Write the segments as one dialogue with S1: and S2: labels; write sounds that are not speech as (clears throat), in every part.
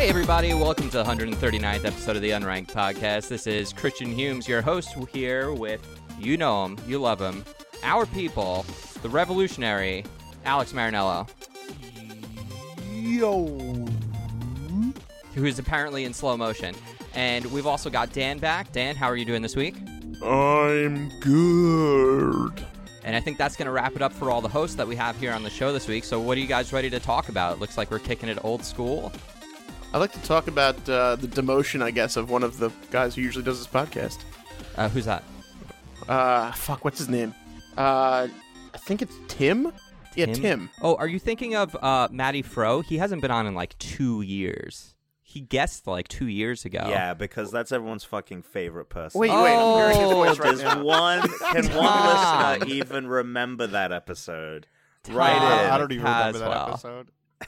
S1: Hey, everybody, welcome to the 139th episode of the Unranked Podcast. This is Christian Humes, your host here with you know him, you love him, our people, the revolutionary Alex Marinello,
S2: Yo.
S1: who is apparently in slow motion. And we've also got Dan back. Dan, how are you doing this week?
S2: I'm good.
S1: And I think that's going to wrap it up for all the hosts that we have here on the show this week. So, what are you guys ready to talk about? It looks like we're kicking it old school.
S3: I'd like to talk about uh, the demotion, I guess, of one of the guys who usually does this podcast.
S1: Uh, who's that?
S3: Uh, fuck, what's his name? Uh, I think it's Tim. Yeah, Tim.
S1: Oh, are you thinking of uh, Matty Fro? He hasn't been on in like two years. He guessed like two years ago.
S4: Yeah, because that's everyone's fucking favorite person.
S3: Wait, wait, I'm hearing his
S1: Oh,
S3: voice right
S4: Does
S3: now.
S4: one can
S1: Tom.
S4: one listener even remember that episode?
S1: Tom
S4: Right in.
S2: I don't even remember that
S1: Caswell.
S2: episode.
S4: (laughs)
S2: I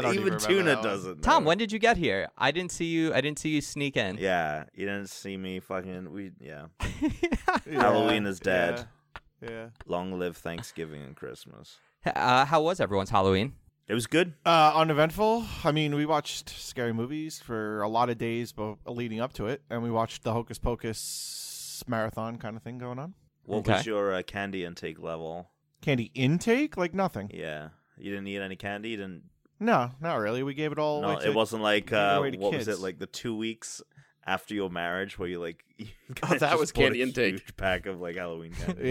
S2: don't even
S4: even
S2: remember
S4: Tuna
S2: that one.
S4: doesn't.
S1: Tom,
S4: know.
S1: when did you get here? I didn't see you. I didn't see you sneak in.
S4: Yeah, you didn't see me fucking. We yeah.
S2: Yeah,
S4: Halloween is dead.
S2: Yeah. yeah.
S4: Long live Thanksgiving and Christmas.
S1: Uh, how was everyone's Halloween?
S4: It was good.
S2: Uh, uneventful. I mean, we watched scary movies for a lot of days bo- leading up to it, and we watched the Hocus Pocus marathon kind of thing going on.
S4: What
S1: Okay.
S4: was your uh, candy intake level?
S2: Candy intake? Like nothing.
S4: Yeah, you didn't eat any candy. You didn't.
S2: No, not really. We gave it all
S4: no,
S2: away. to-
S4: it wasn't like
S2: gave it
S4: uh,
S2: away to
S4: what was
S2: kids.
S4: it like the two weeks after your marriage where you like (laughs) you
S3: that
S4: just
S3: was
S4: bought a
S3: candy intake.
S4: huge pack of like Halloween
S2: (laughs)
S4: candy. (laughs)
S2: Yeah,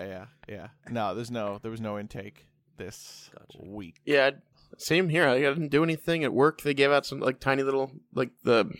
S2: yeah, yeah, yeah. No, there's no, there was no intake this
S4: Gotcha.
S2: week.
S3: Yeah, same here. I didn't do anything at work. They gave out some like tiny little like the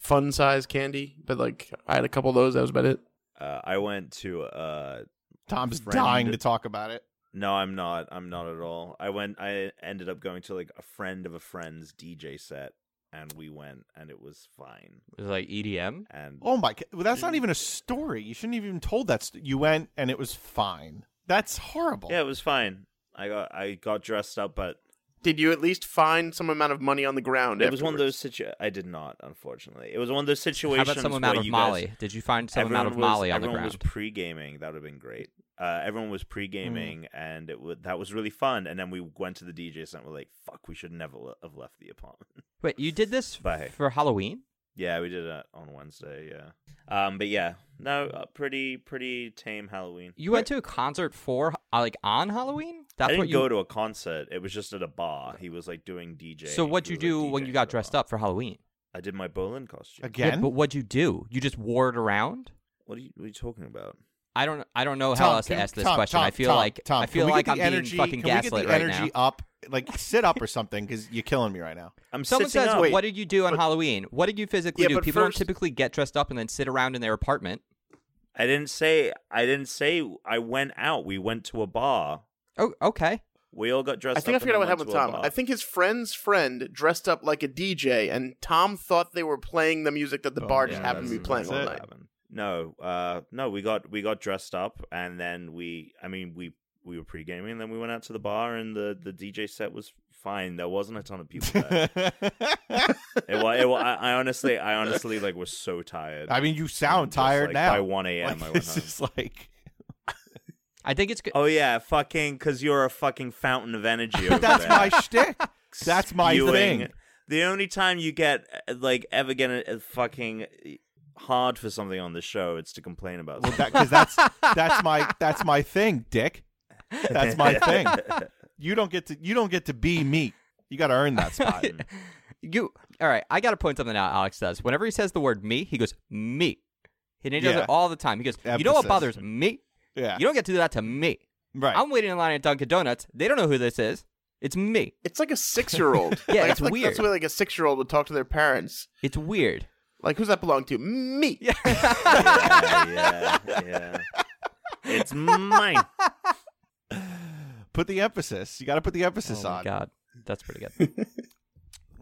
S3: fun size candy, but like I had a couple of those. That was about it.
S4: Uh, I went to uh,
S2: Tom's
S4: Friend.
S2: dying to talk about it.
S4: No, I'm not. I'm not at all. I went. I ended up going to like a friend of a friend's DJ set, and we went, and it was fine.
S1: It was like E EDM.
S4: And
S2: Oh my! Well, that's not even a story. You shouldn't have even told that. St- you went and it was fine. That's horrible.
S4: yeah, it was fine. I got I got dressed up, but
S3: Did you at least find some amount of money on the ground?
S4: it was one of those
S3: afterwards?
S4: situ. I did not, unfortunately. It was one of those
S1: How
S4: situations.
S1: about some
S4: where
S1: amount of
S4: you
S1: Molly?
S4: Guys,
S1: Did you find some
S4: everyone
S1: amount of
S4: was-
S1: Molly on the
S4: everyone
S1: ground? Mm.
S4: was pre gaming. That would have been great. Uh, everyone was pre gaming, and it was that was really fun. And then we went to the DJ set. and We're like, "Fuck, we should never le- have left the apartment."
S1: Wait, you did this
S4: Bye.
S1: for Halloween?
S4: Yeah, we did it on Wednesday. Yeah. Um, but yeah, no, uh, pretty pretty tame Halloween.
S1: You went to a concert for uh, like on Halloween? That's
S4: I didn't
S1: what you
S4: go to a concert. It was just at a bar. He was like doing DJ.
S1: So what'd
S4: He
S1: you
S4: was,
S1: do
S4: like,
S1: when
S4: DJing
S1: you
S4: at
S1: got
S4: a
S1: dressed
S4: bar.
S1: up for Halloween?
S4: I did my Bolin costume.
S1: Yeah,
S2: Again,
S1: but what'd you do? You just wore it around?
S4: What are you, what are you talking about?
S1: I don't. I don't know how
S2: Tom,
S1: else to
S2: can-
S1: ask this
S2: Tom,
S1: question.
S2: Tom,
S1: I feel
S2: Tom,
S1: like
S2: Tom,
S1: I feel
S2: can we
S1: like
S2: get
S1: I'm
S2: the energy,
S1: being fucking
S2: can
S1: gaslit
S2: we get the
S1: right
S2: energy
S1: now.
S2: up. Like sit up or something because you're killing
S4: (laughs)
S2: me right now.
S4: I'm
S1: Someone
S4: sitting
S1: says,
S4: up.
S1: "What did you do on Halloween? What did you physically
S3: Yeah,
S1: do?"
S3: but
S1: People don't
S3: first-
S1: typically get dressed up and then sit around in their apartment.
S4: I didn't say. I didn't say. I went out. We went to a bar.
S1: Oh, okay.
S4: We all got dressed.
S3: I think I
S4: up and
S3: forgot what
S4: then
S3: happened with
S4: went to a
S3: Tom.
S4: bar.
S3: I think his friend's friend dressed up like a DJ, and Tom thought they were playing the music that the
S2: Oh,
S3: bar
S2: yeah,
S3: just happened to be
S2: that's-
S3: playing all
S2: that's it.
S3: night.
S4: happened. No, uh, no, we got we got dressed up, and then we, I mean, we we were pre gaming, and then we went out to the bar, and the the DJ set was fine. There wasn't a ton of people
S2: (laughs)
S4: there. it, wa- it, wa- I, I honestly, I honestly like was so tired.
S2: I mean, you sound
S4: Just,
S2: tired
S4: like,
S2: now.
S4: By one a.m. I
S2: like,
S4: went
S2: (laughs) this
S4: home. (laughs)
S2: is like
S1: I think it's good.
S4: Oh yeah, fucking, because you're a fucking fountain of
S2: (laughs)
S4: energy. Over
S2: that's
S4: there.
S2: my
S4: (laughs)
S2: shtick. That's my
S4: spewing.
S2: thing.
S4: The only time you get uh, like ever get a, a fucking uh, hard for something on the show, it's to complain about.
S2: Well,
S4: something.
S2: that because that's that's my that's my thing, Dick. That's
S4: (laughs)
S2: my thing. You don't get to you don't get to be me. You got to earn that spot.
S1: (laughs) You all right? I got to point something out. Alex does. Whenever he says the word "me," he goes "me," and he does
S2: Yeah.
S1: it all the time. He goes, "You know what
S2: Emphasis.
S1: bothers me?
S2: Yeah,
S1: You don't get to do that to me.
S2: right.
S1: I'm waiting in line at Dunkin' Donuts. They don't know who this is. It's me.
S3: It's like a (laughs) six-year-old.
S1: Yeah,
S3: like, I
S1: it's
S3: feel like
S1: weird.
S3: That's the way like a six-year-old would talk to their parents.
S1: It's weird." (laughs)
S3: Like, who's that belong to? Me.
S1: Yeah.
S4: yeah, yeah, yeah. It's
S1: (laughs)
S4: mine.
S2: put the emphasis. You got to put the emphasis
S1: oh my
S2: on.
S1: god, that's pretty good.
S2: (laughs)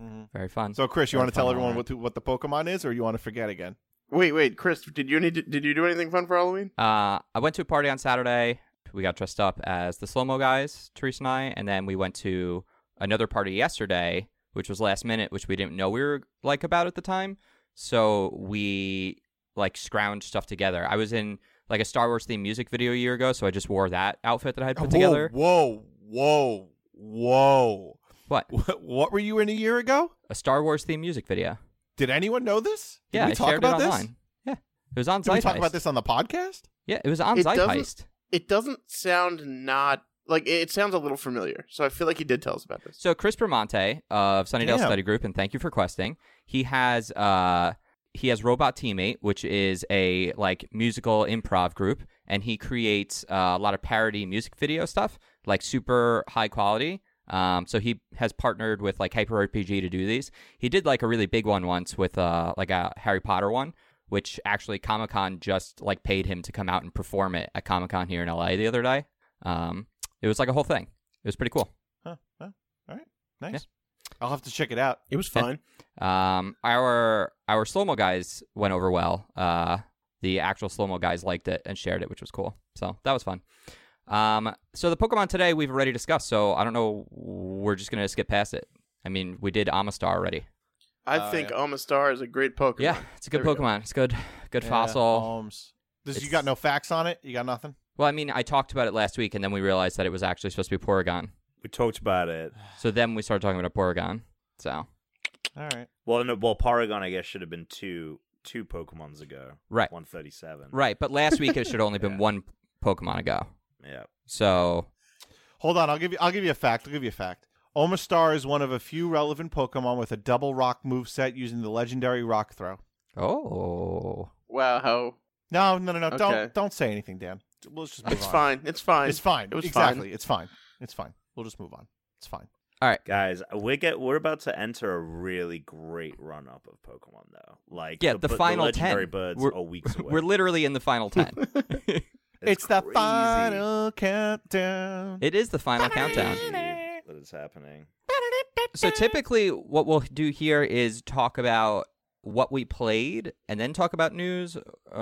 S2: Mhm.
S1: Very fun.
S2: So, Chris, you
S1: Gotta
S2: want to tell
S1: find
S2: everyone
S1: out.
S2: what the, what the Pokemon is, or you want to forget again?
S3: Wait, wait, Chris, did you need? Did you do anything fun for Halloween?
S1: Uh, I went to a party on Saturday. We got dressed up as the slow mo guys, Teresa and I, and then we went to another party yesterday, which was last minute, which we didn't know we were like about at the time. So we like scrounged stuff together. I was in like a Star Wars themed music video a year ago, so I just wore that outfit that I had
S2: Oh,
S1: put together.
S2: Whoa, whoa, whoa,
S1: What?
S2: whoa! What were you in a year ago?
S1: A a Star Wars themed music video.
S2: Did anyone know this? Did
S1: yeah,
S2: we
S1: I
S2: talk
S1: shared
S2: about
S1: it
S2: this?
S1: online. Yeah, it was on
S2: Did we talk
S1: Zeitgeist.
S2: about this on the podcast?
S1: Yeah, it was on
S3: It doesn't-
S1: Zeitgeist.
S3: It doesn't sound not like it sounds a little familiar. So I feel like he did tell us about this.
S1: So Chris Bramante of Sunnydale
S2: Damn.
S1: Study Group, and thank you for questing. He has uh he has Robot Teammate, which is a like musical improv group, and he creates uh, a lot of parody music video stuff, like super high quality. Um, so he has partnered with like Hyper RPG to do these. He did like a really big one once with uh like a Harry Potter one, which actually Comic Con just like paid him to come out and perform it at Comic Con here in LA the other day. Um, it was like a whole thing. It was pretty cool.
S2: Huh. huh. All right. Nice. I'll have to check it out.
S3: It was
S1: Yeah.
S3: fine.
S1: Um, our our slow mo guys went over well. Uh, the actual slow mo guys liked it and shared it, which was cool. So that was fun. Um, so the Pokemon today we've already discussed. So I don't know. We're just gonna skip past it. I mean, we did Amistar already.
S3: I
S2: Uh,
S3: think
S2: yeah.
S3: Omastar is a great Pokemon.
S1: Yeah, it's a good
S3: There we go.
S1: Pokemon. It's good. Good
S2: Yeah,
S1: fossil.
S2: Holmes. This, you
S1: It's-
S2: got no facts on it? You got nothing?
S1: Well, I mean, I talked about it last week, and then we realized that it was actually supposed to be Porygon.
S4: We talked about it.
S1: So then we started talking about Porygon. So
S2: All right.
S4: Well, no, well, Porygon, I guess, should have been two two Pokemon's ago.
S1: Right.
S4: One thirty seven.
S1: right, but last week it should only been
S4: Yeah.
S1: one Pokemon ago.
S4: Yeah.
S1: So
S2: Hold on. I'll give you I'll give you a fact. I'll give you a fact. Omastar is one of a few relevant Pokemon with a double rock moveset using the legendary rock throw.
S1: oh.
S3: Wow. how-
S2: No, no, no, no.
S3: Okay.
S2: Don't don't say anything, Dan. We'll just move
S3: It's
S2: on.
S3: fine. It's fine.
S2: It's fine.
S3: It was
S2: exactly. It's fine. It's fine. We'll just move on. It's fine.
S4: Guys, we get we're about to enter a really great run up of Pokemon though. Like
S1: Yeah,
S4: bu-
S1: the final
S4: legendary
S1: 10.
S4: birds
S1: We're-
S4: are weeks away.
S1: We're literally in the final 10.
S2: It's, the
S4: crazy
S2: final countdown.
S1: it is the final countdown.
S4: That is happening.
S1: So typically what we'll do here is talk about what we played and then talk about news.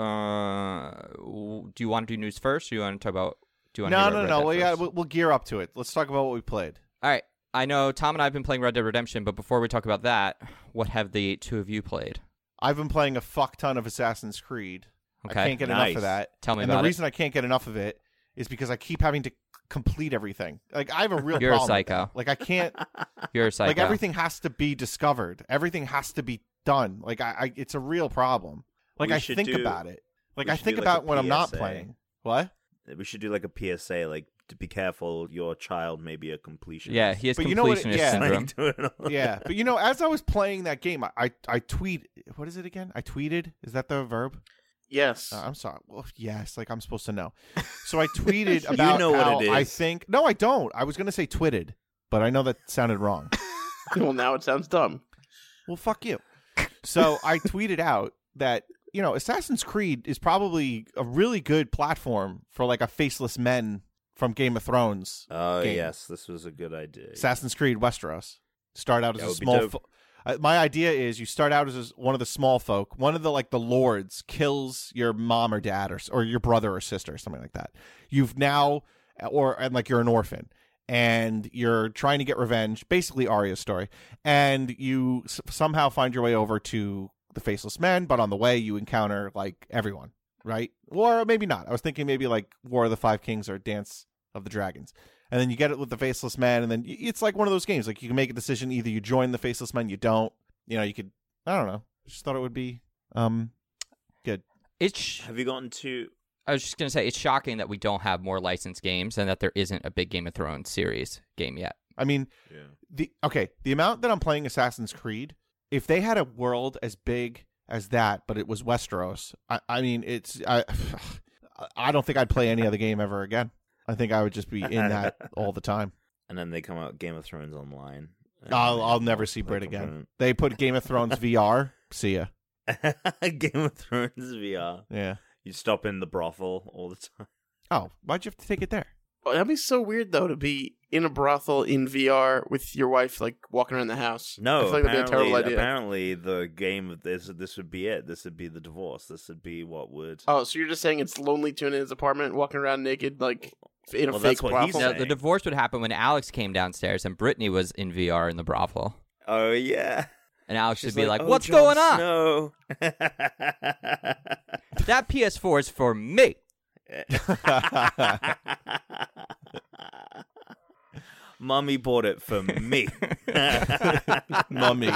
S1: Uh, w- do you want to do news first? Or you want to talk about do you want
S2: no,
S1: to
S2: no, no. We got, we'll, we'll gear up to it. Let's talk about what we played.
S1: All right. I know Tom and I have been playing Red Dead Redemption, but before we talk about that, what have the two of you played?
S2: I've been playing a fuck ton of Assassin's Creed. I
S1: Okay.
S2: can't get
S4: Nice.
S2: enough of that.
S1: Tell me
S2: and
S1: about
S2: the
S1: it.
S2: reason I can't get enough of it is because I keep having to c- complete everything. Like I have a real
S1: (laughs) You're a
S2: problem with
S1: psycho.
S2: that. Like
S1: (laughs)
S2: I can't
S1: You're a psycho.
S2: like everything has to be discovered. Everything has to be done. Like I, I it's a real problem. Like
S4: We
S2: I
S4: should
S2: think
S4: do-
S2: about it. Like
S4: we
S2: I
S4: should
S2: think
S4: do, like, a
S2: about when I'm not
S4: PSA.
S2: playing. What?
S4: We should do like a PSA, like to be careful, your child may be a completionist.
S1: yeah, he has
S2: But
S1: completionist
S2: you know what it- yeah.
S1: syndrome.
S4: (laughs) Like, doing all-
S2: Yeah. But you know, as I was playing that game, I I, I tweet what is it again? I tweeted? Is that the verb?
S3: Yes.
S2: Uh, I'm sorry. Well, yes, like I'm supposed to know. So I
S4: (laughs)
S2: tweeted
S4: You
S2: about
S4: know what
S2: how
S4: it
S2: I
S4: is.
S2: think. No, I don't. I was gonna say twitted, but I know that sounded wrong.
S3: (laughs) well, now it sounds dumb.
S2: well, fuck you. So I tweeted out that you know Assassin's Creed is probably a really good platform for like a faceless men from Game of Thrones.
S4: Oh
S2: Game.
S4: yes, this was a good idea.
S2: Assassin's Creed Westeros. Start out as
S4: That
S2: a
S4: would be
S2: small.
S4: dope.
S2: Fo- uh, my idea is you start out as one of the small folk. One of the like the lords kills your mom or dad or s- or your brother or sister or something like that. You've now uh, or and like you're an orphan and you're trying to get revenge. Basically Arya's story, and you s- somehow find your way over to the Faceless Men, but on the way you encounter like everyone, right? Or maybe not. I was thinking maybe like War of the Five Kings or Dance of the Dragons and then you get it with the faceless man and then y- it's like one of those games like you can make a decision either you join the faceless man you don't you know you could i don't know just thought it would be um
S1: It's sh-
S4: Have you gotten to
S1: I was just gonna say it's shocking that we don't have more licensed games and that there isn't a big Game of Thrones series game yet.
S2: i mean
S4: yeah.
S2: the okay the amount that i'm playing assassin's creed if they had a world as big as that but it was westeros i, I mean it's i (sighs) i don't think i'd play any other game ever again i think i would just be in that all the time
S4: and then they come out Game of Thrones online.
S2: I'll- I'll never see Brit again. they put game of thrones vr see ya
S4: (laughs) Game of Thrones VR.
S2: yeah
S4: You stop in the brothel all the time.
S2: oh why'd you have to take it there
S3: Well, that'd be so weird though to be in a brothel in VR with your wife, like walking around the house.
S4: No,
S3: I feel like that'd be a
S4: apparently,
S3: terrible idea.
S4: apparently the game of this this would be it. This would be the divorce. This would be what would
S3: Oh, so you're just saying it's lonely too in his apartment, walking around naked, like in a
S4: Well,
S3: fake
S4: that's what he
S3: brothel.
S1: Now,
S4: Dang.
S1: the divorce would happen when Alex came downstairs and Brittany was in VR in the brothel,
S4: Oh yeah.
S1: and Alex
S4: She's
S1: should be like,
S4: "Oh,
S1: "What's
S4: Jon
S1: going on?
S4: Snow." (laughs)
S1: That PS4 is for
S4: (laughs)
S1: me."
S4: Mummy bought it for me.
S2: mummy.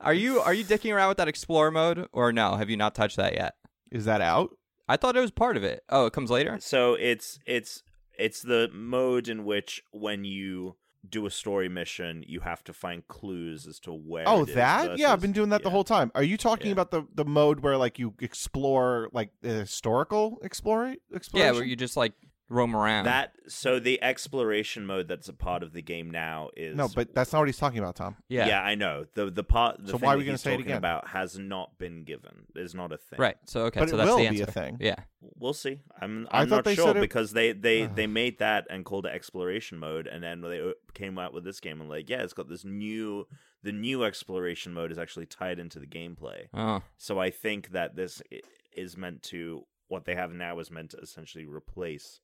S1: Are you are you dicking around with that explore mode or no? Have you not touched that yet?
S2: (laughs) Is that out?
S1: I thought it was part of it. Oh, it comes later.
S4: so it's it's it's the mode in which when you do a story mission, you have to find clues as to where.
S2: Oh,
S4: it is
S2: that?
S1: uh,
S2: yeah, I've
S4: versus-
S2: been doing that the
S4: yeah.
S2: whole time. Are you talking
S4: Yeah.
S2: about the the mode where like you explore like the historical explore
S1: Yeah,
S2: exploration?
S1: where you just like roam around.
S4: That so the exploration mode that's a part of the game now is
S2: No, but that's not what he's talking about, Tom.
S1: yeah.
S4: I know the the part. The
S2: So
S4: thing
S2: why are
S4: that
S2: we gonna
S4: he's
S2: say it
S4: talking
S2: again?
S4: About has not been given. There's not a thing.
S1: Right. So okay.
S2: but
S1: so
S2: it
S1: that's
S2: will
S1: the
S2: be
S1: answer.
S2: a thing.
S1: Yeah.
S4: We'll see. I'm
S2: I
S4: I'm
S2: thought
S4: not
S2: they
S4: sure
S2: said it-
S4: because they
S2: (sighs)
S4: they
S2: Ugh.
S4: they made that and called it exploration mode, and then they o- came out with this game and like, yeah, it's got this new the new exploration mode is actually tied into the gameplay.
S1: Oh.
S4: So I think that this i- is meant to what they have now is meant to essentially replace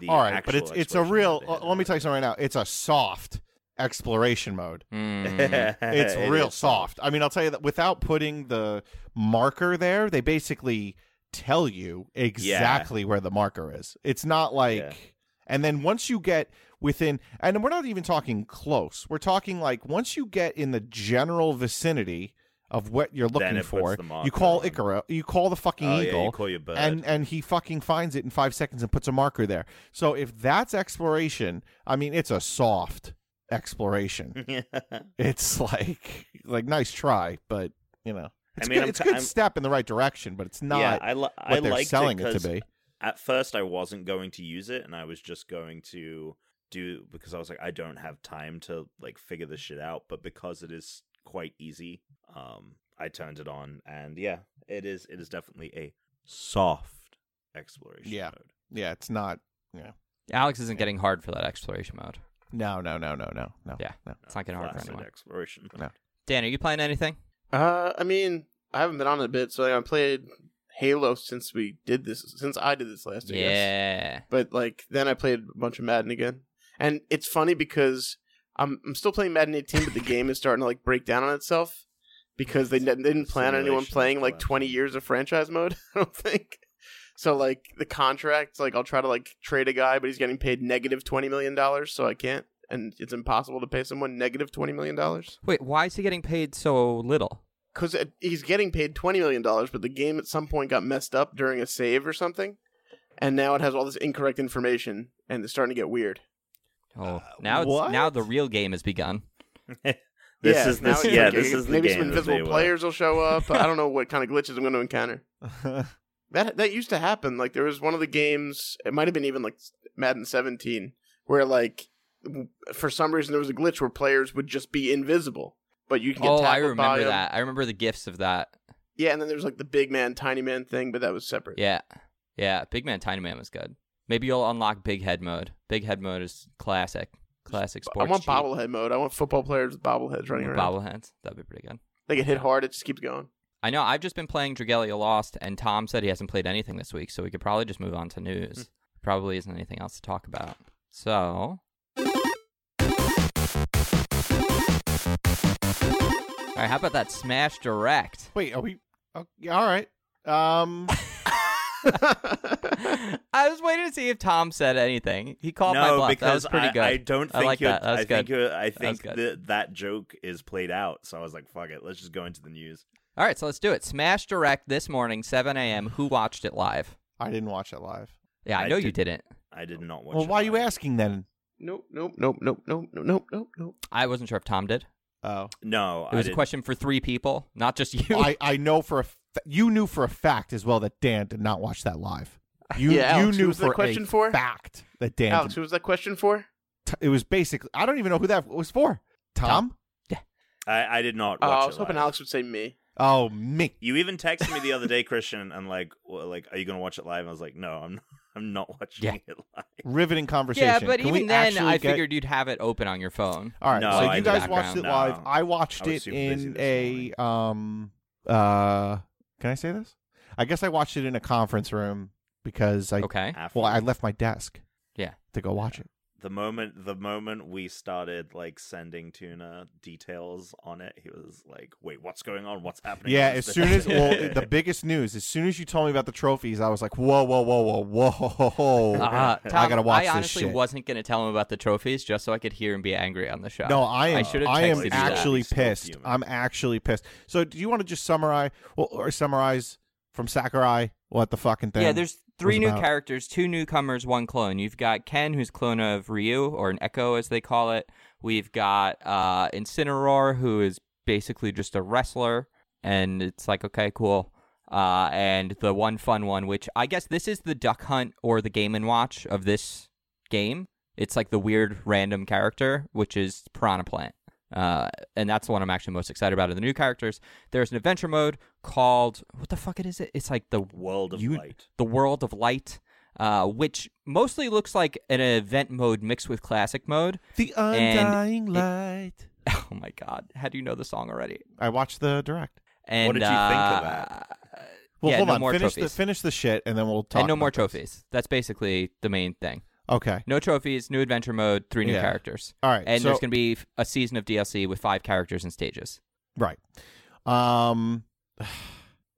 S4: the.
S2: All right, but it's
S4: actual
S2: it's a
S4: exploration
S2: real.
S4: mode they
S2: Let
S4: had
S2: me tell
S4: (laughs) already.
S2: you something right now. It's a soft exploration mode.
S4: (laughs)
S1: Mm.
S2: It's
S4: It
S2: real
S4: is.
S2: soft. I mean, I'll tell you that without putting the marker there, they basically tell you exactly where the marker is. It's not like
S4: Yeah.
S2: and then once you get within and we're not even talking close. We're talking like once you get in the general vicinity of what you're
S4: Then
S2: looking
S4: it puts
S2: for,
S4: the
S2: you
S4: marker
S2: call
S4: on.
S2: Icaro, you call the fucking
S4: Oh,
S2: eagle
S4: yeah, you call your bird. (laughs)
S2: (laughs) and and he fucking finds it in five seconds and puts a marker there. So if that's exploration, I mean it's a soft exploration. it's (laughs) like like nice try, but you know it's
S4: mean,
S2: good,
S4: I'm
S2: it's a
S4: ki-
S2: good
S4: I'm-
S2: step in the right direction, but it's not
S4: yeah, I, li-
S2: what
S4: I
S2: they're
S4: liked
S2: selling it,
S4: because
S2: to be.
S4: at first I wasn't going to use it and I was just going to do because I was like I don't have time to like figure this shit out but because it is quite easy um I turned it on and yeah it is it is definitely a soft exploration
S2: Yeah.
S4: mode.
S2: Yeah, it's not.
S1: Alex isn't getting hard for that exploration mode.
S2: No, no, no, no, no, no.
S1: Yeah.
S2: no.
S1: It's not getting hard for
S4: Flaccid
S1: anyone.
S4: exploration.
S2: No.
S1: Dan, are you playing anything?
S3: Uh, I mean, I haven't been on it a bit, so I played Halo since we did this, since I did this last year.
S1: Yeah.
S3: But like, then I played a bunch of Madden again, and it's funny because I'm I'm still playing Madden 18, but the game is starting to like break down on itself because they, ne- they didn't plan on anyone
S4: Simulation
S3: playing like
S4: collapse.
S3: 20 years of franchise mode. (laughs) I don't think. So like the contract, like I'll try to like trade a guy, but he's getting paid negative 20 million dollars, so I can't, and it's impossible to pay someone negative 20 million dollars.
S1: Wait, why is he getting paid so little?
S3: because he's getting paid twenty million dollars, but the game at some point got messed up during a save or something, and now it has all this incorrect information, and it's starting to get weird.
S1: Oh,
S2: Uh,
S1: now
S2: what?
S1: it's, now the real game has begun.
S4: This
S3: yeah,
S4: is
S3: now
S4: this
S3: it's
S4: yeah
S3: like,
S4: this is the
S3: maybe
S4: game
S3: some
S4: that they
S3: invisible
S4: were-
S3: players will show up. I don't
S4: (laughs)
S3: know what kind of glitches I'm going to encounter. That that used to happen. Like there was one of the games. It might have been even like Madden 17, where like w- for some reason there was a glitch where players would just be invisible, but you can get
S1: Oh,
S3: tackled
S1: I
S3: by
S1: remember
S3: 'em.
S1: that. I remember the gifts of that.
S3: Yeah, and then there was like the big man, tiny man thing, but that was separate.
S1: Yeah. Yeah. Big Man Tiny Man was good. Maybe you'll unlock Big Head mode. Big Head mode is classic. Classic sports.
S3: I want
S1: cheat.
S3: bobblehead mode. I want football players with bobbleheads running around.
S1: bobbleheads. That'd be pretty good.
S3: They get hit hard. It just keeps going.
S1: I know I've just been playing Dragalia Lost, and Tom said he hasn't played anything this week, so we could probably just move on to news.
S4: Hmm.
S1: probably isn't anything else to talk about. So. All right, how about that Smash
S4: (laughs)
S1: Direct?
S2: (laughs) Wait, are we? Oh, yeah, all right. Um,
S1: I was waiting to see if Tom said anything. He called my
S4: No,
S1: bluff. That
S4: because
S1: was pretty
S4: I,
S1: good.
S4: I don't
S1: I
S4: think
S1: like
S4: you're,
S1: that. That was
S4: I think
S1: good.
S4: you're, I
S1: was
S4: think
S1: good.
S4: that that joke is played out. So I was like, fuck it, let's just go into the news.
S1: All right, so let's do it. Smash Direct this morning, 7 a.m. Who watched it live?
S2: I didn't watch it live.
S1: Yeah, I,
S4: I
S1: know you
S4: did-
S1: didn't.
S4: I did not (laughs) watch.
S2: Well,
S4: it
S2: why are you
S4: live.
S2: asking then?
S3: nope, nope, nope, nope, nope, nope, nope, nope, nope.
S1: I wasn't sure if Tom did.
S3: (laughs)
S2: Oh,
S4: No,
S1: It was
S4: I
S1: a
S4: didn't.
S1: question for three people, not just you.
S2: I, I know for a f- you knew for a fact as well that Dan did not watch that live.
S3: (laughs)
S2: You
S3: Yeah, Alex,
S2: you
S3: who
S2: knew
S3: was the
S2: for
S3: question
S2: a
S3: for?
S2: fact that Dan.
S3: Alex,
S2: did-
S3: who was that question for?
S2: t- it was basically I don't even know who that was for. Tom?
S4: I, I did not.
S3: Oh,
S4: Watch
S3: I
S4: it
S3: was hoping
S4: live.
S3: Alex would say me.
S2: Oh me.
S4: You even texted me the other day, Christian, and like, well, like, are you gonna watch it live? I was like, no, I'm, I'm not (laughs) watching
S1: Yeah.
S4: it live.
S2: Riveting conversation.
S1: yeah, but
S2: Can we
S1: even then,
S2: actually
S1: I
S2: get-
S1: figured you'd have it open on your phone.
S2: All right,
S4: No,
S2: so
S1: I
S2: you
S1: did
S2: guys
S1: not.
S2: watched it
S4: No.
S2: live. I watched
S4: I was
S2: it
S4: super busy
S2: in
S4: this
S2: a um uh can I say this? I guess I watched it in a conference room because Eh, I
S1: Okay.
S4: After.
S2: well I left my desk.
S1: Yeah.
S2: To go watch it.
S4: the moment the moment we started like sending Tuna details on it, he was like, "Wait, what's going on? What's happening?"
S2: Yeah,
S4: What is
S2: as
S4: this?"
S2: soon as
S4: (laughs)
S2: well, the biggest news, as soon as you told me about the trophies, I was like, whoa, whoa, whoa, whoa, whoa, whoa, whoa.
S1: Uh,
S4: I
S1: Tom,
S2: gotta watch
S1: I
S2: this
S1: honestly
S2: shit.
S1: wasn't gonna tell him about the trophies just so I could hear him be angry on the show.
S2: No, I am.
S1: should've
S2: I, am
S1: texted you that.
S2: actually
S4: He's still
S2: pissed.
S4: fuming.
S2: I'm actually pissed. So, do you want to just summarize, well, or summarize from Sakurai what the fucking thing?
S1: yeah, there's three new
S2: about-
S1: characters, two newcomers, one clone. You've got Ken, who's clone of Ryu, or an Echo as they call it. We've got uh, Incineroar, who is basically just a wrestler, and it's like, okay, cool. Uh, and the one fun one, which I guess this is the Duck Hunt or the Game and Watch of this game. It's like the weird random character, which is Piranha Plant. Uh, and that's the one I'm actually most excited about of the new characters. There's an adventure mode called what the fuck it is it? It's like the
S4: World of
S1: you-
S4: Light.
S1: the World of Light, uh, which mostly looks like an event mode mixed with classic mode. (laughs)
S2: the
S1: and
S2: undying
S1: it-
S2: light.
S1: Oh my god, how do you know the song already?
S2: I watched the direct.
S1: And
S4: did you think of that?
S1: uh,
S2: Well,
S1: yeah,
S2: hold
S1: no
S2: on.
S1: more
S2: finish
S1: trophies.
S2: the finish the shit, and then we'll talk.
S1: and no
S2: about
S1: more
S2: this.
S1: trophies. That's basically the main thing.
S2: Okay.
S1: No trophies, new adventure mode, three new
S2: Yeah.
S1: characters.
S2: All right.
S1: And
S2: so,
S1: there's going to be f- a season of DLC with five characters and stages.
S2: Right. Um (sighs)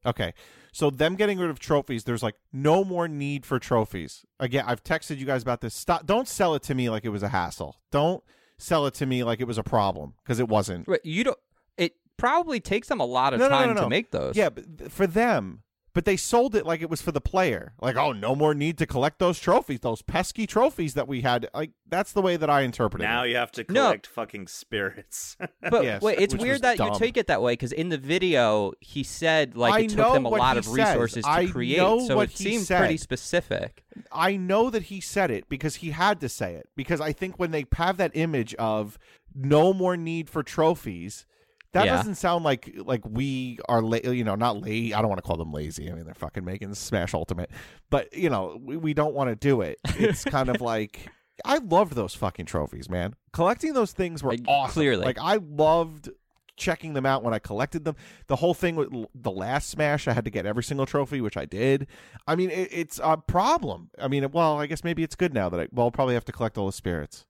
S2: Okay. So them getting rid of trophies, there's like no more need for trophies. Again, I've texted you guys about this. Stop don't sell it to me like it was a hassle. Don't sell it to me like it was a problem because it wasn't.
S1: Wait, you don't. It probably takes them a lot of
S2: No, no, no,
S1: time
S2: no, no.
S1: to make those.
S2: Yeah, but th- for them. But they sold it like it was for the player. Like, oh, no more need to collect those trophies, those pesky trophies that we had. Like that's the way that I interpreted
S4: Now
S2: it.
S4: you have to
S1: No.
S4: collect fucking spirits. (laughs)
S1: (laughs) But
S2: Yes,
S1: wait, it's
S2: which was
S1: weird that
S2: dumb.
S1: you take it that way because in the video he said like
S2: I
S1: it took
S2: know
S1: them a
S2: what
S1: lot
S2: he
S1: of resources
S2: says. I
S1: to create,
S2: know
S1: so
S2: what
S1: it
S2: he
S1: seems
S2: said.
S1: pretty specific.
S2: I know that he said it because he had to say it because I think when they have that image of no more need for trophies, that
S1: Yeah.
S2: doesn't sound like like we are la- you know not lazy. I don't want to call them lazy. I mean they're fucking making Smash Ultimate, but you know we, we don't want to do it. It's kind of like I loved those fucking trophies, man. Collecting those things were
S1: Like,
S2: awesome.
S1: clearly.
S2: like I loved checking them out when I collected them. The whole thing with l- the last Smash, I had to get every single trophy, which I did. I mean, it, it's a problem. I mean, well, I guess maybe it's good now that I well I'll probably have to collect all the spirits.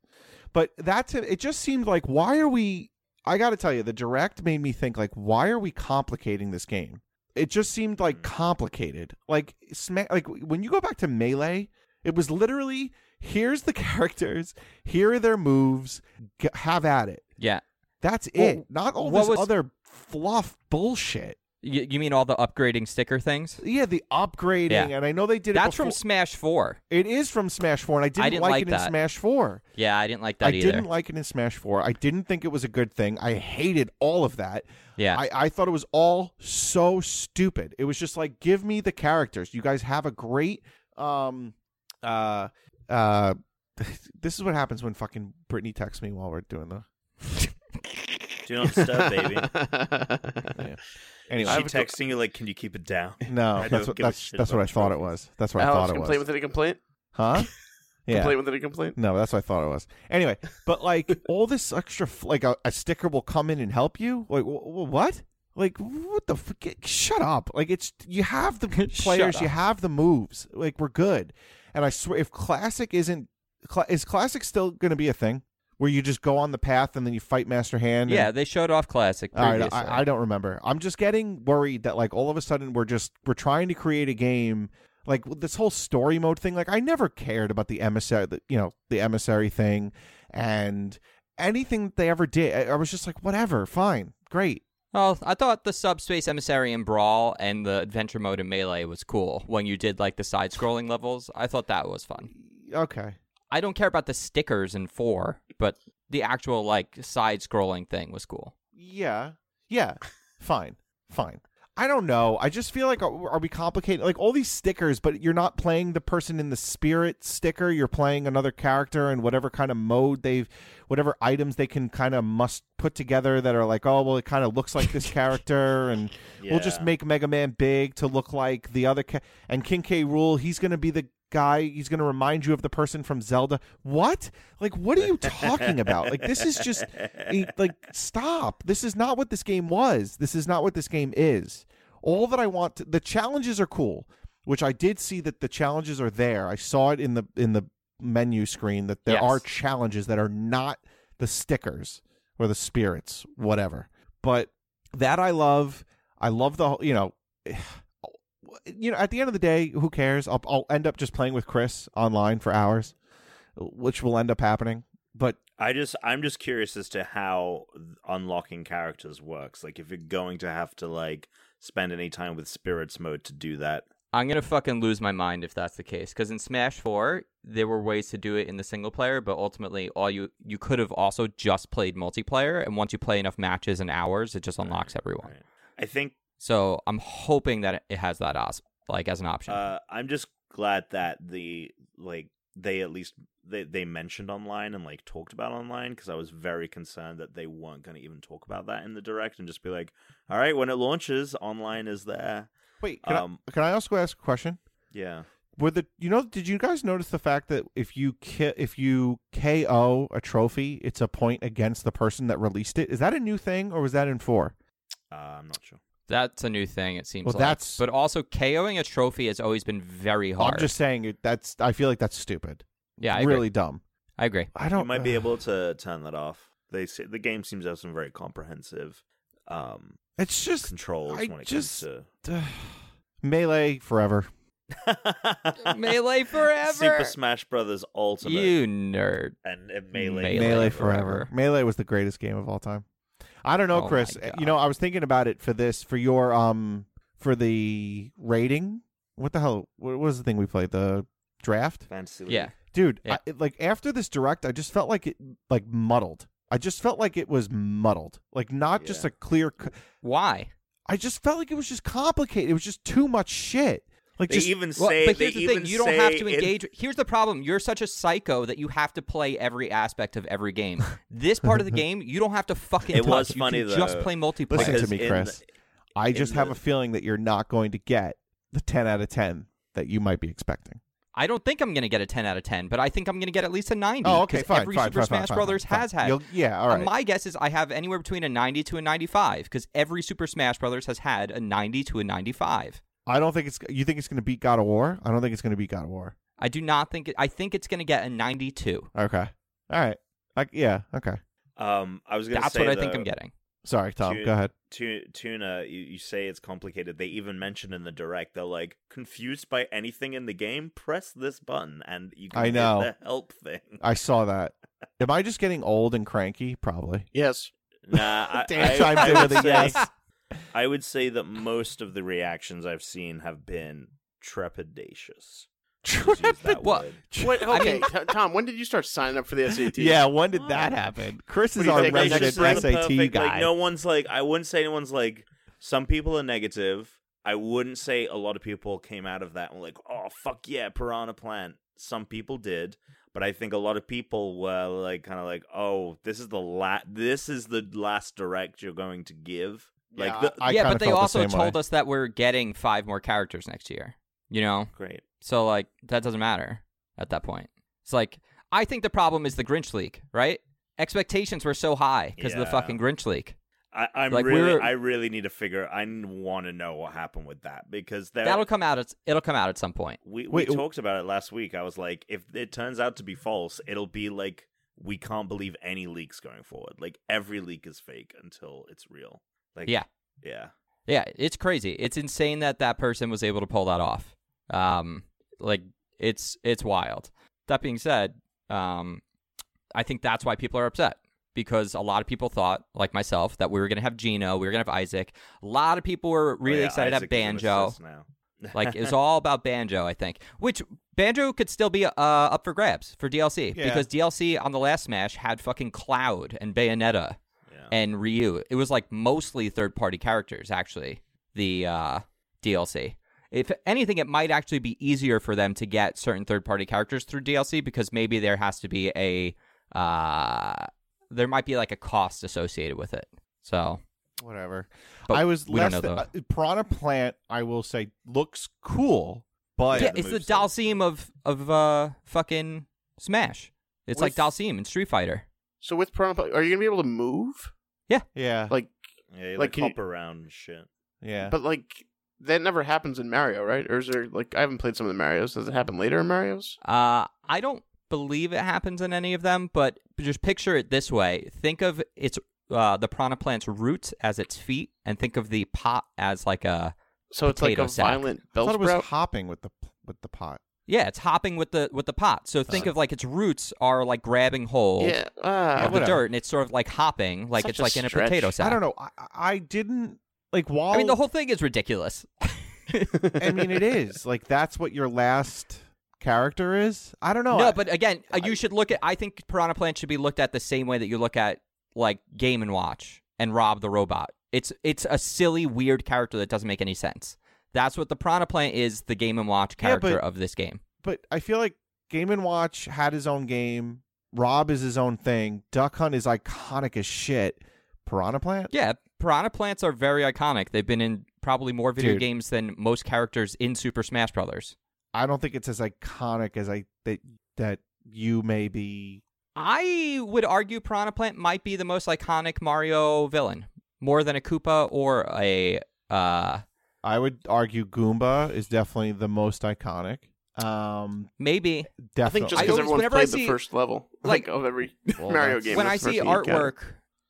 S2: But that's it. It just seemed like why are we? I got to tell you, the direct made me think like why are we complicating this game? It just seemed
S1: Mm.
S2: like complicated. Like sma- like when you go back to melee, it was literally here's the (laughs) characters, here are their moves, g- have at it.
S1: Yeah.
S2: That's
S1: Well,
S2: it. Not all
S1: what
S2: this
S1: was-
S2: other fluff bullshit.
S1: You, you mean all the upgrading sticker things?
S2: Yeah, the upgrading,
S1: Yeah.
S2: and I know they did
S1: That's
S2: it. before-
S1: from Smash 4.
S2: It is from Smash Four, and I didn't,
S1: didn't
S2: like,
S1: like
S2: it in
S1: that.
S2: Smash Four.
S1: Yeah, I didn't like that
S2: I
S1: either.
S2: didn't like it in Smash Four. I didn't think it was a good thing. I hated all of that.
S1: yeah.
S2: I, I thought it was all so stupid. It was just like, give me the characters. You guys have a great um uh uh (laughs) this is what happens when fucking Brittany texts me while we're doing the
S4: Do
S2: (laughs)
S4: not disturb, (laughs) baby. Is
S2: anyway.
S3: I
S4: she
S3: have a co-
S4: texting you like, "Can you keep it down?" (laughs)
S2: no,
S4: I
S2: that's
S4: don't
S2: what
S4: give a
S2: that's,
S4: shit
S2: that's what
S4: about
S2: I thought it
S4: trophies.
S2: was. That's what I
S3: Alex,
S2: thought it was.
S3: complaint within a complaint.
S4: (laughs)
S2: Huh? Yeah.
S3: Complaint within a complaint.
S2: No, that's what I thought it was. Anyway, but
S1: (laughs)
S2: like all this extra, f- like a, a sticker will come in and help you. Like wh- wh- what? Like what the? F- get- shut up! Like it's you
S1: (laughs)
S2: have the players, you
S1: up.
S2: have the moves. Like we're good. And I swear, if classic isn't, cla is classic still going to be a thing where you just go on the path and then you fight Master Hand? and-
S1: yeah, they showed off Classic
S2: all
S1: previously.
S2: right, I, I don't remember. I'm just getting worried that like all of a sudden we're just we're trying to create a game like with this whole story mode thing. Like I never cared about the emissary, the, you know, the emissary thing, and anything that they ever did. I, I was just like, whatever, fine, great.
S1: well, I thought the Subspace Emissary in Brawl and the Adventure Mode in Melee was cool when you did like the side scrolling levels. I thought that was fun.
S2: Okay,
S1: I don't care about the stickers in 4, but the actual like side scrolling thing was cool.
S2: yeah, yeah, fine, fine. I don't know. I just feel like are, are we complicated? Like all these stickers, but you're not playing the person in the spirit sticker. You're playing another character and whatever kind of mode they've, whatever items they can kind of must put together that are like, oh well, it kind of looks like this character, and we'll just
S4: Yeah.
S2: make Mega Man big to look like the other. Ca- and King K. Rule, he's gonna be the guy. He's gonna remind you of the person from Zelda. What? Like, what are you talking about? Like this is
S4: (laughs)
S2: just it- like stop this is not what this game was this is not what this game is all that i want to, the challenges are cool which i did see that the challenges are there i saw it in the in the menu screen that there
S1: Yes.
S2: are challenges that are not the stickers or the spirits, whatever. But that I love. I love the whole- you know, (sighs) you know. At the end of the day, who cares? I'll, I'll end up just playing with Chris online for hours, which will end up happening. But
S4: I just I'm just curious as to how unlocking characters works. Like if you're going to have to like spend any time with spirits mode to do that.
S1: I'm gonna fucking lose my mind if that's the case. Because in Smash Four, there were ways to do it in the single player, but ultimately, all you you could have also just played multiplayer. And once you play enough matches and hours, it just unlocks everyone.
S4: Right. I think
S1: So I'm hoping that it has that os- like as an option.
S4: uh I'm just glad that the like they at least they they mentioned online and like talked about online because I was very concerned that they weren't going to even talk about that in the direct and just be like, "All right, when it launches, online is there."
S2: wait, can,
S4: Um
S2: I, can I also ask a question?
S4: yeah.
S2: Were the you know? Did you guys notice the fact that if you ki- if you KO a trophy, it's a point against the person that released it? Is that a new thing, or was that in four?
S4: Uh, I'm not sure.
S1: that's a new thing. It seems.
S2: Well,
S1: like.
S2: that's-
S1: But also, KOing a trophy has always been very hard.
S2: I'm just saying it- that's. I feel like that's stupid.
S1: yeah, I agree.
S2: really dumb.
S1: I agree.
S2: I don't.
S4: you might be able
S1: (sighs)
S4: to turn that off. They se- the game seems to have some very comprehensive um,
S2: It's just
S4: controls
S2: I
S4: when it
S2: just-
S4: comes
S2: melee forever.
S4: to
S1: (laughs)
S4: (laughs)
S1: Melee forever.
S4: Super Smash Brothers Ultimate
S1: You nerd.
S4: and, and melee.
S1: Melee
S2: Melee,
S1: forever.
S2: forever. Melee was the greatest game of all time. I don't
S1: Oh
S2: know,
S1: my
S2: Chris. Uh,
S1: God.
S2: You know, I was thinking about it for this for your um for the rating. What the hell? What was the thing we played? The draft.
S4: Fantasy League.
S1: Yeah.
S2: dude
S1: Yeah.
S2: I, it- like after this direct i just felt like it like muddled i just felt like it was muddled like not just
S4: Yeah.
S2: a clear c-
S1: Why?
S2: i just felt like it was just complicated it was just too much shit like
S4: They
S2: just
S4: even
S1: Well,
S4: say
S1: but
S4: they
S1: here's the
S4: even
S1: thing: you don't
S4: say
S1: have to
S4: in-
S1: engage. Here's the problem: you're such a psycho that you have to play every aspect of every game. this part
S4: (laughs)
S1: of the game, you don't have to fucking.
S4: It
S1: touch.
S4: was
S1: You
S4: funny,
S1: can just
S4: though,
S1: play multiplayer.
S2: Listen to
S4: because
S2: me,
S4: in
S2: Chris.
S4: the-
S2: i
S4: in
S2: just have
S4: the-
S2: a feeling that you're not going to get the 10 out of 10 that you might be expecting
S1: I don't think I'm going to get a 10 out of 10, but I think I'm going to get at least a 90.
S2: oh okay
S1: 'cause
S2: fine
S1: Every
S2: fine,
S1: Super
S2: fine, fine,
S1: Smash
S2: fine,
S1: Brothers
S2: fine.
S1: has had.
S2: You'll- yeah all
S1: And
S2: right
S1: My guess is I have anywhere between a 90 to a 95 because every Super Smash Brothers has had a 90 to a 95.
S2: i don't think it's you think it's going to beat god of war i don't think it's going to beat god of war
S1: I do not think it, I think it's going to get a 92.
S2: okay all right like yeah okay
S4: Um, I was gonna
S1: That's
S4: say
S1: what I think
S4: though,
S1: I'm getting.
S2: sorry tom
S4: Dude.
S2: go ahead
S4: Tu- Tuna, you, you say it's complicated. They even mention in the direct, they're like confused by anything in the game. Press this button, and you can
S2: I
S4: hit
S2: know.
S4: the help thing.
S2: i saw that am i just getting old and cranky probably
S3: Yes.
S2: (laughs)
S4: Nah, I,
S2: Dan
S4: I,
S2: chimes
S4: I
S2: in
S4: would
S2: with a
S4: say-
S2: yes.
S4: I would say that most of the reactions I've seen have been trepidatious. Let's use that
S1: What?
S4: word.
S3: What,
S1: I
S3: okay,
S1: mean-
S3: T- Tom, when did you start signing up for the SAT?
S2: (laughs) Yeah, when did that
S4: What?
S2: happen? Chris
S3: What
S2: is
S3: do you
S2: our
S3: think?
S4: Like,
S3: Next
S2: resident
S3: Express
S4: the
S2: SAT
S4: perfect-
S2: guy.
S4: Like, no one's like, I wouldn't say anyone's like, some people are negative. I wouldn't say a lot of people came out of that and were like, oh, fuck yeah, piranha plant. Some people did. But I think a lot of people were like, kind of like, oh, this is the la- this is the last direct you're going to give. Like,
S2: Yeah,
S4: the-
S2: I
S1: yeah,
S2: kinda
S1: but they
S2: felt the
S1: also
S2: same
S1: told
S2: way.
S1: us that we're getting five more characters next year. You know,
S4: great.
S1: so like that doesn't matter at that point. It's like I think the problem is the Grinch leak, right? Expectations were so high because of the
S4: Yeah.
S1: fucking Grinch leak.
S4: I, I'm
S1: Like, we
S4: really,
S1: were-
S4: I really need to figure. I want to know what happened with that because there,
S1: That'll come out. At, it'll come out at some point.
S4: we, we
S2: Wait, w-
S4: talked about it last week. I was like, if it turns out to be false, it'll be like we can't believe any leaks going forward. Like every leak is fake until it's real. Like
S1: Yeah.
S4: yeah. Oh,
S1: Yeah, it's crazy. It's insane that that person was able to pull that off. Um, like it's it's wild. That being said, um, I think that's why people are upset because a lot of people thought, like myself, that we were gonna have Gino, we were gonna have Isaac. A lot of people were really
S4: Oh, yeah,
S1: excited
S4: Isaac
S1: about
S4: is an
S1: Banjo.
S4: assist now.
S1: (laughs)
S4: (laughs)
S1: like it was all about Banjo, I think. Which Banjo could still be uh, up for grabs for DLC
S2: Yeah.
S1: because DLC on the last Smash had fucking Cloud and Bayonetta
S4: Yeah.
S1: and Ryu. It was like mostly third party characters, actually, the uh, DLC. If anything, it might actually be easier for them to get certain third party characters through DLC because maybe there has to be a. Uh, there might be like a cost associated with it. So,
S2: Whatever.
S1: but
S2: I was
S1: we
S2: less
S1: don't know
S2: than,
S1: though.
S2: uh, Piranha Plant. I will say looks cool, but
S1: yeah,
S4: the
S1: it's the
S4: moveset.
S1: Dalsim of of uh fucking Smash. It's like
S3: With-
S1: Dalsim in Street Fighter.
S3: So with Piranha, are you gonna be able to move?
S2: yeah,
S3: Like,
S4: yeah, you,
S3: like,
S4: like,
S3: can you-
S4: hop around and shit.
S2: yeah.
S3: but like that never happens in Mario, right? Or is there like I haven't played some of the Mario's. Does it happen later in Mario's?
S1: Uh, I don't believe it happens in any of them, but just picture it this way: think of its uh, the prana plant's roots as its feet, and think of the pot as like a
S3: So it's like
S1: Potato
S3: a
S1: sack.
S3: violent
S2: I
S3: bell
S2: thought it was
S3: sprout.
S2: hopping with the with the pot.
S1: yeah, it's hopping with the with the pot. So think of like its roots are like grabbing hold
S3: Yeah, ah,
S1: of the
S2: whatever.
S1: dirt, and it's sort of like hopping, like
S3: Such
S1: it's
S3: a
S1: like in a
S3: stretch.
S1: potato sack.
S2: I don't know. I, I didn't like while.
S1: I mean, the whole thing is ridiculous.
S2: I mean, it is like that's what your last character is. I don't know.
S1: no,
S2: I-
S1: but again, uh you should look at. I think Piranha Plant should be looked at the same way that you look at like Game and Watch and Rob the Robot. It's it's a silly, weird character that doesn't make any sense. That's what the Piranha Plant is, the Game and Watch
S2: Yeah,
S1: character
S2: but-
S1: of this game.
S2: but I feel like Game and Watch had his own game. Rob is his own thing. Duck Hunt is iconic as shit. Piranha Plant.
S1: Yeah, Piranha Plants are very iconic. They've been in probably more video
S2: Dude.
S1: games than most characters in Super Smash Brothers.
S2: I don't think it's as iconic as I that that you may be.
S1: I would argue Piranha Plant might be the most iconic Mario villain, more than a Koopa or a uh,
S2: I would argue Goomba is definitely the most iconic. Um,
S1: maybe
S2: definitely.
S3: I think just
S1: I
S3: because
S1: always-
S3: everyone's
S1: whenever I
S3: played
S1: see-
S3: the first level,
S1: like,
S3: like, of every
S2: Well,
S3: (laughs) Mario
S2: that's-
S3: game.
S1: when I
S3: that's the
S1: see
S3: first one you encounter.
S1: artwork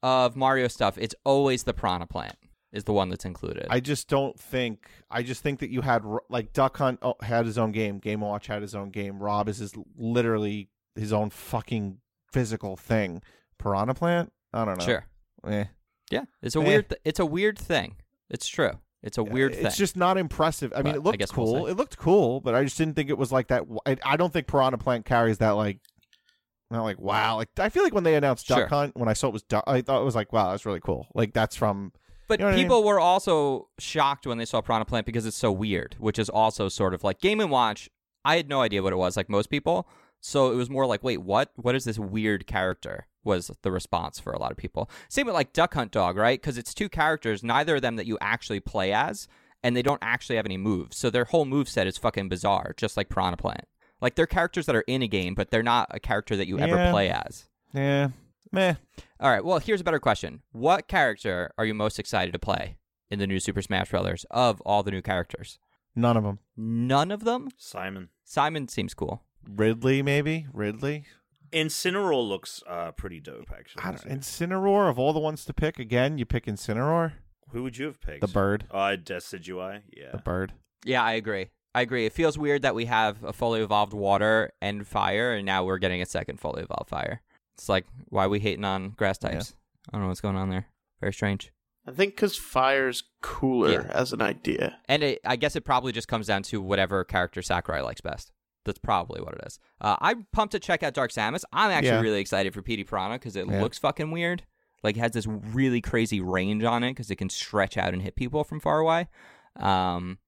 S1: of Mario stuff, it's always the Piranha Plant is the one that's included.
S2: I just don't think. I just think that you had r- like Duck Hunt oh, had his own game. Game Watch had his own game. Rob is his literally his own fucking physical thing. Piranha Plant. I don't know.
S1: Sure,
S2: Eh.
S1: yeah, it's a
S2: Eh.
S1: weird, th- it's a weird thing. It's true. It's a weird
S2: it's
S1: thing.
S2: just not impressive. I mean,
S1: But I
S2: it looked
S1: guess we'll
S2: cool.
S1: see.
S2: it looked cool, but I just didn't think it was like that. w- I, I don't think Piranha Plant carries that like. Not like wow. Like I feel like when they announced Duck
S1: Sure.
S2: Hunt, when I saw it was Duck, I thought it was like wow, that's really cool. Like that's from
S1: but
S2: you know what I mean?
S1: people were also shocked when they saw Piranha Plant because it's so weird, which is also sort of like Game and Watch. I had no idea what it was, like most people. So it was more like, wait, what? What is this weird character? Was the response for a lot of people. Same with like Duck Hunt Dog, right? Because it's two characters, neither of them that you actually play as, and they don't actually have any moves. So their whole move set is fucking bizarre, just like Piranha Plant. Like they're characters that are in a game, but they're not a character that you ever
S2: Yeah.
S1: play as.
S2: yeah, meh.
S1: All right. Well, here's a better question. What character are you most excited to play in the new Super Smash Brothers of all the new characters?
S2: None of them.
S1: None of them?
S4: Simon.
S1: Simon seems cool.
S2: Ridley maybe Ridley.
S4: Incineroar looks uh, pretty dope, actually.
S2: I don't, Incineroar of all the ones to pick again, you pick Incineroar,
S4: Who would you have picked?
S2: the bird,
S4: Uh, Decidui, yeah.
S2: the bird.
S1: Yeah, I agree. I agree. It feels weird that we have a fully evolved water and fire, and now we're getting a second fully evolved fire. It's like, why are we hating on grass
S2: Yeah.
S1: types? I don't know what's going on there. Very strange.
S3: I think because fire's cooler as an idea.
S1: And it, I guess it probably just comes down to whatever character Sakurai likes best. That's probably what it is. Uh, I'm pumped to check out Dark Samus. I'm actually
S2: Yeah.
S1: really excited for PD Piranha because it
S2: Yeah.
S1: looks fucking weird. Like, it has this really crazy range on it because it can stretch out and hit people from far away. Um,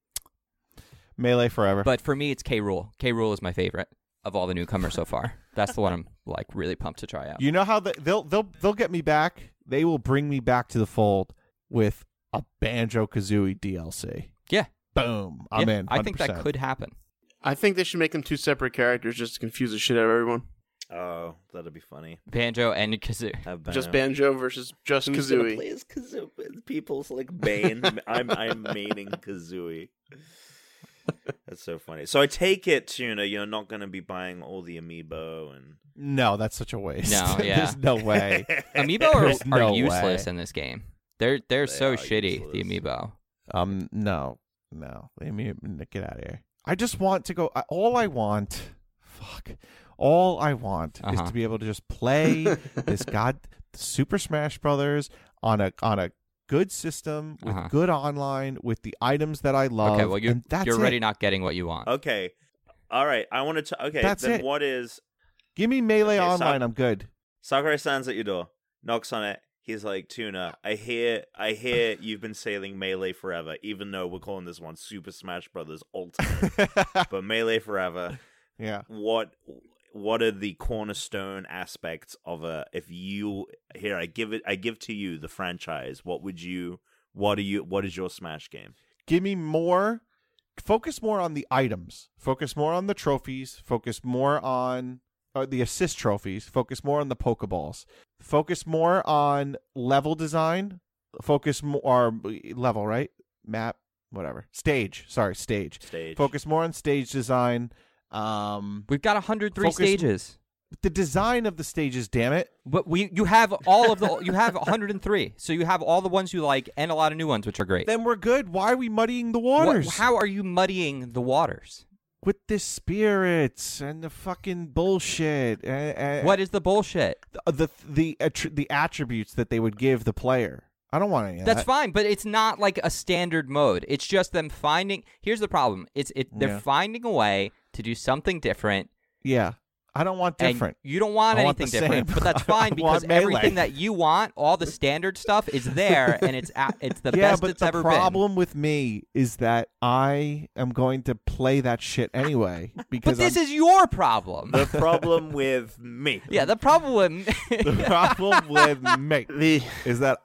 S2: Melee forever.
S1: but for me, it's K. Rule. K. Rule is my favorite of all the newcomers so far.
S2: (laughs)
S1: That's the one I'm like really pumped to try out.
S2: You know how the, they'll they'll they'll get me back. They will bring me back to the fold with a Banjo Kazooie DLC.
S1: Yeah.
S2: Boom. I'm
S1: Yeah,
S2: in.
S1: I think that
S2: 100%.
S1: could happen.
S3: I think they should make them two separate characters just to confuse the shit out of everyone.
S4: Oh, that'd be funny.
S1: Banjo and Kazoo.
S4: Have
S3: Just
S4: Banjo.
S3: Banjo versus just
S4: Who's gonna
S3: Kazooie.
S4: play as Kazoo- People's like Bane. (laughs) I'm I'm maining Kazooie. That's so funny. So I take it, Tuna, you're not going to be buying all the amiibo and
S2: No, that's such a waste.
S1: No, yeah.
S2: (laughs)
S1: (laughs)
S2: There's
S4: (laughs)
S2: no way.
S1: Amiibo are,
S2: Eh, There's
S1: are
S2: no
S1: useless
S2: way.
S1: in this game. They're they're
S4: They
S1: so
S4: are
S1: shitty. The
S4: useless.
S1: amiibo.
S2: um no. No. Let me get out of here. I just want to go I- all I want fuck. All I want is
S1: Uh-huh.
S2: to be able to
S1: (laughs)
S2: just play this god Super Smash Brothers on a on a good system with
S1: Uh-huh.
S2: good online with the items that I love.
S1: Okay, well you're
S2: and that's
S1: you're
S2: it.
S1: already not getting what you want.
S2: Oh.
S4: Okay. All right. I want to. Okay.
S2: That's
S4: then
S2: it.
S4: what is
S2: Give me melee
S4: Okay, so-
S2: online. I'm good.
S4: Sakurai stands at your door, knocks on it. He's like, Tuna, I hear, I hear you've been sailing Melee forever, even though we're calling this one Super Smash Brothers Ultimate, but Melee forever.
S2: yeah.
S4: What, what are the cornerstone aspects of a? If you here, I give it, I give to you the franchise. What would you? What are you? What is your Smash game?
S1: (laughs)
S2: Give me more. Focus more on the items. Focus more on the trophies. Focus more on uh, the assist trophies. Focus more on the Pokeballs. Focus more on level design. Focus more or uh, level, right? Map, whatever. Stage. Sorry, stage.
S4: Stage.
S2: Focus more on stage design. Um,
S1: We've got 103
S2: Focus-
S1: stages.
S2: the design of the stages, damn it.
S1: But we you have all of the you have 103. So you have all the ones you like and a lot of new ones which are great.
S2: Then we're good. Why are we muddying the
S1: What-
S2: waters?
S1: how are you muddying the waters?
S2: With the spirits and the fucking bullshit. And, and
S1: What is the bullshit?
S2: the the attr- the attributes that they would give the player? I don't want any of
S1: That's
S2: that.
S1: fine, but it's not like a standard mode. It's just them finding. Here's the problem: it's it they're
S2: Yeah.
S1: finding a way to do something different.
S2: Yeah, I don't want
S1: and
S2: different.
S1: you don't want
S2: I want the
S1: anything different,
S2: same.
S1: but that's
S2: (laughs) I
S1: fine
S2: want
S1: because
S2: melee.
S1: everything that you want, all the standard stuff, is there, and it's at, it's the
S2: (laughs) yeah,
S1: best
S2: but
S1: it's
S2: the
S1: ever
S2: problem with me is that I am going to play that shit anyway
S1: been. (laughs)
S2: because
S1: But this
S2: I'm-
S1: is your problem.
S4: The problem with me.
S1: (laughs) yeah, the problem.
S2: the problem with me
S3: The
S2: is that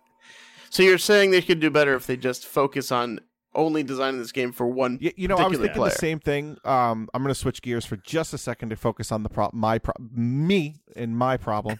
S3: so you're saying they could do better if they just focus on only designing this game for one.
S2: Y- you know, I was
S3: particular
S2: thinking the
S3: player.
S2: same thing. Um, I'm going to switch gears for just a second to focus on the pro- my pro- me and my problem.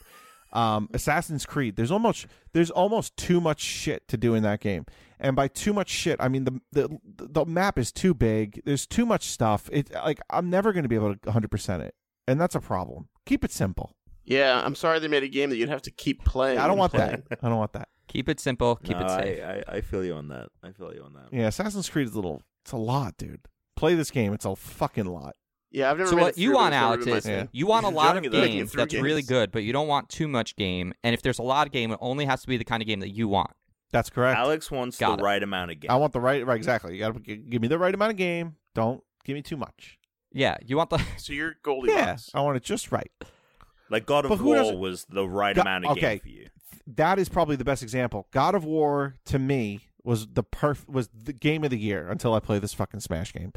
S2: Um, Assassin's Creed. There's almost there's almost too much shit to do in that game, and by too much shit, I mean the the the map is too big. There's too much stuff. It like I'm never going to be able to 100 percent it, and that's a problem. Keep it simple.
S3: Yeah, I'm sorry they made a game that you'd have to keep playing.
S2: I don't
S3: and
S2: want
S3: playing.
S2: that. I don't want that.
S1: (laughs) keep it simple. Keep
S4: No,
S1: it safe.
S4: I, I, I feel you on that. I feel you on that.
S2: Yeah, Assassin's Creed is a little. It's a lot, dude. Play this game. It's a fucking lot.
S3: (laughs) Yeah, I've never.
S1: So
S3: made
S1: what
S3: it
S1: you
S3: through, but
S1: want,
S3: it's never
S1: Alex,
S3: been my
S1: is
S2: my thing.
S1: you want a
S4: Yeah.
S1: lot of
S4: Enjoying it, though.
S1: games
S3: Making it
S1: that's
S3: through
S1: really
S3: games.
S1: good, but you don't want too much game. And if there's a lot of game, it only has to be the kind of game that you want.
S2: That's correct.
S4: Alex wants
S1: Got
S4: the
S1: it.
S4: right amount of game.
S2: I want the right, right, exactly. You gotta g- give me the right amount of game. Don't give me too much.
S1: Yeah, you want the (laughs)
S3: So you're Goldilocks.
S2: Yeah, I want it just right.
S4: like God
S2: But
S4: of
S2: who
S4: War
S2: doesn't-
S4: was the right
S2: Go-
S4: amount of
S2: okay.
S4: game for you.
S2: That is probably the best example. God of War to me was the perf was the game of the year until I play this fucking Smash game.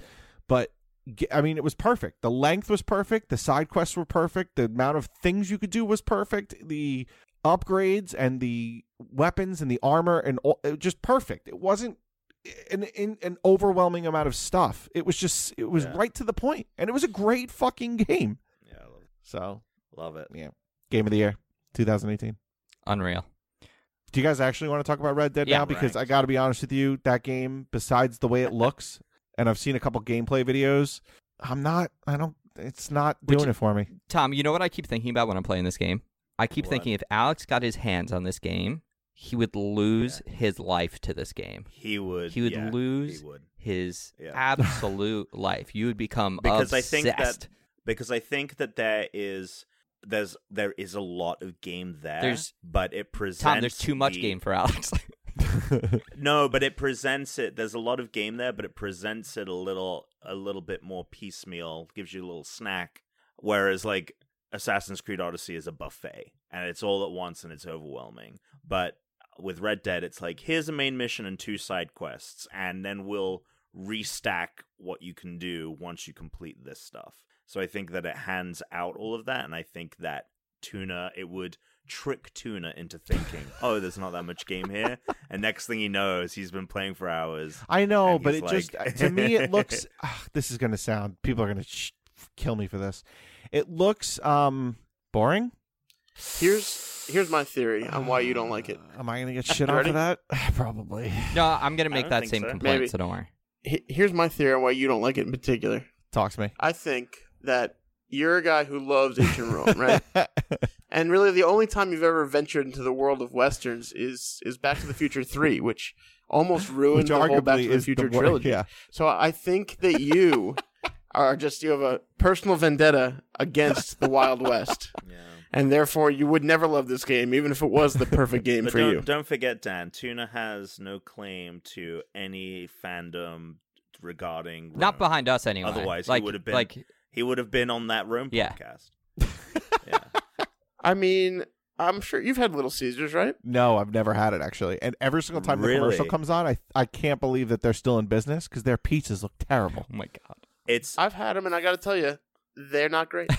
S2: But g- I mean, it was perfect. The length was perfect. The side quests were perfect. The amount of things you could do was perfect. The upgrades and the weapons and the armor and all, it was just perfect. It wasn't an, an an overwhelming amount of stuff. It was just it was
S4: Yeah.
S2: right to the point, and it was a great fucking game.
S4: Yeah, I love,
S2: So
S4: love it.
S2: game of the year, 2018.
S1: Unreal.
S2: Do you guys actually want to talk about Red Dead
S1: Yeah.
S2: now? Because
S4: Right.
S2: I got to be honest with you, that game, besides the way it looks, and I've seen a couple gameplay videos, I'm not. I don't. It's not
S1: Which-
S2: doing it for me.
S1: Tom, you know what I keep thinking about when I'm playing this game? I keep
S4: What?
S1: thinking if Alex got his hands on this game, he would lose his life to this game.
S4: He would.
S1: He would
S4: yeah,
S1: lose
S4: He would.
S1: His
S4: Yeah.
S1: absolute life. You would become
S4: Because I think that-
S1: obsessed.
S4: because I think that there is there's there is a lot of game there.
S1: There's-
S4: but it presents
S1: Tom, there's too much
S4: the-
S1: game for Alex.
S4: (laughs) No, but it presents it. There's a lot of game there, but it presents it a little a little bit more piecemeal. Gives you a little snack, whereas like Assassin's Creed Odyssey is a buffet and it's all at once and it's overwhelming. But with Red Dead, it's like here's a main mission and two side quests, and then we'll restack what you can do once you complete this stuff. So I think that it hands out all of that, and I think that Tuna it would trick Tuna into thinking, oh, there's not that much game here, and next thing he knows, he's been playing for hours.
S2: I know,
S4: And
S2: but
S4: he's
S2: it just
S4: like-
S2: to me
S3: (laughs)
S2: it looks. ah, this is gonna sound. People are gonna sh- kill me for this. It looks um boring.
S3: Here's here's my theory on why you don't like it.
S2: Am
S3: (laughs)
S2: I gonna get shit on
S3: Ready?
S2: for that? (sighs) Probably.
S1: no, I'm gonna
S4: I
S1: make
S4: don't
S1: that
S4: think
S1: same
S4: so.
S1: complaint,
S3: Maybe.
S1: so don't worry.
S3: He- Here's my theory on why you don't like it in particular.
S2: Talks me.
S3: I think that you're a guy who loves ancient
S2: (laughs)
S3: Rome, right? And really, the only time you've ever ventured into the world of westerns is is Back to the Future Three, which almost ruined
S2: Which
S3: the whole Back
S2: arguably
S3: to the
S2: is
S3: Future
S2: wor- (laughs)
S3: trilogy.
S2: Yeah.
S3: So I think that you are just you have a personal vendetta against the Wild West,
S4: Yeah.
S3: and therefore you would never love this game, even if it was the perfect game
S4: But
S3: for
S4: don't,
S3: you.
S4: don't forget, Dan, Tuna has no claim to any fandom regarding
S1: Not
S4: Rome.
S1: behind us anyway.
S4: Otherwise, he
S1: like,
S4: would've been-
S1: like oh
S4: He would have been on that Rome
S1: Yeah.
S4: podcast. yeah.
S3: I mean, I'm sure you've had Little Caesars, right?
S2: No, I've never had it actually. And every single time the commercial
S4: Really?
S2: comes on, I I can't believe that they're still in business because their pizzas look terrible.
S1: Oh my
S4: (laughs)
S1: god.
S4: It's
S3: I've had them, and I got to tell you, they're not
S4: (laughs)
S3: great.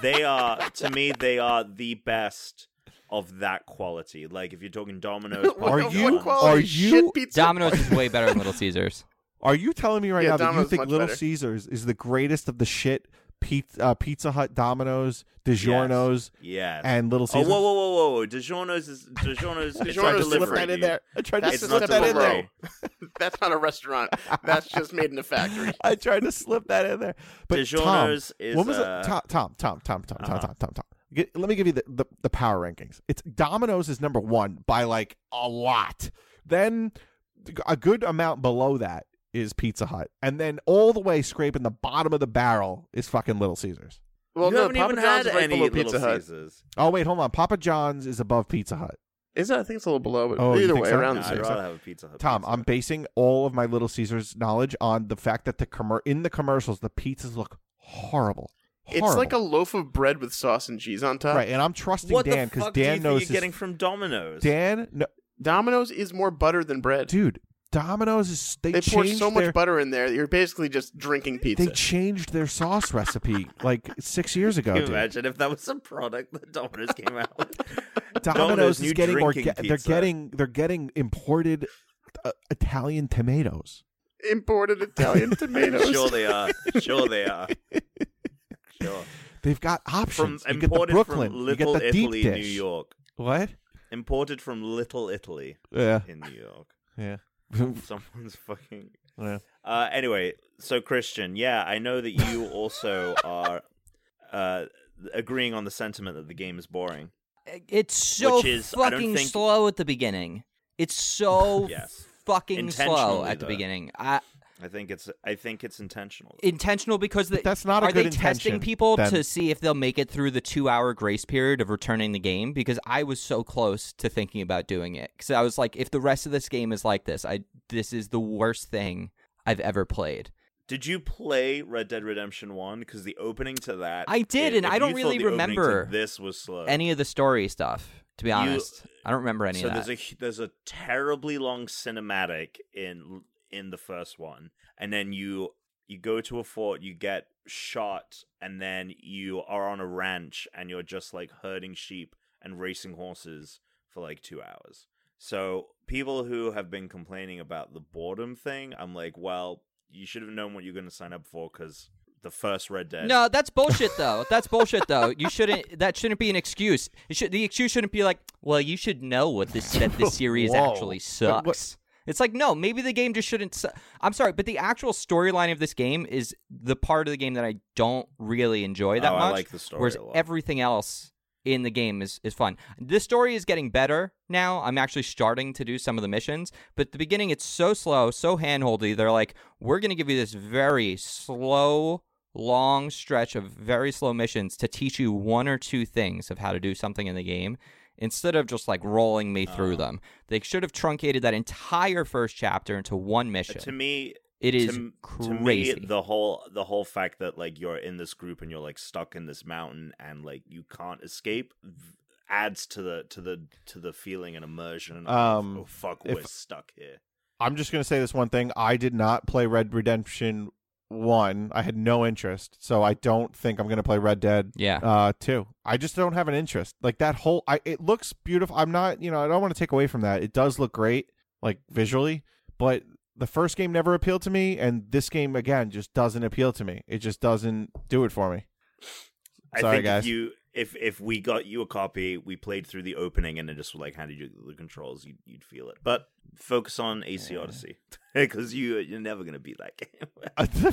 S4: they are to me they are the best of that quality. Like if you're talking Domino's,
S3: (laughs) What
S2: Are
S3: the
S4: Papa
S2: you-
S3: fuck
S4: John's,
S3: quality
S2: are you-
S3: shit pizza?
S1: Domino's is way better than Little Caesars.
S2: Are you telling me right
S3: Yeah,
S2: now that you
S3: Domino's
S2: think
S3: much
S2: Little
S3: better.
S2: Caesars is the greatest of the shit pizza, uh, Pizza Hut, Domino's, DiGiorno's,
S4: Yes.
S2: and Little
S4: oh,
S2: Caesars.
S4: whoa, whoa, whoa, whoa!
S3: (laughs)
S4: DiGiorno's is DiGiorno's. it's our
S3: DiGiorno's, slip
S4: delivery.
S3: that in
S4: dude.
S3: there.
S2: I tried
S3: That's
S2: to
S4: It's
S3: just
S2: slip
S4: not
S2: that in there.
S4: delivery.
S3: below. That's not a restaurant. That's just made in a
S4: (laughs)
S3: factory.
S2: (laughs) I tried to slip that in there. But Tom,
S4: DiGiorno's is.
S2: when was
S4: uh,
S2: it? Tom, Tom, Tom, Tom, Tom,
S4: Uh-huh.
S2: Tom, Tom, Tom, Tom. G- Let me give you the, the, the power rankings. It's Domino's is number one by like a lot. Then a good amount below that is Pizza Hut, and then all the way scraping the bottom of the barrel is fucking Little Caesars.
S3: Well,
S4: you
S3: no,
S4: haven't
S3: Papa
S4: even
S3: John's
S4: had
S3: is right
S4: any
S3: below
S4: Little
S3: Pizza Hut.
S4: Caesars.
S2: Oh wait, hold on. Papa John's is above Pizza Hut.
S3: Is it? I think it's a little below, but
S2: Oh, you
S3: either
S2: think
S3: way,
S2: so?
S3: around
S4: No,
S3: the
S2: Nah,
S4: I'd
S3: same.
S4: rather have a Pizza Hut.
S2: Tom,
S4: pizza.
S2: I'm basing all of my Little Caesars knowledge on the fact that the commer- in the commercials the pizzas look horrible.
S3: It's like a
S2: Horrible.
S3: loaf of bread with sauce and cheese on top.
S2: right, and I'm trusting
S4: What
S2: Dan
S4: the
S2: because
S4: fuck do you
S2: Dan
S4: think
S2: knows
S4: you're
S2: his-
S4: getting from Domino's?
S2: Dan, no,
S3: Domino's is more butter than bread.
S2: dude, Domino's is they,
S3: they pour
S2: changed
S3: so much
S2: their,
S3: butter in there. that You're basically just drinking pizza.
S2: they changed their sauce recipe like six years ago.
S4: Can (laughs) you
S2: dude.
S4: imagine if that was a product that Domino's came out with?
S2: (laughs) Domino's is
S4: new
S2: getting
S4: drinking
S2: orga- they're
S4: pizza.
S2: getting they're getting imported uh, Italian tomatoes.
S3: Imported Italian (laughs) tomatoes.
S4: Sure they are. Sure they
S2: (laughs)
S4: are. Sure.
S2: They've got
S4: From
S2: options. you get the
S4: imported
S2: Brooklyn,
S4: from
S2: you get
S4: Little
S2: the deep
S4: Italy,
S2: dish.
S4: New York.
S2: What?
S4: Imported from Little Italy
S2: Yeah,
S4: in New York.
S2: yeah.
S4: Someone's fucking.
S2: Yeah.
S4: Uh, anyway, so Christian, yeah, I know that you
S1: (laughs)
S4: also are uh, agreeing on the sentiment that the game is boring.
S1: (laughs) It's so
S4: Which is- I don't
S1: fucking
S4: think-
S1: slow at the beginning. It's so
S4: (laughs) Yes.
S1: fucking slow
S4: Intentionally,
S1: at the
S4: though.
S1: beginning. I,
S4: I think it's I think it's intentional.
S1: intentional because the,
S2: But that's not a
S1: are
S2: good
S1: they testing
S2: intention,
S1: people
S2: Ben.
S1: to see if they'll make it through the two hour grace period of returning the game because i was so close to thinking about doing it because i was like if the rest of this game is like this i this is the worst thing i've ever played
S4: Did you play Red Dead Redemption One? Because the opening to that,
S1: I did,
S4: i-
S1: and
S4: if
S1: I don't
S4: you thought
S1: really
S4: the opening to
S1: remember
S4: this was slow.
S1: any of the story stuff to be honest i don't remember any
S4: so
S1: of that
S4: there's a hu- there's a terribly long cinematic in in the first one, and then you you go to a fort, you get shot, and then you are on a ranch, and you're just like herding sheep and racing horses for like two hours. So people who have been complaining about the boredom thing, I'm like, well, you should have known what you're going to sign up for because the first Red Dead. Uh,
S1: No, that's bullshit though. That's bullshit though. You shouldn't. That shouldn't be an excuse. It should. The excuse shouldn't be like, well, you should know what this that
S4: (laughs)
S1: this series
S2: Whoa.
S1: actually
S2: But
S1: sucks.
S2: what-
S1: It's like no, maybe the game just shouldn't. Su- I'm sorry, but the actual storyline of this game is the part of the game that I don't really enjoy that
S4: Oh, I
S1: much.
S4: like the story
S1: Whereas
S4: a lot.
S1: everything else in the game is is fun. This story is getting better now. I'm actually starting to do some of the missions, but at the beginning it's so slow, so handholdy. They're like, we're gonna give you this very slow, long stretch of very slow missions to teach you one or two things of how to do something in the game instead of just like rolling me
S4: Oh.
S1: through them. They should have truncated that entire first chapter into one mission.
S4: Uh, to me,
S1: it is
S4: to, to
S1: crazy.
S4: me, the whole the whole fact that like you're in this group and you're like stuck in this mountain and like you can't escape v- adds to the to the to the feeling and immersion.
S2: Um,
S4: of, oh fuck,
S2: if-
S4: we're stuck here.
S2: I'm just gonna say this one thing. I did not play Red Redemption One. I had no interest, so I don't think I'm gonna play Red Dead
S1: yeah.
S2: uh, Two. I just don't have an interest. Like that whole. I it looks beautiful. I'm not. You know, I don't want to take away from that. It does look great, like visually, but the first game never appealed to me, and this game again just doesn't appeal to me. It just doesn't do it
S1: (laughs)
S2: for me.
S4: I
S2: Sorry,
S4: think
S2: guys.
S4: if you if if we got you a copy, we played through the opening and then just like handed you the controls, you'd, you'd feel it. But focus on AC Odyssey (laughs) because you you're never gonna beat that (laughs) game.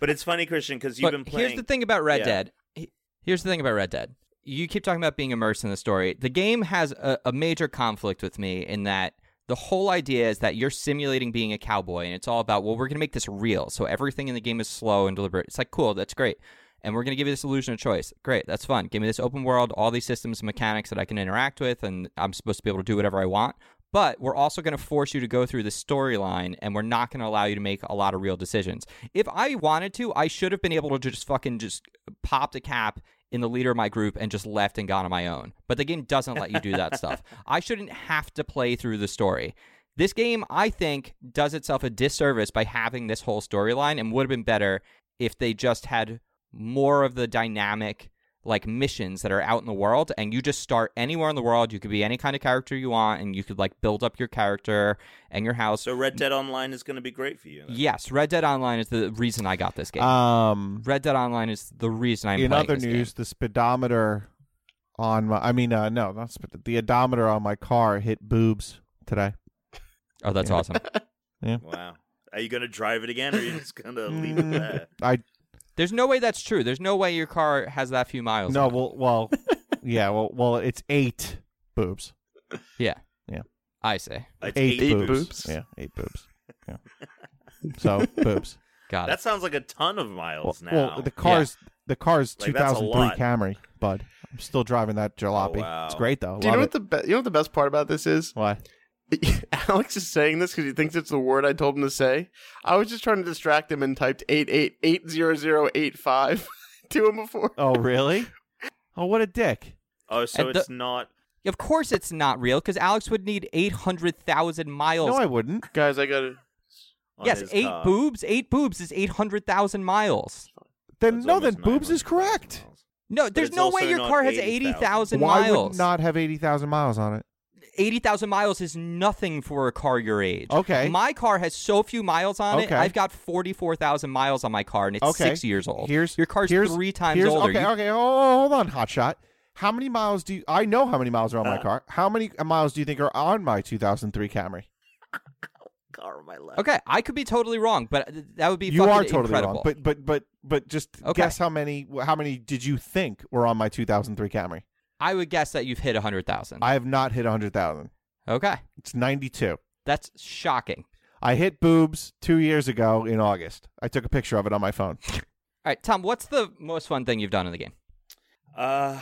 S4: but it's funny, Christian, because you've
S1: But
S4: been playing.
S1: Here's the thing about Red
S4: Yeah.
S1: Dead. He- Here's the thing about Red Dead. You keep talking about being immersed in the story. The game has a, a major conflict with me in that the whole idea is that you're simulating being a cowboy, and it's all about well, we're going to make this real. So everything in the game is slow and deliberate. It's like cool, that's great, and we're going to give you this illusion of choice. Great, that's fun. Give me this open world, all these systems and mechanics that I can interact with, and I'm supposed to be able to do whatever I want. But we're also going to force you to go through the storyline, and we're not going to allow you to make a lot of real decisions. If I wanted to, I should have been able to just fucking just popped a cap in the leader of my group and just left and gone on my own. But the game doesn't let you do that stuff. I shouldn't have to play through the story. This game, I think, does itself a disservice by having this whole storyline and would have been better if they just had more of the dynamic like missions that are out in the world and you just start anywhere in the world you could be any kind of character you want and you could like build up your character and your house
S2: uh,
S4: So Red Dead Online is going to be great for you. then.
S1: yes red dead online is the reason i got this game
S2: Um,
S1: red dead online is the reason i'm
S2: in
S1: playing
S2: other
S1: this
S2: news, the speedometer on my, I mean, uh, no, not sped- the odometer on my car hit boobs today.
S1: game. oh
S2: (laughs)
S1: that's
S2: Yeah.
S1: awesome
S4: Wow. Are you going to drive it again, or are you just going to leave
S2: Mm.
S4: it there?
S2: I
S1: there's no way that's true there's no way your car has that few miles
S2: no,
S1: on it.
S2: well, well, yeah, well, well, it's eight boobs,
S1: i say
S4: It's
S2: eight,
S3: eight
S2: boobs.
S3: boobs.
S2: yeah, eight boobs,
S4: (laughs)
S2: yeah. So boobs.
S1: got
S4: That sounds like a ton of
S2: Well,
S4: miles now.
S2: well, the car's the car's
S4: Like, that's a
S2: 2003
S4: lot.
S2: Camry, bud. I'm still driving that jalopy.
S4: Oh, wow.
S2: It's great though.
S3: Do you
S2: Love
S3: know what
S2: it.
S3: the be- you know what the best part about this is? (laughs)
S2: Why?
S3: Alex is saying this because he thinks it's the word I told him to say. I was just trying to distract him and typed eight eight eight zero zero eight five (laughs) to him before.
S2: Oh, really? oh, what a dick.
S4: Oh, so
S1: And the-
S4: it's not.
S1: Of course, it's not real because Alex would need eight hundred thousand miles.
S2: No, I wouldn't.
S3: Guys, I got to
S4: on
S1: yes,
S4: his
S1: eight
S4: car.
S1: boobs. Eight boobs is eight hundred thousand miles.
S2: Then
S4: That's
S2: no, then
S4: almost
S2: boobs is
S4: 900,000
S2: correct.
S4: miles.
S1: No, there's
S4: it's
S1: no
S4: also
S1: way your
S4: not
S1: car has eighty
S4: 80,000.
S1: thousand
S2: Why would
S1: miles.
S2: it not have eighty thousand miles on it?
S1: Eighty thousand miles is nothing for a car your age.
S2: Okay.
S1: my car has so few miles on it.
S2: Okay.
S1: I've got forty-four thousand miles on my car, and it's
S2: Okay.
S1: six years old.
S2: Here's
S1: your car's
S2: here's,
S1: three times
S2: here's,
S1: older.
S2: Okay,
S1: You-
S2: okay. Oh, hold on, hot shot. How many miles do you, I know? How many miles are on my
S4: Uh.
S2: car? How many miles do you think are on my 2003 Camry?
S4: Car of my life.
S1: okay, I could be totally wrong, but that would be
S2: you
S1: fucking
S2: are totally
S1: incredible.
S2: wrong. But but but but just
S1: Okay.
S2: guess how many how many did you think were on my 2003 Camry?
S1: I would guess that you've hit hundred thousand.
S2: I have not hit 100,000.
S1: Okay,
S2: It's 92.
S1: that's shocking.
S2: I hit boobs 2 years ago in August. I took a picture of it on my phone.
S1: All right, Tom, what's the most fun thing you've done in the game?
S4: Uh,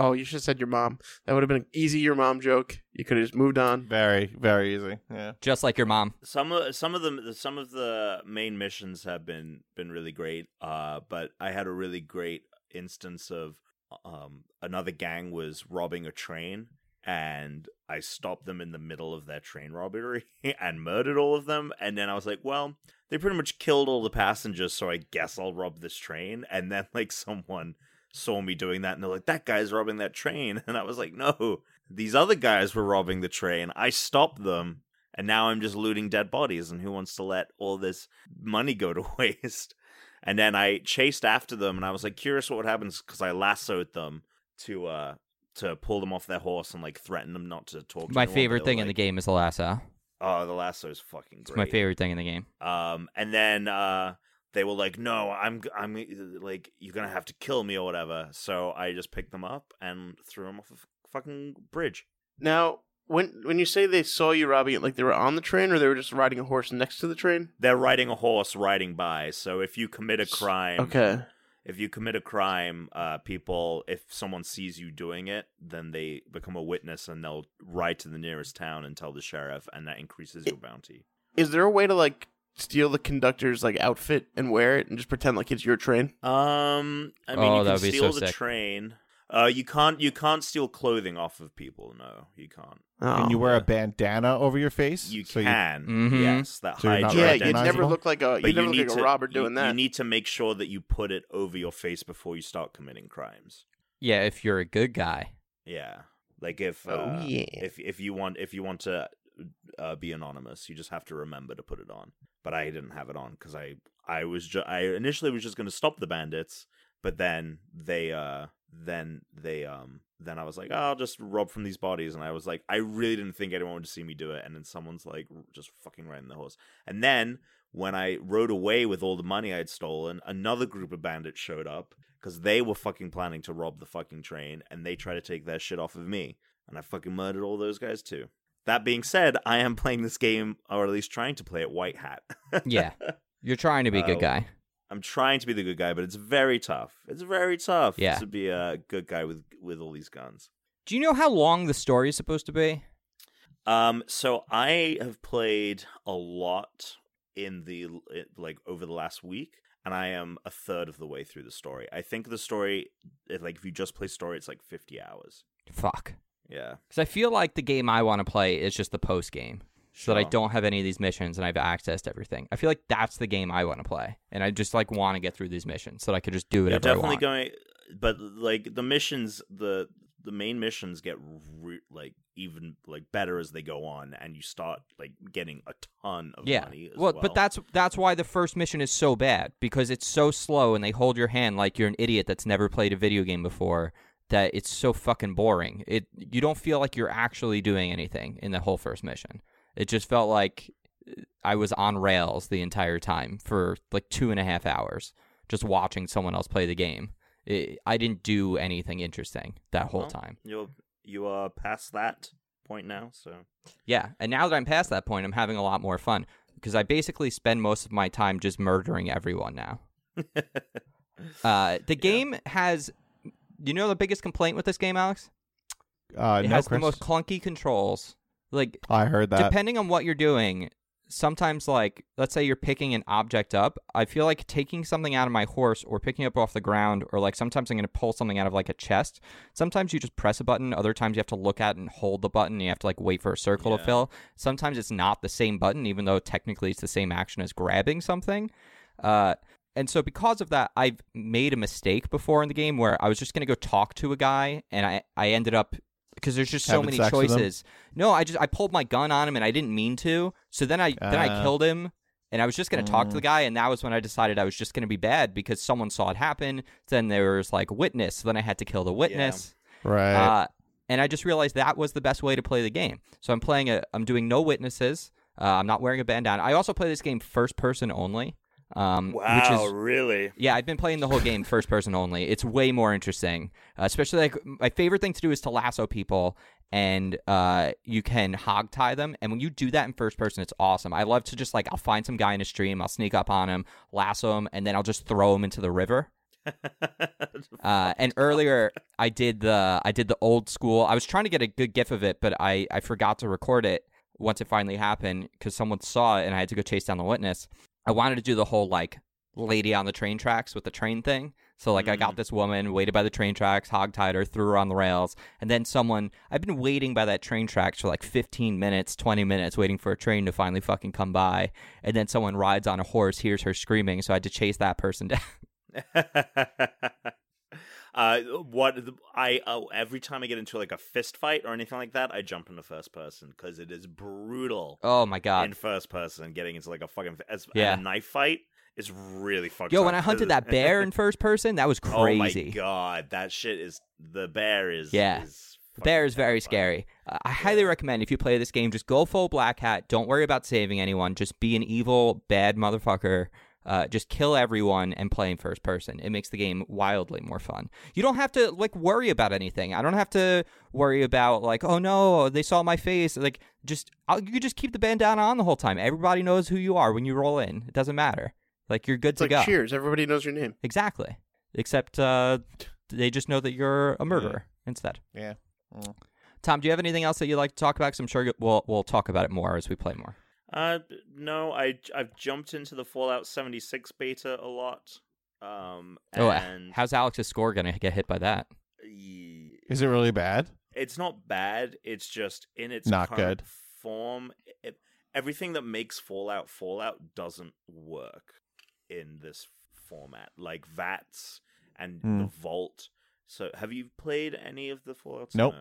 S3: Oh, you should have said your mom. That would have been an easy your mom joke. You could have just moved on.
S2: Very very easy. Yeah.
S1: Just like your mom.
S4: some of some of the some of the main missions have been been really great. Uh, but I had a really great instance of um another gang was robbing a train, and I stopped them in the middle of their train robbery (laughs) and murdered all of them. And then I was like, well, they pretty much killed all the passengers, so I guess I'll rob this train. And then like someone saw me doing that, and they're like, that guy's robbing that train, (laughs) and I was like, no. These other guys were robbing the train. I stopped them and now I'm just looting dead bodies, and who wants to let all this money go to (laughs) waste? And then I chased after them, and I was like curious what would happen because I lassoed them to uh to pull them off their horse and like threaten them not to talk. to
S1: My
S4: anyone.
S1: favorite
S4: They
S1: thing
S4: were
S1: in the
S4: like,
S1: game is the lasso.
S4: Oh, the lasso is fucking great.
S1: It's my favorite thing in the game.
S4: Um, and then uh, they were like, "No, I'm, I'm like, you're gonna have to kill me or whatever." So I just picked them up and threw them off a f- fucking bridge.
S3: Now, when when you say they saw you robbing it, like they were on the train or they were just riding a horse next to the train?
S4: They're riding a horse riding by, so if you commit a crime,
S3: Okay.
S4: if you commit a crime, uh, people, if someone sees you doing it, then they become a witness and they'll ride to the nearest town and tell the sheriff, and that increases your bounty.
S3: Is there a way to like steal the conductor's like outfit and wear it and just pretend like it's your train?
S4: Um, I mean,
S1: Oh,
S4: you
S1: that
S4: can
S1: would be
S4: steal
S1: so
S4: the
S1: sick.
S4: train. Uh, you can't. You can't steal clothing off of people. No, you can't.
S3: Oh.
S2: And you wear a
S4: yeah.
S2: bandana over your face?
S4: You
S2: so Mm-hmm.
S4: can.
S1: Mhm.
S4: Yes, that
S2: So you're
S4: hides
S2: not
S4: your
S3: yeah,
S4: identity.
S3: you'd never
S2: recognizable?
S3: look like a
S4: But
S3: you'd never look
S4: need
S3: like
S4: to-
S3: a robber
S4: you-
S3: doing that.
S4: You need to make sure that you put it over your face before you start committing crimes.
S1: Yeah, if you're a good
S4: (laughs)
S1: guy.
S4: Yeah, like if
S3: Oh,
S4: uh,
S3: yeah.
S4: if if you want if you want to uh, be anonymous, you just have to remember to put it on. But I didn't have it on because I I was ju- I initially was just going to stop the bandits, but then they uh then they um then I was like oh, I'll just rob from these bodies, and I was like I really didn't think anyone would see me do it, and then someone's like just fucking riding the horse, and then when I rode away with all the money I had stolen, another group of bandits showed up because they were fucking planning to rob the fucking train and they tried to take their shit off of me. And I fucking murdered all those guys too. That being said, I am playing this game, or at least trying to play it white hat. (laughs)
S1: Yeah. You're trying to be a good
S4: Oh.
S1: guy.
S4: I'm trying to be the good guy, but it's very tough. It's very tough
S1: Yeah.
S4: to be a good guy with with all these guns.
S1: Do you know how long the story is supposed to be?
S4: Um, so I have played a lot in the like over the last week, and I am a third of the way through the story. I think the story, it- like if you just play story, it's like fifty hours.
S1: Fuck.
S4: Yeah,
S1: Because I feel like the game I want to play is just the post game, so that I
S4: Sure.
S1: don't have any of these missions and I've accessed everything. I feel like that's the game I want to play, and I just like want to get through these missions so that I could just do
S4: You're
S1: whatever I
S4: definitely
S1: want.
S4: going. but like the missions, the the main missions get re- like even like better as they go on, and you start like getting a ton of
S1: yeah.
S4: money. As
S1: Well, but that's that's why the first mission is so bad because it's so slow and they hold your hand like you're an idiot that's never played a video game before. That it's so fucking boring. It you don't feel like you're actually doing anything in the whole first mission. It just felt like uh, I was on rails the entire time for like two and a half hours, just watching someone else play the game. It, I didn't do anything interesting that whole
S4: Well,
S1: time.
S4: you you are past that point now, so
S1: Yeah, and now that I'm past that point, I'm having a lot more fun because I basically spend most of my time just murdering everyone now. Uh, the game has, you know, the biggest complaint with this game, Alex.
S2: Uh,
S1: it
S2: no,
S1: has
S2: Chris.
S1: the most clunky controls. Like
S2: I heard that.
S1: depending on what you're doing, sometimes like let's say you're picking an object up, I feel like taking something out of my horse or picking up off the ground or like sometimes I'm going to pull something out of like a chest. Sometimes you just press a button, other times you have to look at and hold the button, you have to like wait for a circle to
S4: Yeah.
S1: fill. Sometimes it's not the same button even though technically it's the same action as grabbing something. Uh and so because of that, I've made a mistake before in the game where I was just going to go talk to a guy and I I ended up because there's just so
S2: Having
S1: many
S2: sex with him?
S1: choices is, No, I just I pulled my gun on him and I didn't mean to. So then I then I
S2: Ah.
S1: killed him and I was just gonna talk to the guy and that was when I decided I was just gonna be bad because someone saw it happen. Then there was like a witness. then I had to kill the witness.
S2: right.
S1: Uh, and I just realized that was the best way to play the game. So I'm playing a I'm doing no witnesses. Uh, I'm not wearing a bandana. I also play this game first person only. Um, which
S4: wow,
S1: is
S4: really?
S1: yeah, I've been playing the whole game first person only. It's way more interesting. Uh, especially like my favorite thing to do is to lasso people and uh, you can hog tie them. And when you do that in first person, it's awesome. I love to just like I'll find some guy in a stream, I'll sneak up on him, lasso him, and then I'll just throw him into the river. Uh, and earlier I did the I did the old school. I was trying to get a good gif of it, but I I forgot to record it once it finally happened because someone saw it and I had to go chase down the witness. I wanted to do the whole like lady on the train tracks with the train thing. So like I got this woman, waited by the train tracks, hogtied her, threw her on the rails, and then someone I've been waiting by that train tracks for like 15 minutes, 20 minutes waiting for a train to finally fucking come by, and then someone rides on a horse, hears her screaming, so I had to chase that person (laughs) down.
S4: (laughs) uh, what the- I uh, every time I get into like a fist fight or anything like that, I jump into first person because it is brutal
S1: Oh my god.
S4: in first person. Getting into like a fucking as, and
S1: Yeah.
S4: a knife fight is really fucking.
S1: Yo, when I hunted that
S4: (laughs)
S1: bear in first person, that was
S4: oh my
S1: crazy.
S4: god, that shit is the bear is
S1: Yeah.
S4: is
S1: the bear
S4: fucking
S1: is very
S4: terrifying.
S1: scary. Uh, I highly recommend if you play this game, just go full black hat. Don't worry about saving anyone. Just be an evil, bad motherfucker. Uh, just kill everyone and play in first person. It makes the game wildly more fun. You don't have to like worry about anything. I don't have to worry about like, oh no, they saw my face. Like, just I'll, you could just keep the bandana on the whole time. Everybody knows who you are when you roll in. It doesn't matter. Like you're good
S3: It's
S1: to
S3: like
S1: go.
S3: Cheers. Everybody knows your name.
S1: Exactly. Except uh, they just know that you're a murderer instead.
S2: yeah.
S1: Tom, do you have anything else that you'd like to talk about? 'Cause I'm sure you- we'll we'll talk about it more as we play more.
S4: Uh, no, I I've jumped into the Fallout 76 beta a lot. Um,
S1: Oh,
S4: and
S1: how's Alex's score gonna get hit by that?
S4: y-
S2: Is it really bad?
S4: it's not bad. It's just in its
S2: Not
S4: current
S2: good.
S4: form. It, everything that makes Fallout Fallout doesn't work in this format, like Vats and the
S2: Hmm.
S4: Vault. So, have you played any of the Fallout?
S2: Nope.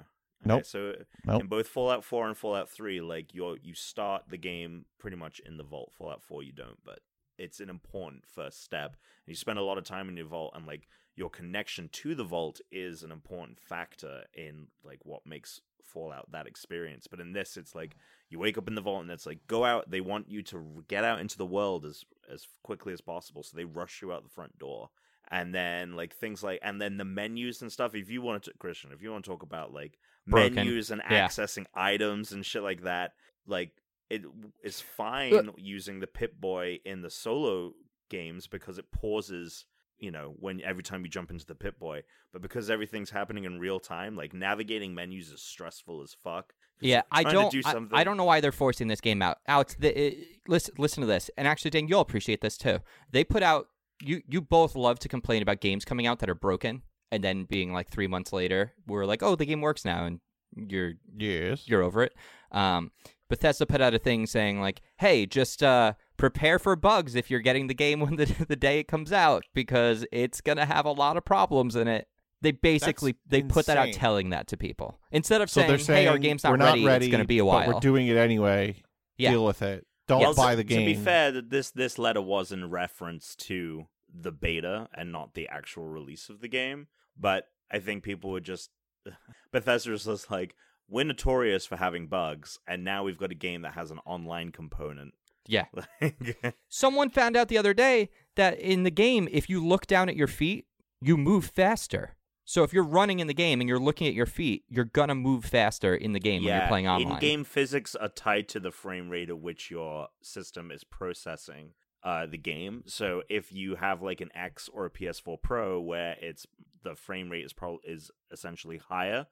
S2: Nope.
S4: So, uh,
S2: Nope.
S4: in both Fallout Four and Fallout Three, like you you start the game pretty much in the vault. Fallout Four, you don't, but it's an important first step. And you spend a lot of time in your vault, and like your connection to the vault is an important factor in like what makes Fallout that experience. But in this, it's like you wake up in the vault, and it's like go out. They want you to get out into the world as as quickly as possible, so they rush you out the front door. And then like things like and then the menus and stuff. If you want to Christian, if you want to talk about like
S1: Broken.
S4: menus and
S1: Yeah.
S4: accessing items and shit like that, like it is fine using the Pip Boy in the solo games because it pauses, you know, when every time you jump into the Pip Boy. But because everything's happening in real time, like navigating menus is stressful as fuck. 'Cause
S1: Yeah,
S4: you're
S1: I
S4: trying to
S1: don't.
S4: do
S1: I-
S4: something-
S1: I, don't know why they're forcing this game out. Alex, the, it, listen, listen to this, and actually, Dan, you'll appreciate this too. They put out. You you both love to complain about games coming out that are broken, and then being like three months later, we're like, oh, the game works now, and you're
S2: Yes.
S1: you're over it. Um, Bethesda put out a thing saying like, "Hey, just uh, prepare for bugs (laughs) if you're getting the game when the the day it comes out because it's gonna have a lot of problems in it." They basically they put that out
S2: insane.
S1: telling that to people instead of
S2: So
S1: saying,
S2: they're saying
S1: "Hey, our game's not,
S2: we're not
S1: ready. It's going to be a
S2: but
S1: while."
S2: We're doing it anyway.
S1: Yeah.
S2: Deal with it. Don't
S4: Well,
S2: buy
S4: to-
S2: the game.
S4: To be fair, that this this letter was in reference to the beta and not the actual release of the game. But I think people would just (laughs) Bethesda was just like, we're notorious for having bugs, and now we've got a game that has an online component. (laughs)
S1: Yeah.
S4: Like,
S1: Someone found out the other day that in the game, if you look down at your feet, you move faster. So if you're running in the game and you're looking at your feet, you're gonna move faster in the game when you're playing online.
S4: In-game physics are tied to the frame rate at which your system is processing uh, the game. So if you have like an X or a PS4 Pro where it's the frame rate is probably is essentially higher,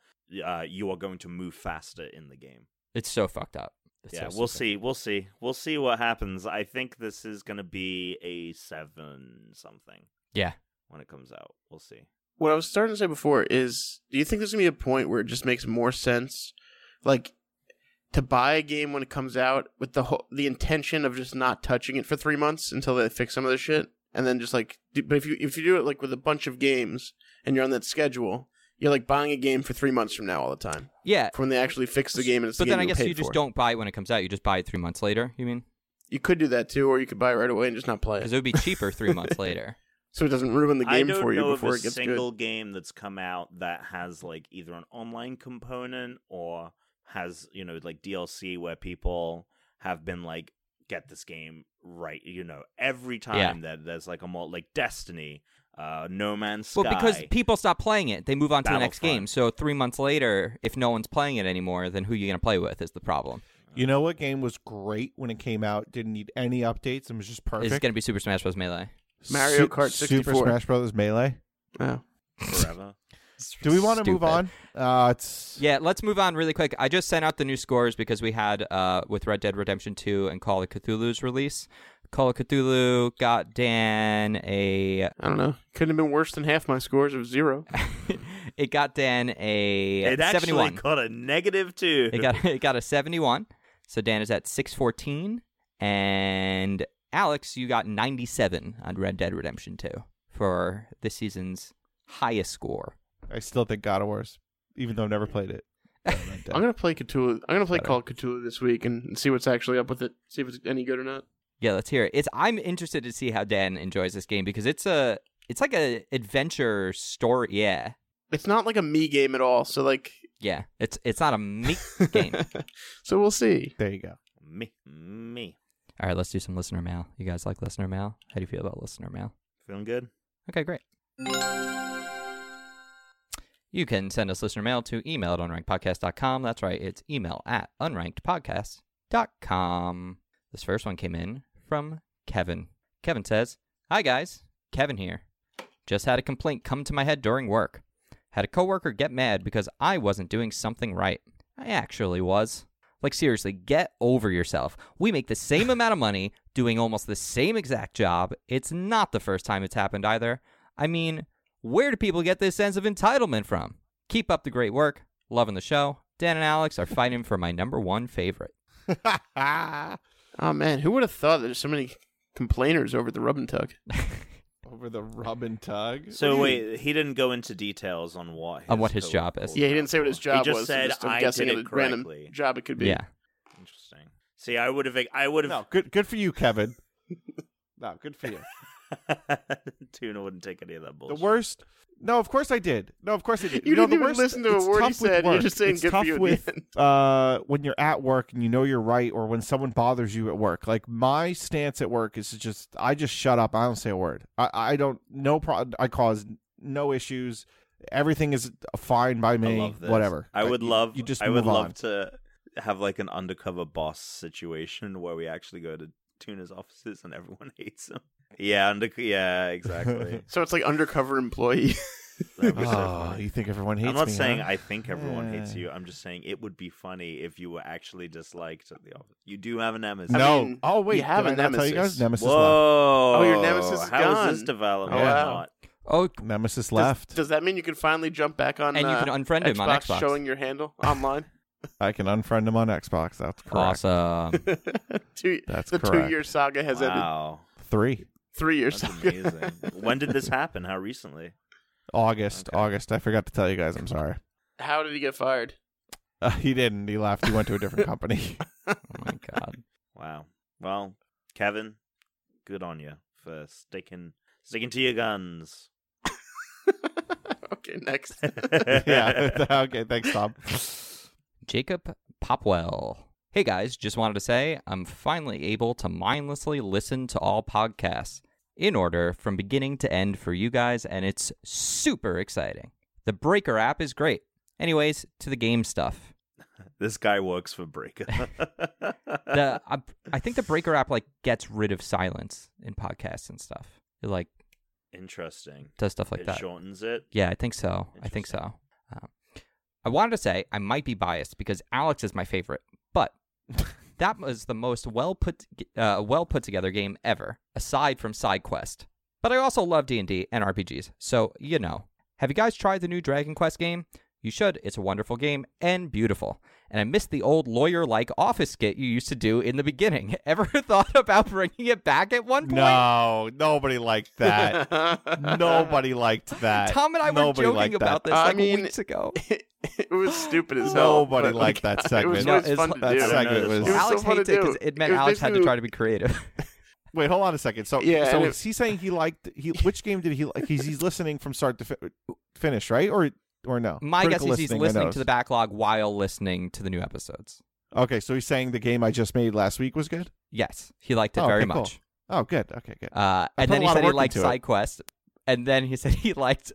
S4: uh, you are going to move faster in the game.
S1: It's so fucked up. It's
S4: yeah,
S1: so
S4: we'll
S1: stupid.
S4: see. We'll see. We'll see what happens. I think this is going to be a seven something.
S1: Yeah.
S4: when it comes out, we'll see.
S3: what I was starting to say before is do you think there's gonna be a point where it just makes more sense like to buy a game when it comes out with the whole, the intention of just not touching it for three months until they fix some of this shit and then just like do, but if you if you do it like with a bunch of games and you're on that schedule you're like buying a game for three months from now all the time
S1: Yeah,
S3: from when they actually fix the game and it's
S1: but
S3: the
S1: then
S3: game
S1: I guess
S3: paid
S1: you just
S3: for.
S1: don't buy it when it comes out. You just buy it three months later. You mean
S3: you could do that too or you could buy it right away and just not play
S1: because it
S3: it
S1: would be cheaper three
S3: (laughs)
S1: months later.
S3: so it doesn't ruin the
S4: I
S3: game
S4: don't
S3: for you
S4: know
S3: before
S4: of a
S3: it gets
S4: single game that's come out that has like either an online component or has you know like DLC where people have been like get this game right. You know, every time that there's like a more like Destiny, uh, No Man's Sky.
S1: Well, (laughs) because people stop playing it, they move on to the next
S4: Battlefront.
S1: game. So three months later, if no one's playing it anymore, then who you gonna play with is the problem.
S2: You know what game was great when it came out? Didn't need any updates and was just perfect.
S1: It's gonna be Super Smash Bros. Melee.
S3: Mario
S2: Su-
S3: Kart
S2: Super
S3: 64.
S2: Smash Brothers Melee.
S3: good oh.
S4: forever.
S2: Do we want to move
S1: Stupid.
S2: on? Uh, it's
S1: Yeah, let's move on really quick. I just sent out the new scores because we had uh, with Red Dead Redemption 2 and Call of Cthulhu's release. Call of Cthulhu got Dan a (laughs)
S3: I don't know couldn't have been worse than half my scores of zero
S1: it got Dan a
S4: it actually
S1: 71.
S4: got a negative (laughs) two.
S1: It got (laughs) it got a 71. So Dan is at 614 and Alex you got 97 on Red Dead Redemption 2 for this season's highest score.
S2: I still think God of War's, even though I've never played
S1: (laughs)
S2: it.
S3: I'm gonna play Cthulhu. I'm gonna play
S2: Better.
S3: Call of Cthulhu this week and, and see what's actually up with it. See if it's any good or not.
S1: Yeah, let's hear it. It's I'm interested to see how Dan enjoys this game because it's a it's like a adventure story. Yeah,
S3: It's not like a me game at all. So like, (laughs)
S1: yeah. It's it's not a meat game.
S3: so we'll see. (laughs)
S2: there you go.
S4: me, me
S1: All right, let's do some listener mail. You guys like listener mail? How do you feel about listener mail?
S4: feeling good.
S1: Okay, great. You can send us listener mail to email at unrankedpodcast.com. That's right, it's email at unrankedpodcast.com. This first one came in from Kevin. Kevin says, Hi guys, Kevin here. Just had a complaint come to my head during work. Had a coworker get mad because I wasn't doing something right. I actually was. Like, seriously, get over yourself. We make the same amount of money doing almost the same exact job. It's not the first time it's happened either. I mean, where do people get this sense of entitlement from? Keep up the great work. Loving the show. Dan and Alex are fighting for my number one favorite.
S3: Oh man, who would have thought that there's so many complainers over at the rub and tug?
S2: Over the rub and tug.
S4: So wait, he didn't go into details on what his
S1: On what his job is.
S3: Yeah, he didn't say what his job
S4: He just
S3: was.
S4: said,
S3: I'm
S4: "I
S3: guessing
S4: did
S3: at
S4: it
S3: a random
S4: correctly."
S3: job it could be.
S1: Yeah.
S4: Interesting. See, I would have, I would have
S2: No, good, good for
S3: (laughs)
S2: you, Kevin. no, good
S1: (laughs)
S2: for you.
S4: (laughs) Tuna wouldn't take any of that
S2: The
S4: bullshit.
S2: worst. No, of course I did. No, of course I did.
S3: You
S2: no,
S3: didn't
S2: the
S3: even
S2: worst,
S3: listen to a
S2: it's
S3: word he
S2: tough with
S3: said. You're
S2: work.
S3: just saying
S2: it's
S3: good for
S2: tough
S3: you at the
S2: with
S3: end.
S2: uh, when you're at work and you know you're right, or when someone bothers you at work. Like my stance at work is to just I just shut up. I don't say a word. I I don't no pro. I cause no issues. Everything is fine by
S4: I
S2: me.
S4: love this.
S2: Whatever.
S4: I would
S2: you-
S4: love.
S2: You just
S4: I would
S2: move
S4: love
S2: on.
S4: to have like an undercover boss situation where we actually go to Tuna's offices and everyone (laughs) hates him. Yeah, under. Yeah,
S2: (laughs)
S4: exactly.
S3: So it's like undercover employee. (laughs)
S4: That would be so
S2: Oh,
S4: funny.
S2: you think everyone hates me?
S4: I'm not saying
S2: huh?
S4: I think everyone hates
S2: Yeah.
S4: you. I'm just saying it would be funny if you were actually disliked at the office. You do have an nemesis.
S2: No.
S3: mean,
S2: oh wait,
S3: you have
S2: did
S3: a
S2: I not tell you
S3: nemesis.
S2: guys Nemesis left.
S4: Whoa!
S3: Oh, your nemesis is
S4: How is this
S3: gone.
S4: development?
S2: Oh,
S3: wow.
S4: not-
S1: Oh,
S2: Nemesis left.
S3: Does that mean you can finally jump back on?
S1: and you
S3: uh,
S1: can unfriend him on Xbox.
S3: showing
S1: (laughs)
S3: your handle online. (laughs)
S2: I can unfriend him on Xbox. That's correct.
S1: awesome.
S3: two,
S2: That's
S3: the
S2: correct.
S3: two-year saga has ended.
S4: wow.
S2: Three.
S3: Three years. (laughs)
S4: That's amazing. when did this happen? How recently?
S2: August,
S4: Okay.
S2: August. I forgot to tell you guys. I'm sorry.
S3: How did he get fired?
S2: Uh, he didn't. He left. He went to a
S1: (laughs)
S2: different company. (laughs)
S1: Oh my god.
S4: Wow. Well, Kevin, good on you for sticking sticking to your guns.
S3: okay, next.
S2: yeah. (laughs) okay. Thanks, Tom.
S1: Jacob Popwell. Hey guys, just wanted to say I'm finally able to mindlessly listen to all podcasts in order from beginning to end for you guys, and it's super exciting. The Breaker app is great. Anyways, to the game stuff.
S4: (laughs) this guy works for
S2: (laughs)
S4: Breaker.
S1: The I, I think the Breaker app like gets rid of silence in podcasts and stuff. It like
S4: (laughs) Interesting.
S1: does stuff like
S4: it
S1: that.
S4: shortens it.
S1: Yeah, I think so. I think so. Um, I wanted to say I might be biased because Alex is my favorite, but (laughs) that was the most well put uh, well put together game ever, aside from side quest. But I also love D and D and RPGs, so you know. Have you guys tried the new Dragon Quest game? You should. It's a wonderful game and beautiful. And I miss the old lawyer like office skit you used to do in the beginning. (laughs) Ever thought about bringing it back at one point?
S2: No, nobody
S1: (laughs)
S2: liked that. nobody liked that.
S1: Tom and I
S2: Nobody
S1: were joking
S2: liked
S1: about
S2: that.
S1: this
S3: I
S1: like
S3: mean,
S1: weeks ago.
S3: (laughs) it was stupid as hell.
S2: Nobody
S3: but,
S2: liked that
S1: (laughs)
S3: It was
S2: segment.
S1: No,
S3: always
S1: it's-
S3: fun to
S2: that
S3: do.
S4: I don't know
S2: segment
S4: this
S2: was.
S4: one.
S3: was
S1: Alex
S3: so fun
S1: hates
S3: to
S1: it
S3: do.
S1: because it meant
S3: It was
S1: Alex had to
S3: basically-
S1: try to be
S2: (laughs)
S1: creative.
S2: Wait, hold on a second. So,
S3: Yeah,
S2: so
S3: and it-
S2: is he saying he liked he? Which game did he like? (laughs) He's, he's listening from start to fi- finish, right? Or or no?
S1: My
S2: Critical
S1: guess is he's
S2: I
S1: listening
S2: know.
S1: to the backlog while listening to the new episodes.
S2: Okay, so he's saying the game I just made last week was good.
S1: Yes, he liked it
S2: Oh,
S1: very
S2: okay, cool.
S1: much.
S2: Oh, good. Okay, good.
S1: Uh,
S2: I
S1: and
S2: put
S1: then
S2: a
S1: he
S2: lot of
S1: said he
S2: work
S1: liked
S2: into it.
S1: side quest. And then he (laughs) said he liked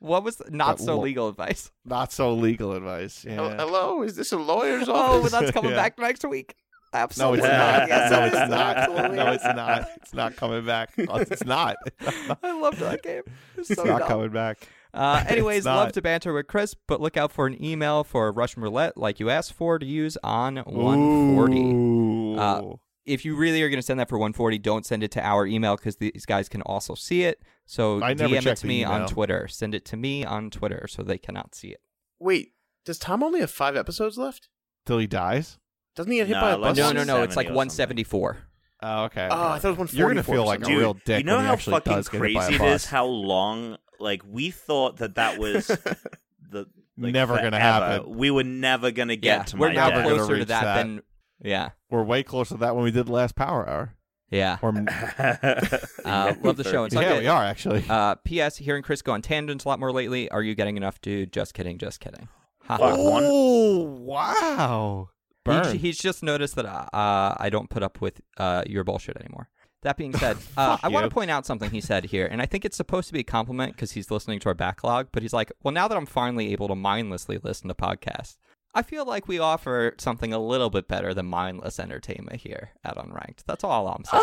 S1: what was not
S2: That
S1: so
S2: lo-
S1: legal
S2: (laughs)
S1: advice.
S2: Not so legal advice. Yeah.
S3: Hel- Hello, is this a lawyer's
S1: Oh,
S3: office?
S1: that's coming
S2: Yeah.
S1: back next week.
S2: No,
S1: Absolutely.
S2: it's not.
S1: Yes,
S2: no,
S1: it
S2: it's
S1: (laughs) is.
S2: not. (laughs)
S1: Absolutely
S2: No,
S1: is.
S2: it's not. It's not
S1: (laughs)
S2: coming back. It's not. (laughs)
S1: I loved that game. It's
S2: It's
S1: so
S2: not
S1: dumb.
S2: coming back.
S1: Uh,
S2: (laughs) It's
S1: anyways, love
S2: not.
S1: to banter with Chris, but look out for an email for Russian roulette like you asked for to use on 140.
S2: Ooh.
S1: Uh, if you really are going to send that for 140, don't send it to our email because these guys can also see it. So
S2: I never
S1: DM it
S2: check
S1: to
S2: the
S1: me on
S2: email.
S1: Twitter. Send it to me on Twitter so they cannot see it.
S3: Wait, does Tom only have five episodes left?
S2: Till he dies.
S3: Doesn't he get hit
S4: Nah,
S3: by a
S4: like-
S3: bus?
S1: No, no, no.
S4: 170
S1: It's like
S4: or something.
S1: 174.
S2: Oh, okay.
S3: Oh, I thought it was
S2: You're gonna
S3: 144
S2: feel like
S3: or
S2: a
S4: Dude,
S2: real dick.
S4: you know
S2: when he
S4: how
S2: actually
S4: fucking
S2: does get hit by a
S4: crazy it is
S2: bus.
S4: how long like we thought that that
S2: (laughs)
S3: (laughs)
S4: was the like,
S2: Never gonna
S4: forever.
S2: happen.
S4: We were never gonna get
S1: yeah,
S4: to
S1: we're
S4: my
S1: now
S2: never
S4: dad.
S2: gonna
S1: closer to
S2: reach
S1: that,
S2: that.
S1: than. Yeah.
S2: We're way closer to that when we did the last Power Hour.
S1: Yeah.
S4: (laughs)
S2: Or
S1: Uh, love the show. (laughs) It's like
S2: yeah,
S1: a-
S2: we
S1: (laughs)
S2: are actually.
S1: Uh, P.S. Hearing Chris go on tangents a lot more lately. Are you getting enough, dude? Just kidding. Just kidding. Ha, ha.
S4: Fuck, one-
S2: oh wow! Burn.
S1: He, he's just noticed that uh, I don't put up with uh, your bullshit anymore. That being said,
S2: (laughs)
S1: uh,
S2: Fuck
S1: I want to
S2: you.
S1: point out something he said here, and I think it's supposed to be a compliment because he's listening to our backlog. But he's like, "Well, now that I'm finally able to mindlessly listen to podcasts, I feel like we offer something a little bit better than mindless entertainment here at Unranked." That's all I'm saying.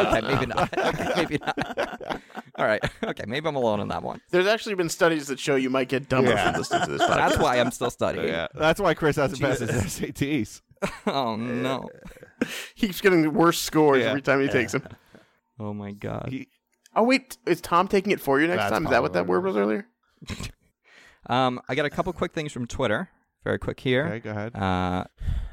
S1: okay, maybe not. (laughs) Okay, maybe not. all right. Okay, maybe I'm alone on that one.
S3: There's actually been studies that show you might get dumber
S2: Yeah.
S3: from listening to this
S1: (laughs)
S3: podcast.
S1: That's why I'm still studying.
S2: yeah, that's why Chris hasn't passed his SATs.
S1: (laughs) Oh no.
S3: He keeps getting worse scores
S2: Yeah.
S3: every time he takes them.
S1: Oh my god.
S2: He-
S3: Oh wait, is Tom taking it for you next
S2: That's
S3: time? Is that what that
S2: probably
S3: word was earlier?
S1: Um, I got a couple quick things from Twitter. Very quick
S2: Okay,
S1: here.
S2: go ahead.
S1: Uh,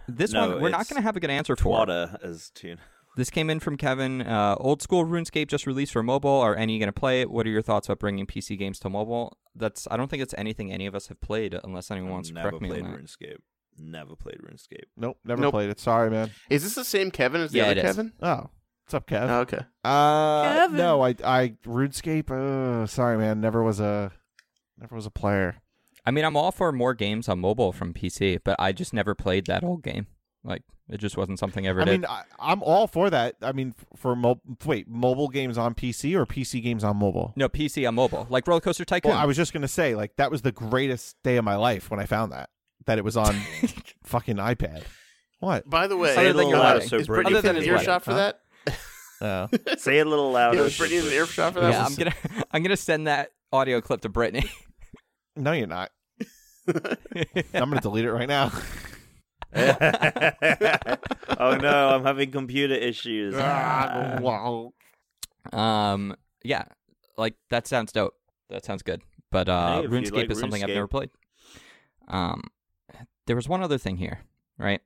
S1: this
S4: No,
S1: one we're not
S4: it's
S1: going to have a good answer for.
S4: Water as tune.
S1: This came in from Kevin. Uh, old school RuneScape just released for mobile. Are any going to play it? What are your thoughts about bringing PC games to mobile? That's I don't think it's anything any of us have played, unless anyone wants to
S4: Never
S1: correct me
S4: played
S1: on that.
S4: RuneScape. Never played RuneScape.
S2: Nope, never
S3: Nope.
S2: played it. Sorry, man.
S3: Is this the same Kevin as the
S1: Yeah,
S3: other
S1: it is.
S3: Kevin?
S2: Oh, what's up, Kev?
S3: Oh, okay.
S2: Uh, no, I, I RuneScape. Uh, sorry, man. Never was a, never was a player.
S1: I mean, I'm all for more games on mobile from PC, but I just never played that old game. Like it just wasn't something I ever
S2: I
S1: did.
S2: mean, I, I'm all for that. I mean, f- for mo- wait, mobile games on PC or PC games on mobile?
S1: no PC on mobile, like Roller Coaster Tycoon.
S2: uh, Well, I was just gonna say, like, that was the greatest day of my life when I found that that it was on fucking iPad. What?
S3: By the way,
S1: Other than your
S3: uh,
S1: wedding.
S4: So
S3: is
S4: Brittany-
S3: Brittany
S1: Other than
S3: in
S1: his
S3: earshot for
S2: wedding,
S3: that?
S2: Oh.
S4: Say it a little
S3: Yeah,
S4: louder.
S3: was
S4: (laughs)
S3: Brittany in earshot for that?
S1: yeah,
S3: one?
S1: I'm gonna (laughs) I'm gonna send that audio clip to Brittany.
S2: no, you're not. I'm gonna delete it right now.
S4: oh no, I'm having computer issues.
S2: Ah,
S1: (laughs)
S2: wow.
S1: Um, yeah, like that sounds dope. That sounds good. But uh,
S4: Hey, if you
S1: RuneScape
S4: like
S1: is something I've
S4: RuneScape.
S1: never played. Um, there was one other thing here, right?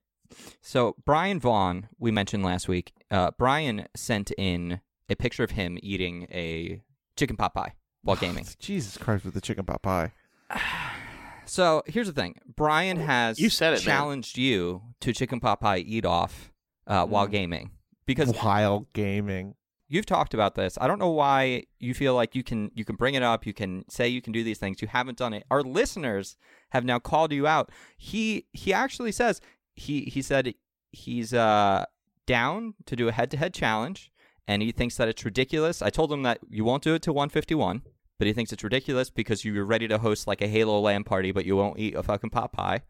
S1: So Brian Vaughn, we mentioned last week. Uh, Brian sent in a picture of him eating a chicken pot pie while gaming.
S2: Jesus Christ with the chicken pot pie.
S1: So here's the thing: Brian has
S3: you said it, man.
S1: challenged you to chicken pot pie eat off uh, while
S4: Mm.
S1: gaming because
S2: While gaming.
S1: you've talked about this. I don't know why you feel like you can you can bring it up. You can say you can do these things. You haven't done it. Our listeners have now called you out. He he actually says he he said he's uh down to do a head to head challenge, and he thinks that it's ridiculous. I told him that you won't do it to 151, but he thinks it's ridiculous because you were ready to host like a Halo LAN party, but you won't eat a fucking pot pie.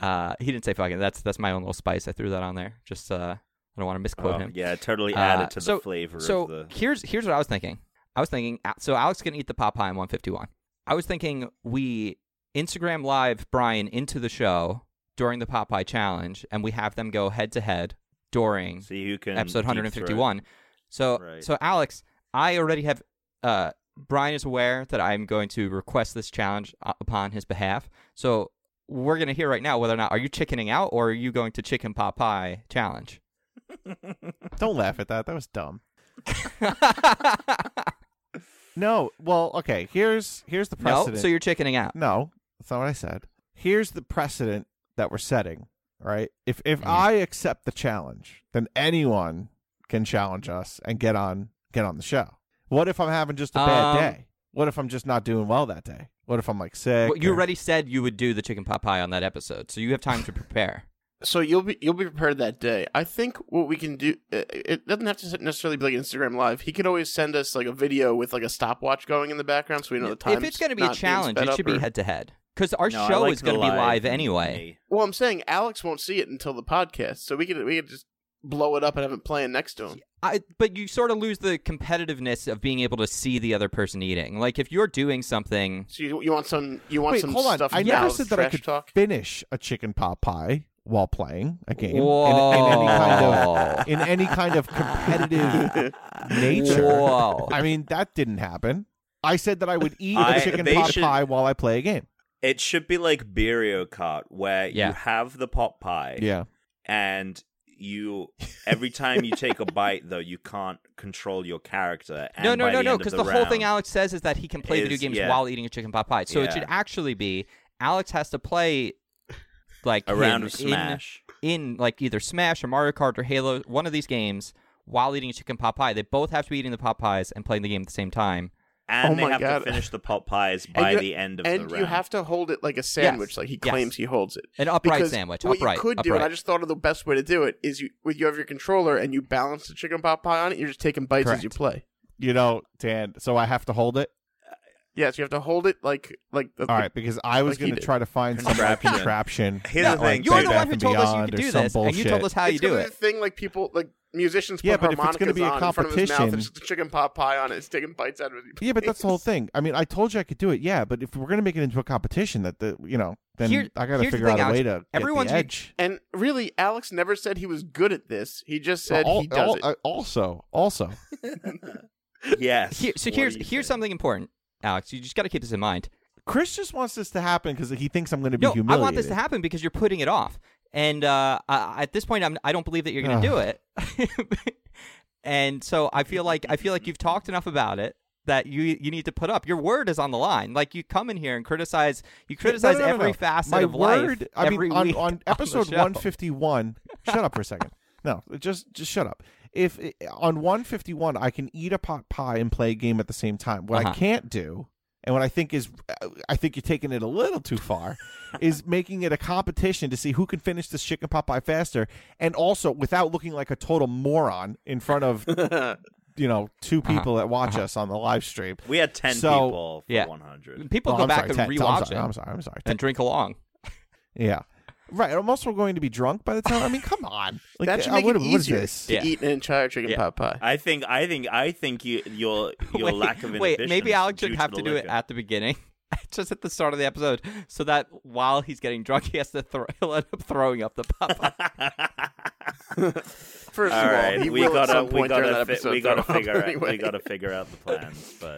S1: Uh, he didn't say fucking. That's that's my own little spice. I threw that on there. Just uh, I don't want to misquote
S4: Oh,
S1: him.
S4: yeah, it totally
S1: Uh,
S4: added to the
S1: so-
S4: flavor
S1: So
S4: of the.
S1: here's here's what I was thinking. I was thinking uh, so Alex can eat the Popeye in 151. I was thinking we Instagram live Brian into the show during the Popeye challenge, and we have them go head to head during
S4: See who can
S1: episode
S4: deep throat.
S1: 151. So
S4: Right.
S1: so Alex, I already have. Uh, Brian is aware that I'm going to request this challenge uh, upon his behalf. So we're gonna hear right now whether or not are you chickening out or are you going to chicken Popeye challenge. (laughs)
S2: Don't laugh at that. That was dumb. No. Well, okay. Here's here's the
S1: no,
S2: precedent.
S1: so you're chickening out.
S2: No, that's not what I said. Here's the precedent that we're setting, right? If if
S1: Mm-hmm.
S2: I accept the challenge, then anyone can challenge us and get on get on the show. What if I'm having just a bad
S1: Um,
S2: day? What if I'm just not doing well that day? What if I'm like sick?
S1: Well, you
S2: or-
S1: already said you would do the chicken pot pie on that episode, so you have time to
S4: (laughs)
S1: prepare.
S3: So you'll be you'll be prepared that day. I think what we can do uh, it doesn't have to necessarily be like Instagram live. He could always send us like a video with like a stopwatch going in the background so we know the time.
S1: if it's going to be a challenge, it should be head to head because our
S4: No, I
S1: show
S4: like
S1: is
S4: the
S1: going to be live
S4: and
S1: anyway.
S4: me.
S3: Well, I'm saying Alex won't see it until the podcast, so we could we could just blow it up and have it playing next to him.
S1: I, but you sort of lose the competitiveness of being able to see the other person eating. Like if you're doing something,
S3: So you, you want some you want
S2: Wait,
S3: some
S2: hold on.
S3: stuff
S2: I
S3: now,
S2: never said that I
S3: trash
S2: could
S3: talk.
S2: finish a chicken pot pie while playing a game in, in any kind of
S1: whoa,
S2: (laughs) in any kind of competitive nature.
S1: whoa.
S2: I mean, that didn't happen. I said that I would eat a
S4: I-
S2: chicken
S4: they
S2: pot
S4: should-
S2: pie while I play a game.
S4: (laughs) It should be like Birrio Kart, where
S1: Yeah.
S4: you have the pot pie,
S2: Yeah.
S4: and you every time you take a bite, though, you can't control your character. And
S1: No, no,
S4: by
S1: no,
S4: the
S1: no.
S4: end of
S1: Because the, whole thing
S4: round-
S1: Alex says is that he can play
S4: is-
S1: video games
S4: yeah.
S1: while eating a chicken pot pie. So it
S4: Yeah.
S1: should actually be Alex has to play like
S4: a
S1: him
S4: round of
S1: in-
S4: Smash.
S3: Oh
S1: in like either Smash or Mario Kart or Halo, one of these games, while eating a chicken pot pie. They both have to be eating the pot pies and playing the game at the same time.
S4: and
S3: Oh
S4: they
S3: my
S4: have
S3: God.
S4: to finish the pot pies
S3: And
S4: by
S3: you-
S4: the end of the
S3: And
S4: round.
S3: you have to hold it like a sandwich, like he
S1: Yes.
S3: claims he holds it.
S1: An upright
S3: Because
S1: sandwich,
S3: What
S1: upright,
S3: you could do,
S1: upright.
S3: and I just thought of the best way to do it, is you with you have your controller and you balance the chicken pot pie on it. You're just taking bites as you play.
S2: You know, Dan, so I have to hold it.
S3: Yes, you have to hold it like like. the-
S2: All right, because I was
S3: Like he
S2: going to
S3: did.
S2: try to find some like,
S4: Contraption.
S2: contraption.
S4: Here's
S2: that,
S4: the
S2: like,
S4: thing,
S1: You're
S4: Bed
S1: the one who
S2: Bath
S1: told us you
S2: Beyond
S1: could
S2: or
S1: do
S2: some
S1: this, and you told
S2: bullshit.
S1: us how
S3: it's
S1: you do
S3: gonna be
S1: it.
S3: the thing like people like musicians put
S2: Yeah, but if it's
S3: harmonicas
S2: gonna be a
S3: on in front of his mouth.
S2: competition-
S3: It's just a chicken pot pie on it. It's taking bites out of it.
S2: Yeah, but that's the whole thing. I mean, I told you I could do it. Yeah, but if we're going to make it into a competition, that the you know, then
S1: Here-
S2: I got to
S1: here's the
S2: figure
S1: thing,
S2: out a way
S1: Alex.
S2: to get
S1: Everyone's
S2: the
S1: gonna-
S2: edge.
S3: And really, Alex never said he was good at this. He just said
S2: Al-
S3: he does
S2: al-
S3: it.
S2: uh, also, also,
S4: (laughs) yes.
S1: Here, so
S4: What do
S1: here's
S4: you
S1: here's
S4: think?
S1: something important, Alex. You just got to keep this in mind.
S2: Chris just wants this to happen because he thinks I'm going to be
S1: No, I
S2: humiliated.
S1: want this to happen because you're putting it off. And uh, I, at this point, I'm, I don't believe that you're going
S2: Ugh.
S1: to do it. (laughs) and so I feel like I feel like you've talked enough about it that you you need to put up. Your word is on the line. Like you come in here and criticize. You
S2: Yeah, no,
S1: criticize
S2: no, no,
S1: every
S2: no.
S1: facet
S2: My
S1: of
S2: word,
S1: life.
S2: I mean,
S1: every (laughs)
S2: on,
S1: week
S2: on episode
S1: the show.
S2: 151,
S1: (laughs)
S2: shut up for a second. No, just just shut up. If on 151 I can eat a pot pie and play a game at the same time, what I
S1: Uh-huh.
S2: can't do, and what I think is, I think you're taking it a little too far,
S1: (laughs)
S2: is making it a competition to see who can finish this chicken pot pie faster, and also without looking like a total moron in front
S1: (laughs)
S2: of you know two
S1: Uh-huh.
S2: people that watch us on the live stream.
S4: We had ten
S2: So-
S4: people for
S1: Yeah.
S4: one hundred.
S1: People
S2: Oh,
S1: go
S2: I'm
S1: back
S2: sorry,
S1: and
S2: 10. I'm
S1: rewatch
S2: sorry,
S1: it
S2: I'm sorry.
S1: (laughs)
S2: I'm sorry. 10.
S1: and drink along.
S2: Yeah. Right. I'm also going to be drunk by the time. I mean,
S1: (laughs)
S2: come on. Like,
S3: that should
S2: I
S3: make
S2: would-
S3: it
S2: what is
S3: easier
S2: this?
S3: to
S1: Yeah.
S3: eat an entire chicken
S1: Yeah.
S3: pot pie.
S4: I think I think I think you your
S1: (laughs)
S4: your
S1: wait,
S4: lack of
S1: wait,
S4: inhibition
S1: maybe
S4: is
S1: Alex
S4: due
S1: should
S4: to
S1: have
S4: the
S1: to do it
S4: liquor.
S1: at the beginning, (laughs) just at the start of the episode, so that while he's getting drunk, he has to throw, (laughs) he'll end up throwing up the pop.
S3: First
S4: All
S3: of all,
S4: right,
S3: he
S4: we
S3: will at
S4: gotta
S3: some
S4: we
S3: point during
S4: gotta
S3: that
S4: fi-
S3: episode
S4: we
S3: (laughs)
S4: gotta
S3: throw
S1: (laughs)
S3: up
S4: figure out
S3: anyway.
S4: we gotta figure out the plans. But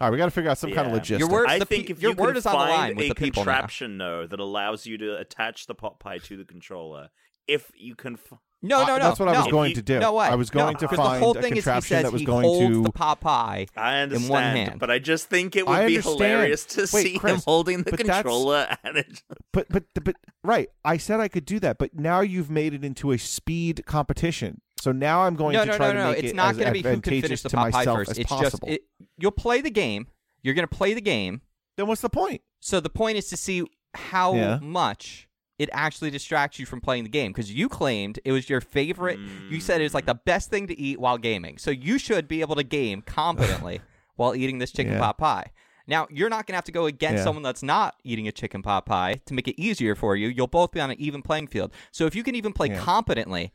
S2: All right. We got to figure out some kind of
S4: Yeah.
S2: logistics.
S1: Your word-
S4: I
S1: the
S4: think
S1: pe-
S4: if
S1: your
S4: you
S1: word
S4: could
S1: is on the line
S4: find
S1: with
S4: a
S1: the people now.
S4: contraption though that allows you to attach the pot pie to the controller, if you can f-
S1: No,
S2: I-
S1: no, no.
S2: that's what I was
S1: no.
S2: going
S1: He-
S2: to do.
S1: No way.
S2: I was going
S1: no,
S2: to
S1: 'cause
S2: find
S1: the whole
S2: a
S1: thing is he
S2: contraption
S1: says
S2: that was
S1: he
S2: going
S1: holds
S2: to-
S1: the Popeye.
S4: I understand,
S1: hand.
S4: but I just think it would
S2: I
S4: be
S2: understand.
S4: hilarious to
S2: Wait,
S4: see him
S2: Chris,
S4: holding the
S2: but that's-
S4: controller and it.
S2: But but but right, I said I could do that, but now you've made it into a speed competition. So now I'm going
S1: no,
S2: to
S1: no,
S2: try
S1: no,
S2: to
S1: no.
S2: make
S1: it's
S2: it
S1: not
S2: as
S1: gonna be who can
S2: advantageous
S1: finish the
S2: to
S1: Popeye
S2: myself
S1: first.
S2: as
S1: it's
S2: possible.
S1: just it, you'll play the game. You're gonna play the game.
S2: then what's the point?
S1: So the point is to see how
S2: Yeah.
S1: much it actually distracts you from playing the game because you claimed it was your favorite. You said it was like the
S2: Mm.
S1: best thing to eat while gaming. So you should be able to game competently
S2: (laughs)
S1: while eating this chicken
S2: Yeah.
S1: pot pie. Now you're not going to have to go against
S2: Yeah.
S1: someone that's not eating a chicken pot pie to make it easier for you. You'll both be on an even playing field. So if you can even play
S2: Yeah.
S1: competently,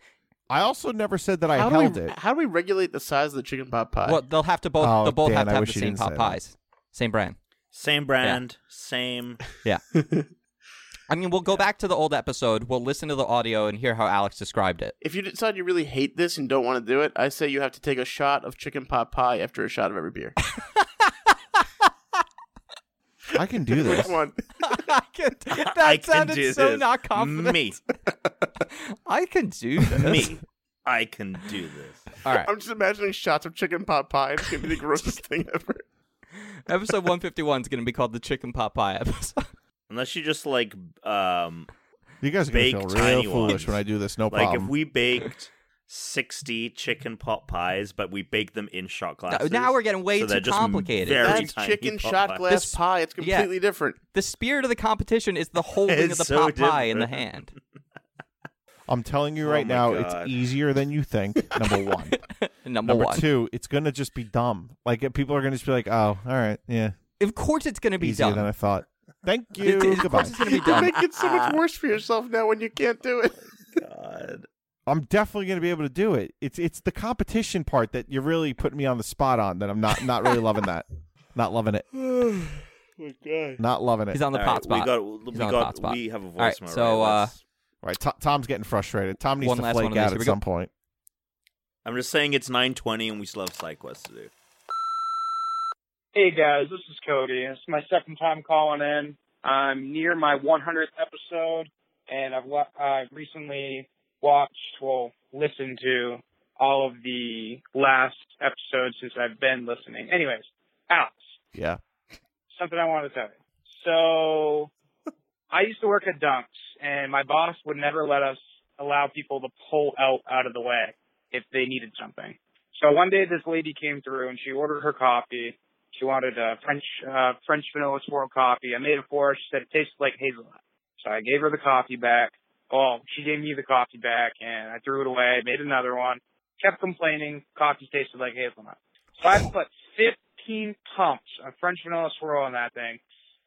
S2: I also never said that I
S3: how,
S2: held
S3: do we,
S2: it.
S3: how do we regulate the size of the chicken pot pie?
S1: well, they'll have to both.
S2: Oh,
S1: they'll both
S2: Dan,
S1: have to
S2: I
S1: have
S2: wish
S1: the
S2: you
S1: same
S2: didn't say
S1: pot
S2: that.
S1: pies, same brand.
S4: Same brand,
S2: (laughs)
S4: same.
S1: (laughs) I mean, we'll go back to the old episode. We'll listen to the audio and hear how Alex described
S4: (laughs)
S1: it. (laughs)
S3: if you decide you really hate this and don't want to do it, I say you have to take a shot of chicken pot pie after a shot of every
S2: (laughs)
S3: beer.
S2: I
S1: (laughs)
S2: can do
S3: Which
S2: this.
S3: one?
S1: I can, that
S4: (laughs) I can
S1: sounded
S4: do
S1: so
S4: this.
S1: not confident.
S4: Me,
S1: (laughs) I can do this.
S4: me, I can do this.
S1: All right.
S3: I'm just imagining shots of chicken pot pie. It's gonna be the
S2: (laughs)
S3: grossest thing ever.
S1: Episode 151 is going to be called the chicken pot pie episode. (laughs)
S4: Unless you just like, um,
S2: You guys are gonna
S4: Bake
S2: feel real
S4: tiny
S2: foolish
S4: ones.
S2: when I do this. No
S4: like
S2: problem.
S4: if we baked sixty chicken pot pies, but we baked them in shot glasses.
S1: now we're getting way
S4: so they're
S1: too
S4: just
S1: complicated.
S4: very
S3: That's
S4: tiny
S3: chicken
S4: pot
S3: shot
S4: pies.
S3: glass
S1: This-
S3: pie. It's
S1: yeah.
S3: completely different.
S1: The spirit of the competition is the holding of
S4: It's
S1: the
S4: so
S1: pot pie in the
S4: different.
S1: hand.
S2: I'm telling you
S4: Oh
S2: right
S4: my
S2: now,
S4: God.
S2: it's easier than
S1: (laughs)
S2: you think. Number one.
S1: Number,
S2: Number
S1: one.
S2: two, it's gonna just be dumb. Like uh, people are gonna just be like, "Oh, all right, yeah,
S1: Of course it's going to be
S2: easier
S1: dumb.
S2: than I thought." Thank you.
S1: It- it- of
S2: Goodbye.
S1: course it's going to be
S3: (laughs) You're
S1: dumb.
S3: making it so much worse for yourself now when you can't do it.
S4: God.
S2: (laughs) I'm definitely going to be able to do it. It's it's the competition part that you're really putting me on the spot on that I'm not not really loving
S1: (laughs)
S2: that. Not
S1: (sighs)
S2: loving it.
S1: Oh
S2: Not loving it.
S1: He's on the
S4: All
S1: pot
S4: right,
S1: spot.
S4: We got. We
S1: He's on the pot
S4: got.
S1: spot.
S4: We have a voicemail.
S1: right, so,
S4: right?
S1: uh,
S4: Let's-
S2: All right, To- Tom's getting frustrated. Tom needs
S1: One
S2: to
S1: last one of
S2: flake
S1: these.
S2: out
S1: Here
S2: at
S1: we go.
S2: some point.
S4: I'm just saying it's 9:20 and we still have side quests to do.
S5: Hey guys, this is Cody. It's my second time calling in. I'm near my 100th episode, and I've wa- I've recently watched, well, listened to all of the last episodes since I've been listening. Anyways, Alex,
S2: Yeah.
S5: something I wanted to tell you. So, I used to work at Dunks, and my boss would never let us allow people to pull out out of the way if they needed something. So one day, this lady came through, and she ordered her coffee. She wanted a French uh, French vanilla swirl coffee. I made it for her. She said it tastes like hazelnut. So I gave her the coffee back. Oh, she gave me the coffee back, and I threw it away. Made another one. Kept complaining. Coffee tasted like hazelnut. So I put 15 pumps of French vanilla swirl on that thing,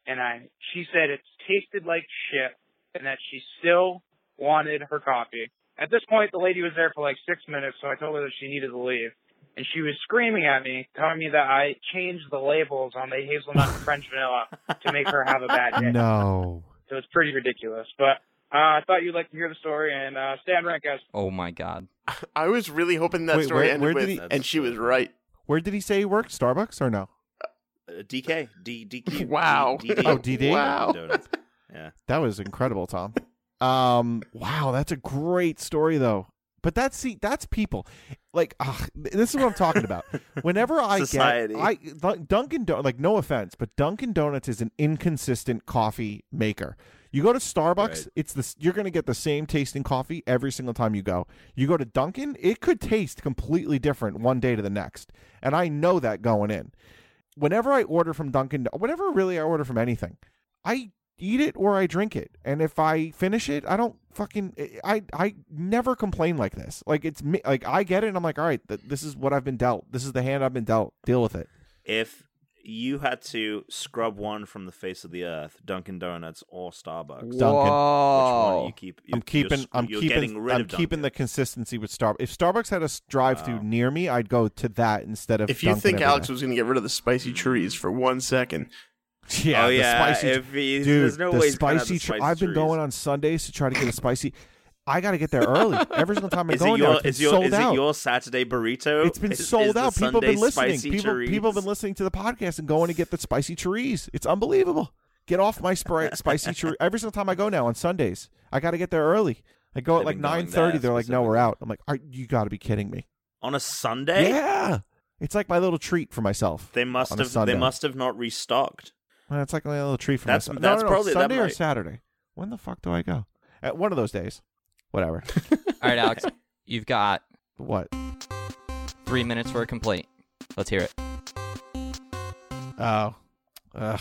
S5: and I she said it tasted like shit, and that she still wanted her coffee. At this point, the lady was there for like six minutes, so I told her that she needed to leave and she was screaming at me, telling me that I changed the labels on the hazelnut and French vanilla to make her have a bad
S2: (laughs)
S5: day.
S2: No.
S5: So it's pretty ridiculous. But uh, I thought you'd like to hear the story, and uh, stay on rank, guys.
S1: oh my god.
S3: I was really hoping that
S2: Wait,
S3: story
S2: where- where
S3: ended
S2: did
S3: with,
S2: he-
S3: and she was right.
S2: Where did he say he worked? Starbucks or no?
S4: Uh, DK, D, DQ,
S3: Wow.
S4: D, DD.
S2: Oh, DD?
S3: Wow.
S4: Donuts. Yeah.
S2: That was incredible, Tom. Um, wow, that's a great story though. But that's see, that's people. Like, ugh, th- this is what I'm talking about. Whenever I
S4: Society.
S2: get, I like, Dunkin' Donuts. Like, no offense, but Dunkin' Donuts is an inconsistent coffee maker. You go to Starbucks,
S4: Right.
S2: it's the s- you're going to get the same tasting coffee every single time you go. You go to Dunkin', it could taste completely different one day to the next, and I know that going in. Whenever I order from Dunkin', whenever really I order from anything, I eat it or I drink it. And if I finish it, I don't fucking I I never complain like this. Like it's me like I get it and I'm like, "All right, th- this is what I've been dealt. This is the hand I've been dealt. Deal with it."
S4: If you had to scrub one from the face of the earth, Dunkin' Donuts or Starbucks, which
S3: Oh.
S4: one
S1: Whoa.
S4: you keep?
S2: I'm
S4: you're-
S2: keeping
S4: You're,
S2: I'm
S4: you're
S2: keeping
S4: Getting rid
S2: I'm
S4: of
S2: keeping the
S4: Dunkin'.
S2: consistency with Starbucks. If Starbucks had a drive through
S4: Wow.
S2: near me, I'd go to that instead of
S3: If you
S2: Dunkin'
S3: think
S2: every
S3: Alex
S2: night.
S3: was going to get rid of the spicy trees for one second,
S2: yeah,
S4: oh
S2: the
S4: yeah,
S2: spicy
S4: if he,
S2: Dude,
S4: there's no
S2: the
S4: way he's gonna have
S2: spicy.
S4: the
S2: tr-
S4: spicy
S2: I've been
S4: trees.
S2: going on Sundays to try to get a spicy. I got to get there early every single time
S4: (laughs)
S2: I
S4: Is
S2: go
S4: it
S2: in
S4: your
S2: there. It's been
S4: is your
S2: sold
S4: is
S2: out.
S4: it your Saturday burrito?
S2: It's been
S4: Is- is
S2: sold
S4: the
S2: out. People have been
S4: Sunday
S2: listening.
S4: spicy
S2: People, people have
S4: Chorizo?
S2: been listening to the podcast and going to get the spicy chorizo.
S4: (laughs)
S2: It's unbelievable. Get off my spri- spicy chorizo. Every single time I go now on Sundays, I got to get there early. I go at
S4: They've
S2: like
S4: been going
S2: nine thirty.
S4: there
S2: They're like, "No, we're
S4: specifically.
S2: out." I'm like, Are, "You got to be kidding me!"
S4: on a Sunday.
S2: Yeah, it's like my little treat for myself.
S4: They must
S2: On a
S4: have.
S2: Sunday.
S4: They must have not restocked.
S2: Well, it's like my little treat for
S4: That's-
S2: myself.
S4: that's
S2: no, no, no,
S4: probably- that
S2: Sunday or
S4: might-
S2: Saturday. When the fuck do I go? At one of those days,
S4: (laughs)
S2: whatever.
S1: All right, Alex, you've got
S2: what?
S1: three minutes for a complaint. Let's hear it.
S2: Oh, Ugh.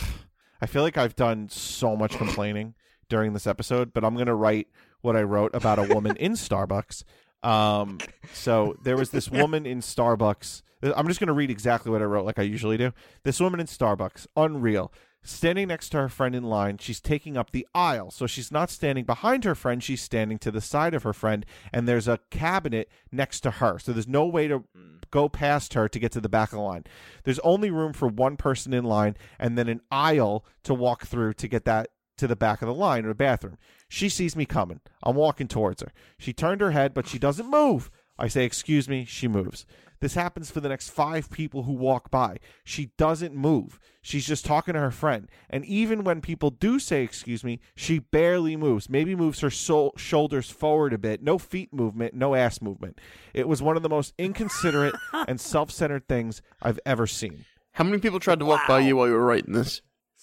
S2: I feel like I've done so much complaining during this episode, but I'm gonna write what I wrote about a woman in Starbucks. Um, so there was this woman in Starbucks. Uh, I'm just gonna read exactly what I wrote, like I usually do. This woman in Starbucks, unreal. Standing next to her friend in line, she's taking up the aisle. So she's not standing behind her friend, she's standing to the side of her friend, and there's a cabinet next to her. So there's no way to go past her to get to the back of the line. There's only room for one person in line and then an aisle to walk through to get that to the back of the line or the bathroom. She sees me coming. I'm walking towards her. She turned her head, but she doesn't move. I say, Excuse me. She moves. This happens for the next five people who walk by. She doesn't move. She's just talking to her friend. And even when people do say, Excuse me, she barely moves. Maybe moves her so- shoulders forward a bit. No feet movement, no ass movement. It was one of the most inconsiderate and self centered things I've ever seen.
S3: How many people tried to walk by you while you were writing this?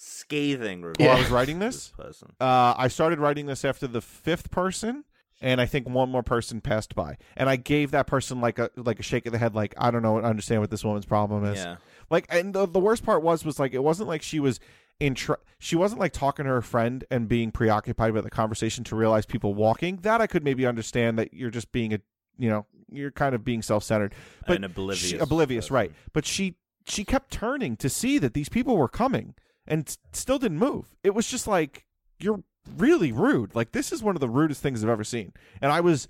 S4: Scathing review.
S2: While Oh, I
S3: Yeah.
S2: was writing this,
S4: This person.
S2: uh, I started writing this after the fifth person, and I think one more person passed by, and I gave that person like a like a shake of the head, like I don't know, understand what this woman's problem is.
S4: Yeah.
S2: Like, and the, the worst part was was like it wasn't like she was in tr- she wasn't like talking to her friend and being preoccupied with the conversation to realize people walking. That I could maybe understand that you're just being a you know you're kind of being self centered, but
S4: An oblivious.
S2: she, oblivious
S4: person.
S2: right? But she she kept turning to see that these people were coming and s- still didn't move. It was just like you're really rude. Like this is one of the rudest things I've ever seen. And I was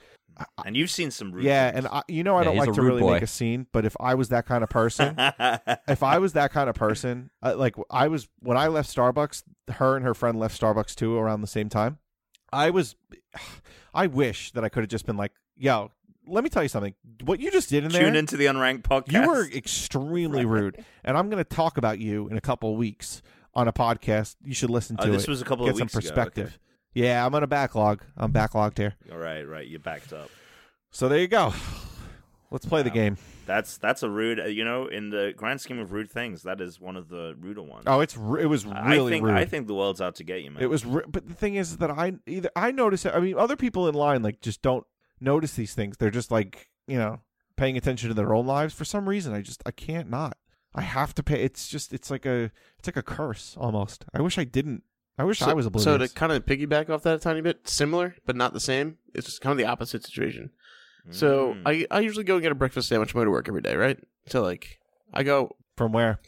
S4: And you've seen some. Rude
S2: yeah, and I, you know I
S1: Yeah,
S2: don't
S1: he's
S2: like
S1: a
S2: to
S1: rude
S2: really
S1: boy.
S2: make a scene, but if I was that kind
S4: (laughs)
S2: of person,
S1: (laughs)
S4: I.
S2: if I was that kind of person, uh, like I was when I left Starbucks, her and her friend left Starbucks too around the same time. I was, (sighs) I wish that I could have just been like, yo, let me tell you something. What you just did in there,
S4: Tune into the Unranked podcast.
S2: you were extremely rude, and I'm going to talk about you in a couple of weeks on a podcast. You should listen
S4: (laughs) Oh,
S2: to
S4: this
S2: it.
S4: was a couple
S2: Get
S4: of
S2: some
S4: weeks
S2: perspective. Yeah, I'm on a backlog. I'm backlogged here.
S4: Ago. Okay. All right, right. You backed up.
S2: So there you go. Let's play the
S4: Wow.
S2: game.
S4: That's that's a rude. uh, You know, in the grand scheme of rude things, that is one of the ruder ones.
S2: Oh, it's ru- it was really
S4: I think
S2: rude.
S4: I think the world's out to get you, man.
S2: it was, ru- but the thing is that I either I notice it. I mean, other people in line like just don't notice these things. They're just like you know paying attention to their own lives for some reason. I just I can't not. I have to pay. It's just it's like a it's like a curse almost. I wish I didn't. I wish I was oblivious.
S3: so to kind of piggyback off that a tiny bit, similar but not the same. It's just kind of the opposite situation. So
S4: Mm.
S3: I I usually go and get a breakfast sandwich on my way to work every day, right? So like I go
S2: From where?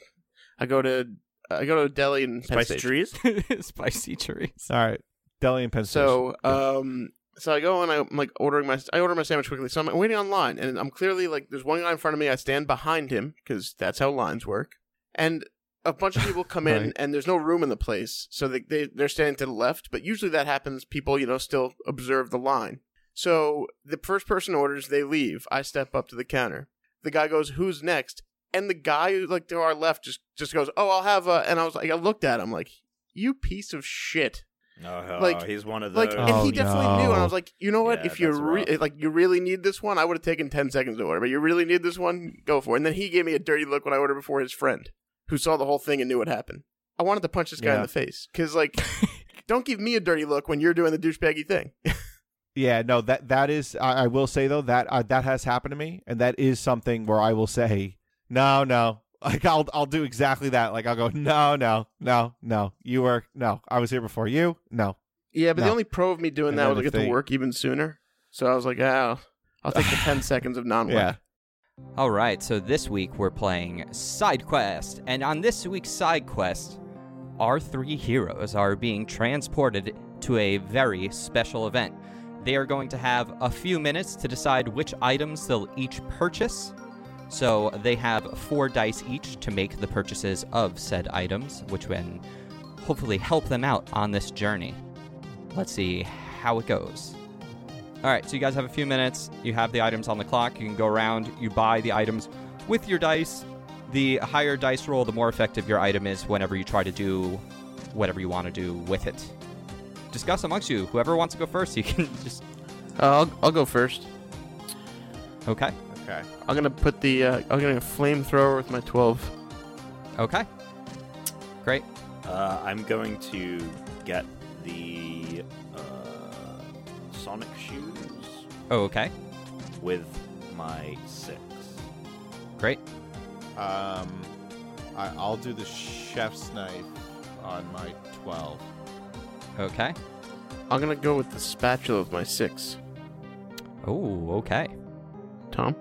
S3: I go to I go to a deli in Penn
S4: spicy
S3: Station.
S4: trees.
S1: Spicy trees.
S2: All right, deli in Penn Station.
S3: So, um, so I go and I'm like ordering my, I order my sandwich quickly. So I'm waiting online, and I'm clearly like, there's one guy in front of me. I stand behind him because that's how lines work. And a bunch of people come in,
S2: Right.
S3: and there's no room in the place, so they, they they're standing to the left. But usually that happens. People, you know, still observe the line. So the first person orders, they leave. I step up to the counter. The guy goes, "Who's next?" And the guy who like to our left just just goes, "Oh, I'll have a." And I was like, I looked at him like, "You piece of shit."
S4: (laughs) Oh,
S3: Like-
S4: he's one of those.
S3: Like,
S2: Oh,
S3: and he definitely
S2: no.
S3: knew. And I was like, you know what?
S4: Yeah,
S3: if you
S4: that's
S3: re-
S4: rough.
S3: like, you really need this one, I would have taken ten seconds to order. But you really need this one, go for it. And then he gave me a dirty look when I ordered before his friend, who saw the whole thing and knew what happened. I wanted to punch this guy in
S2: Yeah.
S3: the face because, (laughs) like, don't give me a dirty look when you're doing the douchebaggy thing.
S2: Yeah, no, that that is. I, I will say though that uh, that has happened to me, and that is something where I will say, no, no, (laughs) like I'll I'll do exactly that. Like I'll go, no, no, no, no. You were no. I was here before you. No.
S3: Yeah, but the
S2: No.
S3: only pro of me doing
S2: And
S3: that
S2: then
S3: was I
S2: if
S3: get
S2: they-
S3: to work even sooner. So I was like, oh, I'll
S2: (laughs)
S3: take the ten seconds of non-work.
S2: Yeah.
S1: All right, so this week we're playing Side Quest, and on this week's Side Quest, our three heroes are being transported to a very special event. They are going to have a few minutes to decide which items they'll each purchase. So they have four dice each to make the purchases of said items, which can hopefully help them out on this journey. Let's see how it goes. All right, so you guys have a few minutes. You have the items on the clock. You can go around. You buy the items with your dice. The higher dice roll, the more effective your item is whenever you try to do whatever you want to do with it. Discuss amongst you. Whoever wants to go first, you can (laughs) just
S3: Uh, I'll, I'll go first.
S1: Okay.
S2: Okay.
S3: I'm gonna put the uh, I'm gonna flamethrower with my 12.
S1: Okay. Great.
S4: Uh, I'm going to get the uh, Sonic shoes
S1: Oh, okay.
S4: with my six.
S1: Great.
S2: Um, I, I'll do the chef's knife on my twelve.
S1: Okay.
S3: I'm gonna go with the spatula with my six.
S1: Oh, okay.
S3: Tom.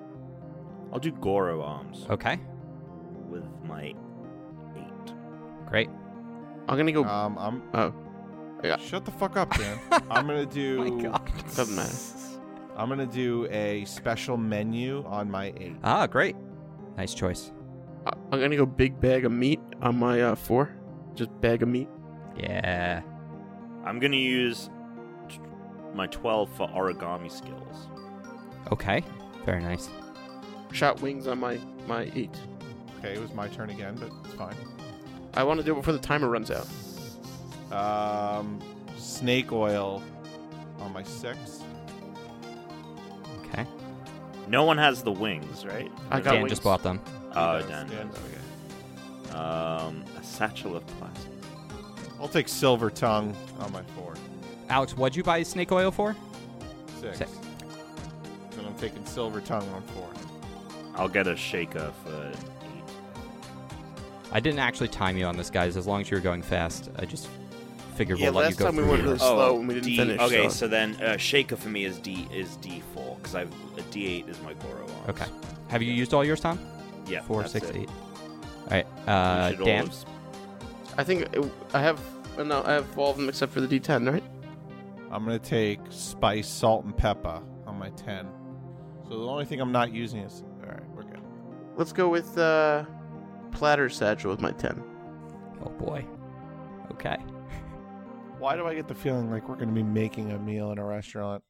S4: I'll do Goro arms
S1: Okay.
S4: with my eight.
S1: Great.
S3: I'm gonna go.
S2: Um, I'm.
S3: oh, Yeah. Oh
S2: Shut the fuck up,
S3: (laughs)
S2: Dan. I'm gonna do.
S1: Oh My God.
S3: doesn't matter.
S2: I'm gonna do a special menu on my eight.
S1: (laughs) Ah, great. Nice choice.
S3: I- Uh, I'm gonna go big bag of meat on my uh, four. Just bag of meat.
S1: Yeah.
S4: I'm gonna use t- my twelve for origami skills.
S1: Okay. Very nice.
S3: Shot wings on my my eight.
S2: Okay, it was my turn again, but it's fine.
S3: I want to do it before the timer runs out.
S2: Um, snake oil on my six.
S1: Okay.
S4: No one has the wings, right?
S3: I got
S1: Dan
S3: wings.
S1: just bought them.
S4: Oh,
S2: He does,
S4: Dan.
S2: Dan.
S4: Um, a satchel of plastic.
S2: I'll take silver tongue on my four.
S1: Alex, what'd you buy snake oil for?
S2: Six.
S1: Six.
S2: Then I'm taking silver tongue on four.
S4: I'll get a shaker for eight.
S1: I didn't actually time you on this, guys. As long as you were going fast, I just figured
S3: Yeah,
S1: we'll let you
S3: last
S1: go
S3: time we
S1: through
S3: went to
S1: yours.
S3: this- slow and we didn't
S4: Oh, D-
S3: finish,
S4: Okay,
S3: so-
S4: so then uh, shaker for me is D is D four because I've a D eight is my Goro arms.
S1: Okay. Have you used all yours, Tom?
S4: Yeah.
S1: Four,
S4: that's
S1: six,
S4: it.
S1: eight. All right.
S4: We
S1: Uh,
S4: should all
S1: Dan.
S4: have s-
S3: I think it- I have. uh, No, I have all of them except for the D10, right?
S2: I'm gonna take spice, salt, and pepper on my ten. So the only thing I'm not using is all right. We're good.
S3: Let's go with uh, platter satchel with my 10.
S1: Oh boy. Okay.
S2: Why do I get the feeling like we're gonna be making a meal in
S1: (coughs)
S2: a restaurant?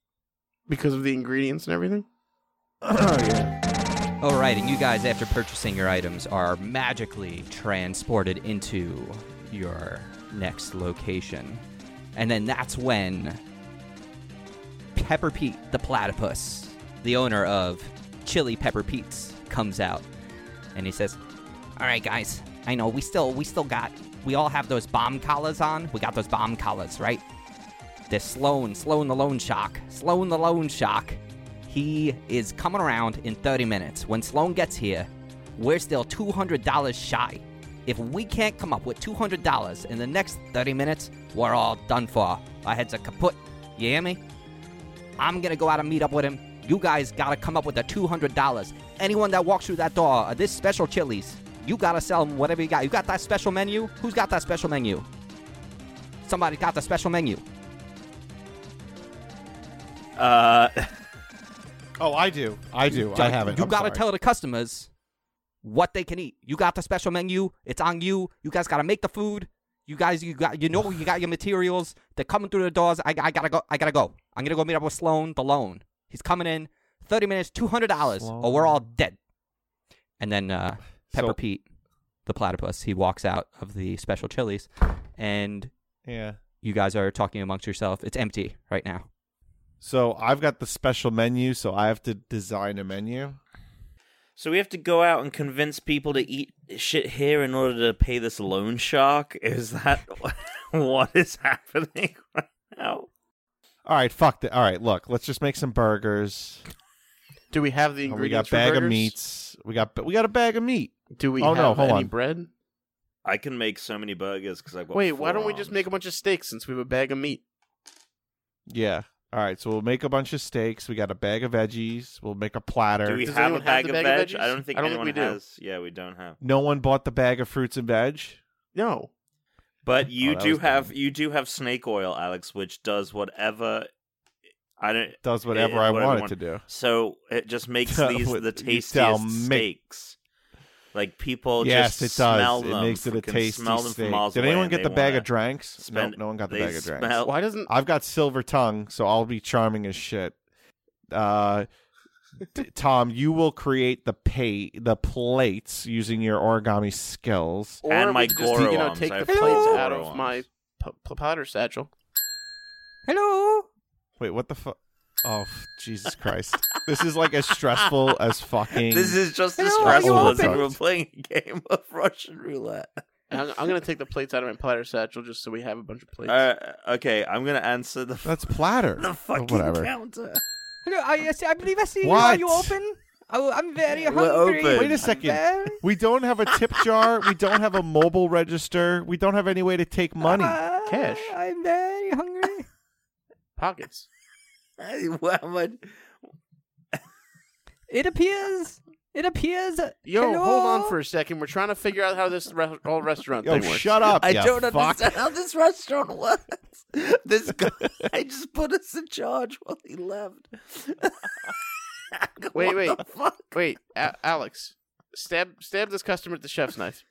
S3: Because of the ingredients and everything?
S1: All right, and you guys, after purchasing your items, are magically transported into your next location. And then that's when Pepper Pete the platypus, the owner of Chili Pepper Pete's, comes out and he says, "All right, guys, I know we still we still got we all have those bomb collars on. We got those bomb collars, right? This Sloan, Sloan the Loan Shock, Sloan the Loan Shock. He is coming around in 30 minutes. When Sloan gets here, we're still $200 shy. If we can't come up with $200 in the next 30 minutes, we're all done for. Our heads are kaput. You hear me? I'm gonna go out and meet up with him. You guys gotta come up with the two hundred dollars. Anyone that walks through that door, uh, this special Chili's, you gotta sell them whatever you got. You got that special menu? Who's got that special menu? Somebody got the special menu.
S4: Uh,
S2: Oh, I do. I do. I haven't.
S1: You
S2: I'm
S1: gotta
S2: sorry.
S1: tell the customers what they can eat. You got the special menu. It's on you. You guys gotta make the food. You guys, you got, you know, you got your materials. They're coming through the doors. I, I gotta go. I gotta go. I'm gonna go meet up with Sloan, the loan. He's coming in. Thirty minutes, two hundred dollars, or we're all dead. And then uh, Pepper
S2: So-
S1: Pete, the platypus, he walks out of the special chilies, and
S2: Yeah.
S1: you guys are talking amongst yourself. It's empty right now.
S2: So I've got the special menu, so I have to design a menu.
S4: so we have to go out and convince people to eat shit here in order to pay this loan shark. Is that (laughs) what is happening (laughs) right now?
S2: All right, fuck that. All right, look, let's just make some burgers.
S3: Do we have the
S2: Oh, we
S3: ingredients?
S2: got
S3: for
S2: bag of
S3: burgers?
S2: meats. We got we got a bag of meat.
S3: Do we
S2: Oh,
S3: have
S2: no, hold
S3: any
S2: on.
S3: bread?
S4: I can make so many burgers because I've got.
S3: Wait,
S4: four
S3: why don't we just
S4: arms.
S3: make a bunch of steaks since we have a bag of meat?
S2: Yeah. All right, so we'll make a bunch of steaks. We got a bag of veggies. We'll make a platter.
S4: Do we
S3: Does
S4: have a
S3: anyone have
S4: bag,
S3: the bag
S4: of,
S3: of
S4: veg? I
S3: veggies?
S4: don't think
S3: I don't think
S4: anyone
S3: we do.
S4: has. Yeah, we don't have.
S2: no one bought the bag of fruits and veg.
S3: No.
S4: But you
S2: Oh, that
S4: do
S2: was
S4: have
S2: dumb.
S4: you do have snake oil, Alex, which does whatever. I don't.
S2: Does whatever
S4: Yeah,
S2: I
S4: whatever
S2: want
S4: you
S2: it to do.
S4: So it just
S2: (laughs)
S4: makes
S2: That
S4: these
S2: would-
S4: the
S2: you tell
S4: tastiest
S2: me.
S4: steaks. Like people
S2: yes,
S4: just
S2: it does.
S4: smell
S2: it
S4: them.
S2: makes it a
S4: can
S2: tasty
S4: smell them
S2: steak.
S4: from miles
S2: Did
S4: away
S2: anyone
S4: and
S2: get
S4: they
S2: the bag
S4: wanna-
S2: of drinks? No,
S4: spend-
S2: nope, no one got the
S4: they
S2: bag of drinks.
S4: smell-
S3: Why doesn't
S2: I've got silver tongue, so I'll be charming as shit. Uh,
S4: (laughs)
S2: t- Tom, you will create the pay the plates using your origami skills.
S3: or
S4: and
S3: we
S4: my
S3: could just
S4: Goro
S3: you know
S4: arms.
S3: take
S4: I
S3: the
S4: have
S3: plates
S4: Goro
S3: out of
S4: arms.
S3: my p- p- powder satchel?
S1: Hello.
S2: Wait, what the fuck? Oh, f- Jesus Christ. this is like as
S4: (laughs)
S2: stressful as fucking.
S4: (laughs) This is just as
S1: Hello, are you
S4: stressful as if
S2: open?
S4: we were playing a game (laughs) of Russian roulette.
S3: I'm, I'm gonna take the plates out of my platter satchel just so we have a bunch of plates.
S4: Uh, okay, I'm gonna answer (laughs) the
S2: That's platter.
S4: the
S2: Or
S4: fucking
S2: Whatever.
S4: counter.
S1: No, I, I see- I believe I see you. Are
S2: What?
S1: you open? Oh, I'm very
S4: We're
S1: hungry.
S6: (laughs)
S4: open. (laughs)
S2: Wait a second.
S1: I'm very-
S2: We don't have a tip jar. We don't have a mobile register. We don't have any way to take money.
S4: Uh,
S1: Ah,
S3: Cash.
S1: I'm very hungry.
S3: Pockets.
S4: Hey, What am I?
S1: It appears. It appears.
S3: Yo,
S1: Hello?
S3: hold on for a second. We're trying to figure out how this re- whole restaurant
S2: Yo,
S3: thing works.
S2: shut up.
S4: I
S2: you
S4: don't
S2: fuck.
S4: understand how this restaurant
S6: (laughs)
S4: works. This guy I just put us in charge while he left.
S3: Wait,
S4: What
S3: wait.
S4: the fuck?
S3: Wait, A- Alex, stab stab this customer with the chef's knife.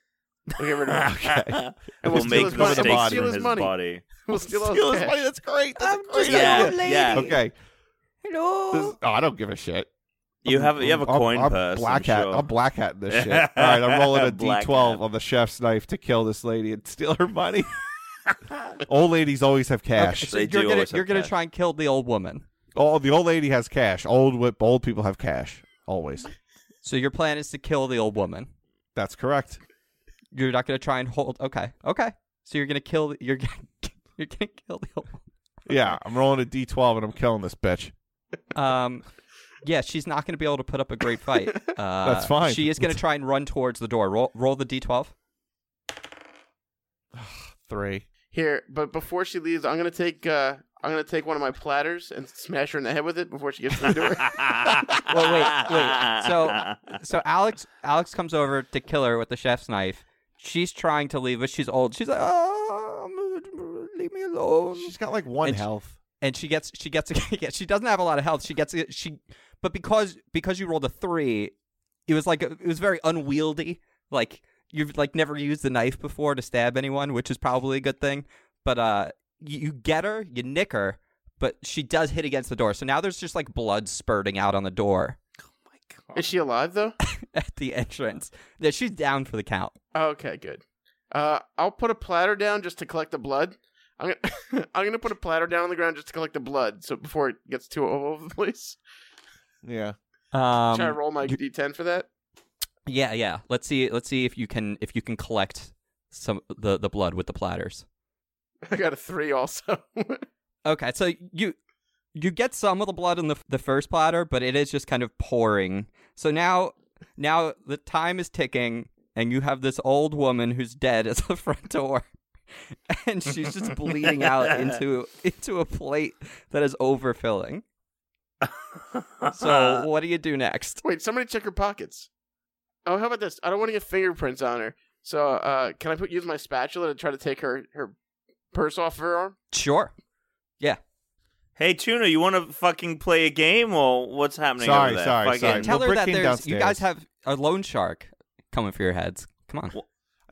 S3: We'll get rid of him.
S2: Okay.
S4: And
S3: We'll
S4: (laughs) we'll
S3: steal
S4: make
S3: his money.
S4: mistakes
S2: We'll steal
S4: from
S3: his
S4: his
S3: money.
S4: body.
S3: We'll steal all
S2: Steal
S3: his
S2: his money.
S3: cash.
S2: That's great. That's
S1: I'm
S2: a
S1: just
S2: great.
S1: an
S4: Yeah,
S1: old lady.
S4: yeah.
S2: (laughs) Okay.
S1: Hello.
S2: This- oh, I don't give a shit.
S4: You have you have a
S2: I'll-
S4: coin
S2: I'll
S4: purse.
S2: Black
S4: I'm
S2: hat.
S4: sure.
S2: I'll black hat this
S4: (laughs)
S2: shit. All right, I'm rolling a
S4: Black
S2: D12
S4: hat.
S2: on the chef's knife to kill this lady and steal
S4: (laughs)
S2: her money. old ladies always have cash.
S1: so
S4: They do
S1: you're gonna
S4: always have
S1: you're gonna
S4: cash.
S1: try and kill the old woman.
S2: Oh, the old lady has cash. Old wi- old people have cash always.
S1: So your plan is to kill the old woman.
S2: That's correct.
S1: You're not gonna try and hold. Okay. Okay. So you're gonna kill. You're gonna (laughs) you're gonna kill the old.
S2: Yeah, I'm rolling a D12 and I'm killing this bitch.
S1: Um, yeah, she's not going to be able to put up a great
S4: (laughs)
S1: fight. Uh,
S2: That's fine.
S1: She is going to try and run towards the door. Roll, roll the d12.
S2: Three.
S3: Here, but before she leaves, I'm gonna take uh, I'm gonna take one of my platters and smash her in the head with it before she gets to the
S2: (laughs)
S3: door.
S4: (laughs)
S1: Well, wait, wait. So, so Alex, Alex comes over to kill her with the chef's knife. She's trying to leave, but she's old. She's like, "Oh, leave me alone."
S2: She's got like one
S1: And she-
S2: health.
S1: and she gets she gets (laughs) yeah, she doesn't have a lot of health. She gets she but because because you rolled a 3, it was like it was very unwieldy. Like you've like never used the knife before to stab anyone, which is probably a good thing. But uh you, you get her, you nick her, but she does hit against the door. So now there's just like blood spurting out on the door (laughs)
S3: Is she alive though?
S1: at the entrance. Yeah, she's down for the count.
S3: Okay, good. Uh, I'll put a platter down just to collect the blood. I'm gonna (laughs) I'm gonna put a platter down on the ground just to collect the blood. So before it gets too all over the place,
S2: Yeah.
S1: Um,
S3: should I roll my d10 for that?
S1: yeah, yeah. Let's see let's see if you can if you can collect some the the blood with the platters.
S3: I got a three also. (laughs)
S1: Okay, so you you get some of the blood in the the first platter, but it is just kind of pouring. So now now the time is ticking, and you have this old woman who's dead at the (laughs) front door, and she's just bleeding out into into a plate that is overfilling.
S4: (laughs)
S1: So what do you do next?
S3: Wait, somebody check her pockets. Oh, how about this? I don't want to get fingerprints on her. So, uh, can I put use my spatula to try to take her her purse off of her arm?
S1: Sure.
S4: hey, Tuna, you want to fucking play a game or what's happening?
S2: Sorry,
S4: over there?
S2: sorry,
S4: Fucking-
S2: sorry.
S1: Tell
S2: We'll
S1: her
S2: break
S1: that
S2: in
S1: there's you guys
S2: downstairs.
S1: have a loan shark coming for your heads. Come on.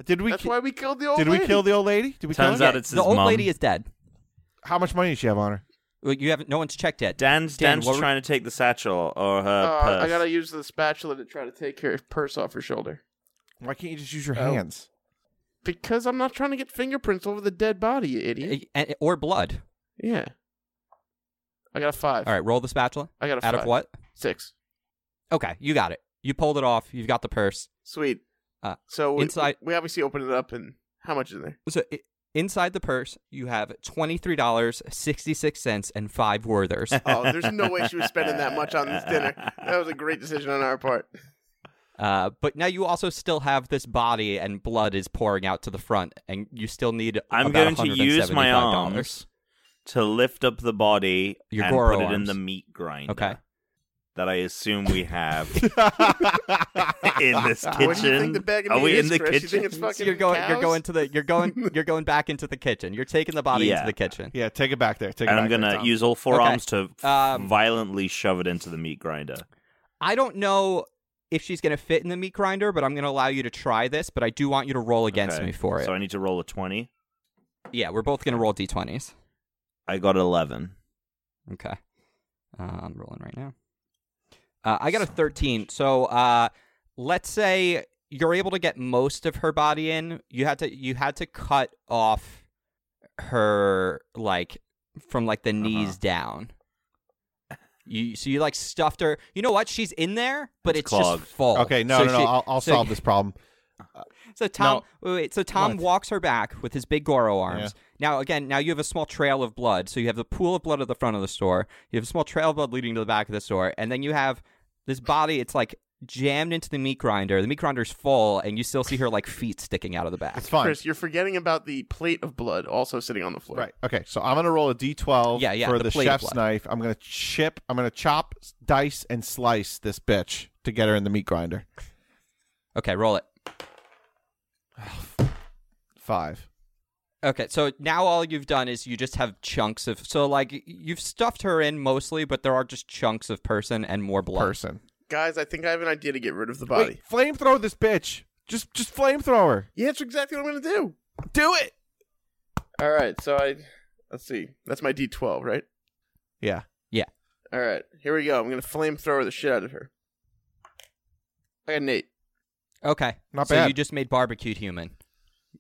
S2: Did we?
S3: That's
S2: ki-
S3: why we killed the old.
S2: did we
S3: lady.
S2: kill the old lady? Did we
S4: Turns
S2: kill her?
S4: out it's
S1: the
S4: his
S1: old
S4: mom.
S1: lady is dead.
S2: How much money does she have on her?
S1: Well, You haven't. No one's checked yet.
S4: Dan's
S1: Dan,
S4: Dan's
S1: what were-
S4: trying to take the satchel or her
S3: Uh,
S4: purse.
S3: I gotta use the spatula to try to take her purse off her shoulder
S2: Why can't you just use your
S3: Oh.
S4: (laughs)
S2: hands?
S3: because I'm not trying to get fingerprints over the dead body, you idiot.
S1: Eh, And- or blood.
S3: Yeah. I got a five.
S1: All right, roll the spatula.
S3: I got a
S1: Out
S3: five.
S1: of what?
S3: Six.
S1: Okay, you got it. You pulled it off. You've got the purse.
S3: Sweet.
S1: Uh,
S3: so we,
S1: inside-
S3: we obviously opened it up, and how much is
S1: (laughs)
S3: in there?
S1: So i inside the purse, you have twenty three dollars sixty six cents and five Werthers.
S4: (laughs)
S3: Oh, there's no way she was spending that much on this dinner. That was a great decision on our part.
S1: uh, but now you also still have this body, and blood is pouring out to the front, and you still need.
S4: I'm
S1: about
S4: going to use my
S1: $175.
S4: arms to lift up the body
S1: Your
S4: and
S1: Goro
S4: put it in
S1: arms.
S4: the meat grinder.
S1: Okay.
S4: That I assume we
S2: (laughs)
S4: have in
S2: in
S4: this
S3: What do you think
S4: kitchen.
S3: the bag of
S4: Are
S3: meat
S4: we
S3: is,
S4: in the
S3: Chris? You think
S4: kitchen?
S3: it's fucking
S1: you're going. You're
S3: cows?
S1: going to the. You're
S4: (laughs)
S1: going. You're going back into the kitchen. You're taking the body
S4: Yeah.
S1: into the kitchen.
S2: Yeah, take it back there. Take
S4: and
S2: it
S4: I'm
S2: back there,
S4: gonna
S2: Tom.
S4: use all four
S1: Okay.
S4: arms to f-
S1: Um,
S4: violently shove it into the meat grinder.
S1: I don't know if she's going to fit in the meat grinder, but I'm going to allow you to try this. But I do want you to roll against
S4: Okay.
S1: me for it.
S4: So I need to roll a twenty.
S1: Yeah, we're both going to roll d20s.
S4: I got eleven.
S1: Okay. Uh, I'm rolling right now. Uh, I got a 13. So uh, let's say you're able to get most of her body in. You had to you had to cut off
S4: Uh-huh.
S1: her like from like the knees down. You so you like stuffed her. You know what? She's in there, but
S4: It's
S1: it's,
S4: clogged.
S1: just full.
S2: Okay, no,
S1: So
S2: no, no.
S1: she-
S2: I'll, I'll
S1: so-
S2: solve this problem.
S1: So Tom, wait, wait, so Tom
S2: What?
S1: walks her back with his big Goro arms. Now again, now you have a small trail of blood. So you have the pool of blood at the front of the store. You have a small trail of blood leading to the back of the store, and then you have this body. It's like jammed into the meat grinder. The meat grinder's full, and you still see her like feet sticking out of the back.
S2: It's fine.
S3: Chris, you're forgetting about the plate of blood also sitting on the floor.
S2: Right. Okay. So I'm gonna roll a d12
S1: Yeah, yeah,
S2: for
S1: the
S2: the,
S1: plate of
S2: chef's
S1: blood.
S2: knife. I'm gonna chip. I'm gonna chop, dice, and slice this bitch to get her in the meat grinder.
S1: (laughs) Okay, roll it.
S2: Five.
S1: Okay, so now all you've done is you just have chunks of so like you've stuffed her in mostly, but there are just chunks of person and more blood.
S2: Person.
S3: Guys, I think I have an idea to get rid of the body.
S2: Wait, flamethrow this bitch. Just, just flamethrower.
S3: Yeah, that's exactly what I'm gonna do.
S2: Do it.
S3: All right, so I let's see. That's my D12, right?
S2: Yeah.
S1: Yeah.
S3: All right, here we go. I'm gonna flamethrower the shit out of her. I got an eight.
S1: Okay,
S2: Not
S1: so
S2: bad.
S1: you just made barbecued human.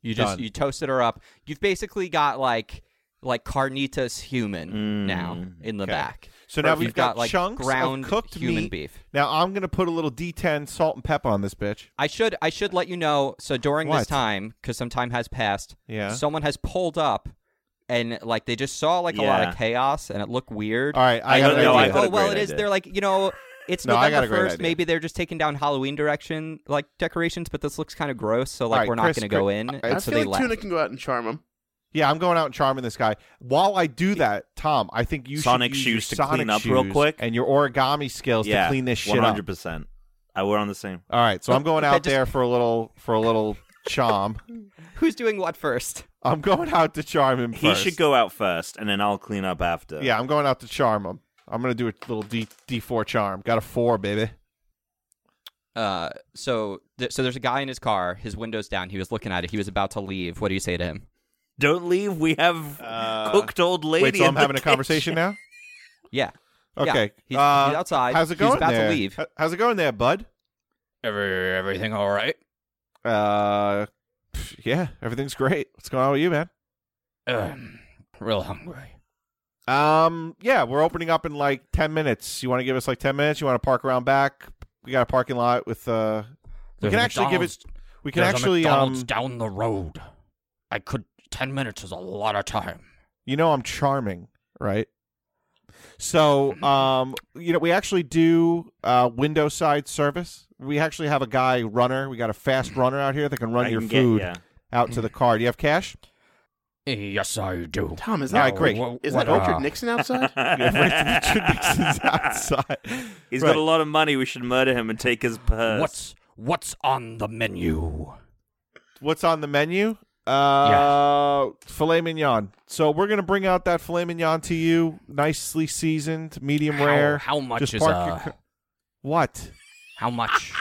S1: You just
S2: Done.
S1: you toasted her up. You've basically got like like carnitas human now
S4: Mm,
S1: in the
S2: okay.
S1: back.
S2: So now
S1: You've
S2: we've got,
S1: like
S2: chunks
S1: ground
S2: of cooked
S1: human
S2: meat.
S1: beef.
S2: Now I'm gonna put a little D10 salt and pepper on this bitch.
S1: I should I should let you know. So during this
S2: What?
S1: time, because some time has passed,
S2: Yeah.
S1: someone has pulled up, and like they just saw like a lot
S4: Yeah.
S1: of chaos, and it looked weird.
S2: All right. I,
S4: I
S2: got
S4: don't
S2: an
S4: know,
S2: idea.
S4: I got
S1: oh
S4: a
S1: well,
S4: great
S1: it is.
S4: idea.
S1: They're like you know, it's
S2: No, I got
S1: November
S2: a great
S1: first.
S2: idea.
S1: Maybe they're just taking down Halloween direction like decorations, but this looks kind of gross, so
S2: All
S1: like
S2: right,
S1: we're not
S2: Chris,
S1: going to go
S2: Chris,
S1: in.
S2: I-
S1: and
S3: I
S1: so
S3: feel
S1: they
S3: like
S1: left.
S3: Tuna can go out and charm him.
S2: Yeah, I'm going out and charming this guy. While I do that, Tom, I think you
S4: Sonic
S2: should use
S4: shoes to
S2: your Sonic
S4: clean up real
S2: shoes
S4: quick.
S2: and your origami skills
S4: yeah,
S2: to clean this shit
S4: One
S2: up.
S4: hundred percent. I we're on the same.
S2: All right, so I'm going out
S1: just-
S2: there for a little for a little charm.
S1: (laughs) Who's doing what first?
S2: I'm going out to charm him.
S4: He
S2: first.
S4: should go out first, and then I'll clean up after.
S2: Yeah, I'm going out to charm him. I'm gonna do a little D D4 charm. Got a four, baby.
S1: Uh, so th- so there's a guy in his car. His window's down. He was looking at it. He was about to leave. What do you say to him?
S4: Don't leave. We have
S2: Uh,
S4: cooked old lady.
S2: Wait, so
S4: in
S2: I'm
S4: the
S2: having a
S4: kitchen.
S2: conversation now.
S1: (laughs) Yeah. Yeah,
S2: Okay.
S1: he's-
S2: uh,
S1: he's outside.
S2: How's it
S1: He's
S2: going
S1: about to
S2: there?
S1: leave.
S2: H- How's it going there, bud?
S1: Every, everything all right?
S2: Uh, pff, yeah, everything's great. What's going on with you, man?
S1: Um, real hungry.
S2: Um, yeah, we're opening up in like ten minutes. You want to give us like ten minutes? You want to park around back? We got a parking lot with uh. We
S6: There's
S2: can
S6: a
S2: actually give it.
S6: McDonald's-
S2: We can
S6: there's a
S2: actually
S6: McDonald's
S2: um.
S6: down the road. I could. Ten minutes is a lot of time.
S2: You know I'm charming, right? So
S4: Mm-hmm.
S2: um, you know we actually do uh window side service. We actually have a guy runner. We got a fast runner out here that can run
S4: I
S2: your
S4: can get-
S2: food
S4: yeah.
S2: out to the car. Do you
S4: (laughs)
S2: have cash? (laughs)
S6: Yes, I do.
S3: Tom, is
S2: All
S3: that
S2: right, great.
S6: Wh-
S3: is
S6: what,
S3: that Richard
S6: uh,
S1: (laughs)
S3: Nixon
S4: (laughs)
S3: outside?
S2: Yeah, Richard Nixon's (laughs) outside.
S4: He's
S2: Right.
S4: got a lot of money. We should murder him and take his purse.
S6: What's what's on the menu?
S2: what's on the menu? Uh, filet mignon. So we're gonna bring out that filet mignon to you, nicely seasoned, medium
S6: How-
S2: rare.
S6: How, much
S2: Just
S6: is
S2: park
S6: uh,
S2: your ca- what?
S4: (laughs)
S6: How much?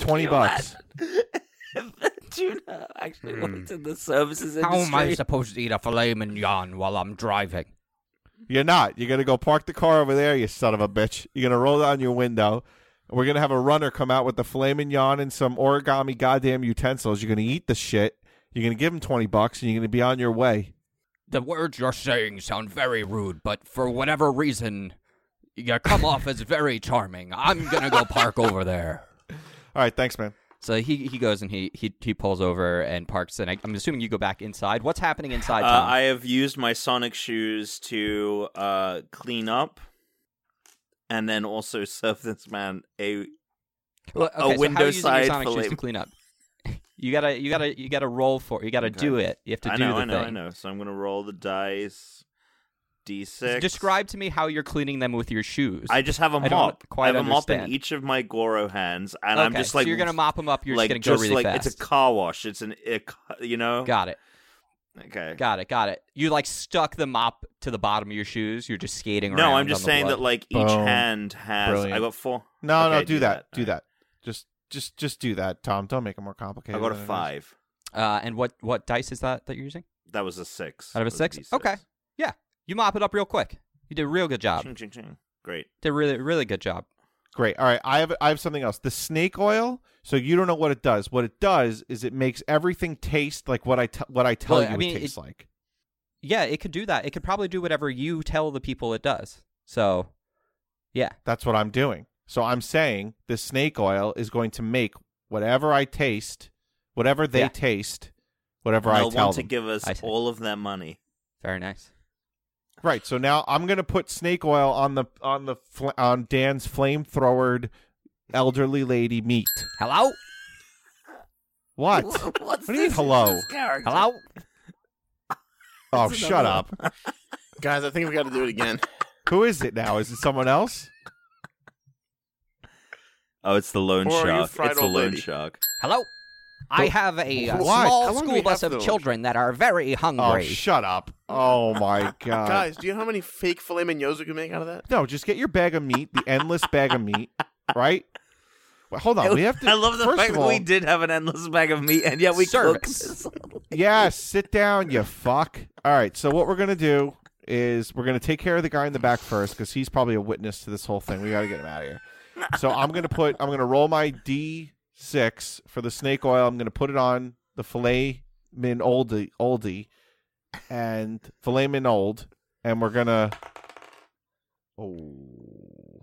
S2: Twenty bucks.
S7: tuna actually worked in the services industry.
S6: how am I supposed to eat a filet mignon while I'm driving?
S2: You're not. You're gonna go park the car over there, you son of a bitch. You're gonna roll down your window. and We're gonna have a runner come out with the filet mignon and some origami goddamn utensils. You're gonna eat the shit. You're gonna give him twenty bucks, and you're gonna be on your way.
S6: The words you're saying sound very rude, but for whatever reason, you come off as very charming. I'm gonna go park over there.
S2: All right, thanks, man.
S1: So he, he goes and he, he he pulls over and parks. And I, I'm assuming you go back inside. What's happening inside?
S4: Uh,
S1: Tom?
S4: I have used my Sonic shoes to uh, clean up, and then also (laughs) serve this man a.
S1: Well, okay,
S4: a
S1: so how are you
S4: window
S1: using your
S4: side
S1: Sonic shoes
S4: fillet.
S1: to clean up. (laughs) You gotta, you gotta, you gotta roll for. it. You gotta
S4: Okay.
S1: do it. You have to
S4: I
S1: do
S4: know,
S1: the
S4: I know,
S1: thing.
S4: I know. So I'm gonna roll the dice. D
S1: So
S4: six.
S1: Describe to me how you're cleaning them with your shoes.
S4: I just have a
S1: I don't
S4: mop.
S1: quite
S4: I have a mop in
S1: understand.
S4: each of my Goro hands, and I'm
S1: Okay,
S4: just like
S1: so you're gonna mop them up. You're
S4: like
S1: just gonna
S4: just
S1: go really
S4: like
S1: fast.
S4: it's a car wash. It's an a ca- you know.
S1: got it,
S4: okay.
S1: got it, got it. You like stuck the mop to the bottom of your shoes. You're just skating around.
S4: No, I'm just
S1: on the
S4: saying
S1: blood.
S4: that like each
S2: Boom.
S4: hand has. I
S2: Brilliant.
S4: got four.
S2: No,
S4: Okay,
S2: no, do, that. Do
S4: Alright.
S2: that. Just, just, just do that, Tom. Don't make it more complicated.
S4: I got a
S2: than it is.
S4: five.
S1: Uh, and what what dice is that that you're using?
S4: That was a six.
S1: Out of a
S4: That was
S1: six?
S4: D6.
S1: Okay. Uh, You mop it up real quick. You did a real good job.
S4: Ching, ching, ching. Great.
S1: Did a really really good job.
S2: Great. All right, I have, I have something else. The snake oil. So you don't know what it does. What it does is it makes everything taste like what I, t- what I tell
S1: Well,
S2: you
S1: I mean,
S2: it tastes
S1: it-
S2: like.
S1: Yeah, it could do that. It could probably do whatever you tell the people it does. So Yeah.
S2: That's what I'm doing. So I'm saying this snake oil is going to make whatever I taste, whatever they
S1: Yeah.
S2: taste, whatever I
S4: They'll
S2: tell
S4: want to
S2: them.
S4: give us
S1: I see.
S4: all of their money.
S1: Very nice.
S2: Right. So now I'm going to put snake oil on the on the fl- on Dan's flamethrowered elderly lady meat.
S1: Hello?
S3: (laughs)
S2: What?
S7: What's what
S2: do you mean, hello?
S7: character?
S1: Hello?
S2: oh, shut up.
S3: Guys, I think we got to do it again.
S2: Who is it now? Is it someone else?
S4: Oh, it's the loan
S3: Or you
S4: shark.
S3: fried
S4: It's the
S3: old
S4: loan
S3: lady.
S4: shark.
S3: (laughs)
S6: Hello? I have a uh,
S2: Why?
S6: small
S3: How long do we
S6: school bus
S3: have
S6: of
S3: those?
S6: children that are very
S2: Oh,
S6: hungry.
S2: shut up. Oh (laughs) my god.
S3: Guys, do you know how many fake filet mignons we can make out of that?
S2: No, just get your bag of meat, the endless bag of meat, right? Well, hold on. We have to
S4: I love the
S2: first
S4: fact
S2: of
S4: that we
S2: all-
S4: did have an endless bag of meat, and yet we cooked.
S6: Service.
S2: Yeah, sit down, you fuck. All right, so what we're gonna do is we're gonna take care of the guy in the back first because he's probably a witness to this whole thing. We gotta get him out of here. So I'm gonna put I'm gonna roll my D six for the snake oil. I'm gonna put it on the filet min oldie oldie and filet min old, and we're gonna. Oh,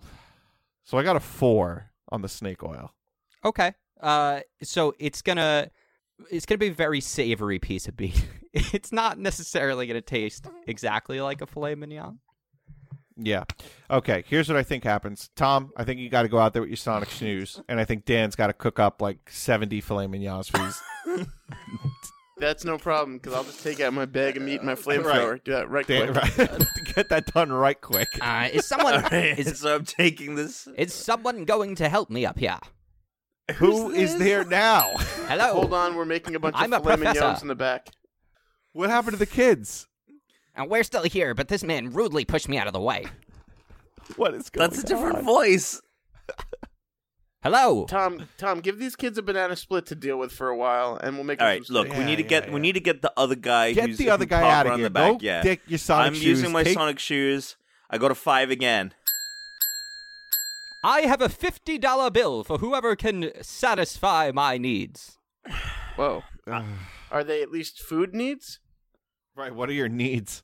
S2: so I got a four on the snake oil.
S1: Okay. Uh, so it's gonna it's gonna be a very savory piece of
S6: (laughs)
S1: meat. it's not necessarily gonna taste exactly like a filet mignon.
S2: Yeah. Okay. Here's what I think happens. Tom, I think you got to go out there with your sonic snooze, and I think Dan's got to cook up like 70 filet mignons for
S4: (laughs)
S2: these.
S3: That's no problem because I'll just take out my bag of meat and my flamethrower. Do that right
S2: Dan,
S3: quick.
S2: (laughs) get that done right quick.
S6: Uh, is someone is,
S4: so I'm
S1: (laughs)
S4: taking this.
S6: (laughs) is someone going to help me up here?
S2: Who is
S4: (laughs)
S2: there now?
S6: Hello.
S3: Hold on, we're making a bunch
S6: I'm a
S3: of filet
S6: professor.
S3: mignons in the back.
S2: what happened to the kids?
S6: And we're still here, but this man rudely pushed me out of the way.
S2: What is going
S4: That's a different voice.
S6: Hello.
S3: Tom, Tom, give these kids a banana split to deal with for a while, and we'll make.
S4: All
S3: them
S4: right,
S3: some
S4: look,
S3: steak.
S4: we
S2: Yeah,
S4: need to
S2: yeah,
S4: get
S2: yeah.
S4: we need to get the other guy.
S2: Get
S4: who's,
S2: the other
S4: who
S2: guy
S4: parked
S2: out of
S4: around
S2: here.
S4: The back.
S2: Go
S4: yeah,
S2: dick your sonic
S4: I'm
S2: shoes.
S4: using my
S2: Take-
S4: sonic shoes. I got a five again.
S6: I have a $50 bill for whoever can satisfy my needs. (sighs)
S3: Whoa, are they at least food needs?
S2: Right. What are your needs?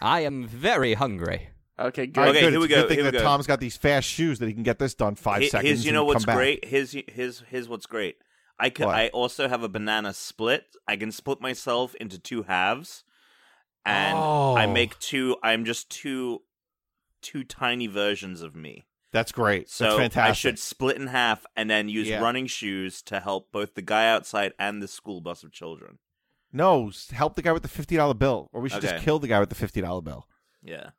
S6: I am very hungry.
S3: Okay,
S2: All
S3: good.
S2: right,
S4: Okay,
S2: good.
S4: here
S2: It's
S4: we
S2: a
S4: go,
S2: Good thing
S4: here we
S2: that
S4: go.
S2: Tom's got these fast shoes that he can get this done five
S4: Here-
S2: seconds.
S4: Here's you
S2: and
S4: know what's
S2: come back.
S4: great. Here's here's here's what's great. I can
S2: What?
S4: I also have a banana split. I can split myself into two halves, and I
S2: Oh.
S4: make two. I'm just two two tiny versions of me.
S2: That's great. That's
S4: So
S2: fantastic.
S4: I should split in half and then use
S2: Yeah.
S4: running shoes to help both the guy outside and the school bus of children.
S2: No, s- help the guy with the fifty dollar bill, or we should just
S4: Okay.
S2: kill the guy with the fifty dollar bill.
S4: Yeah,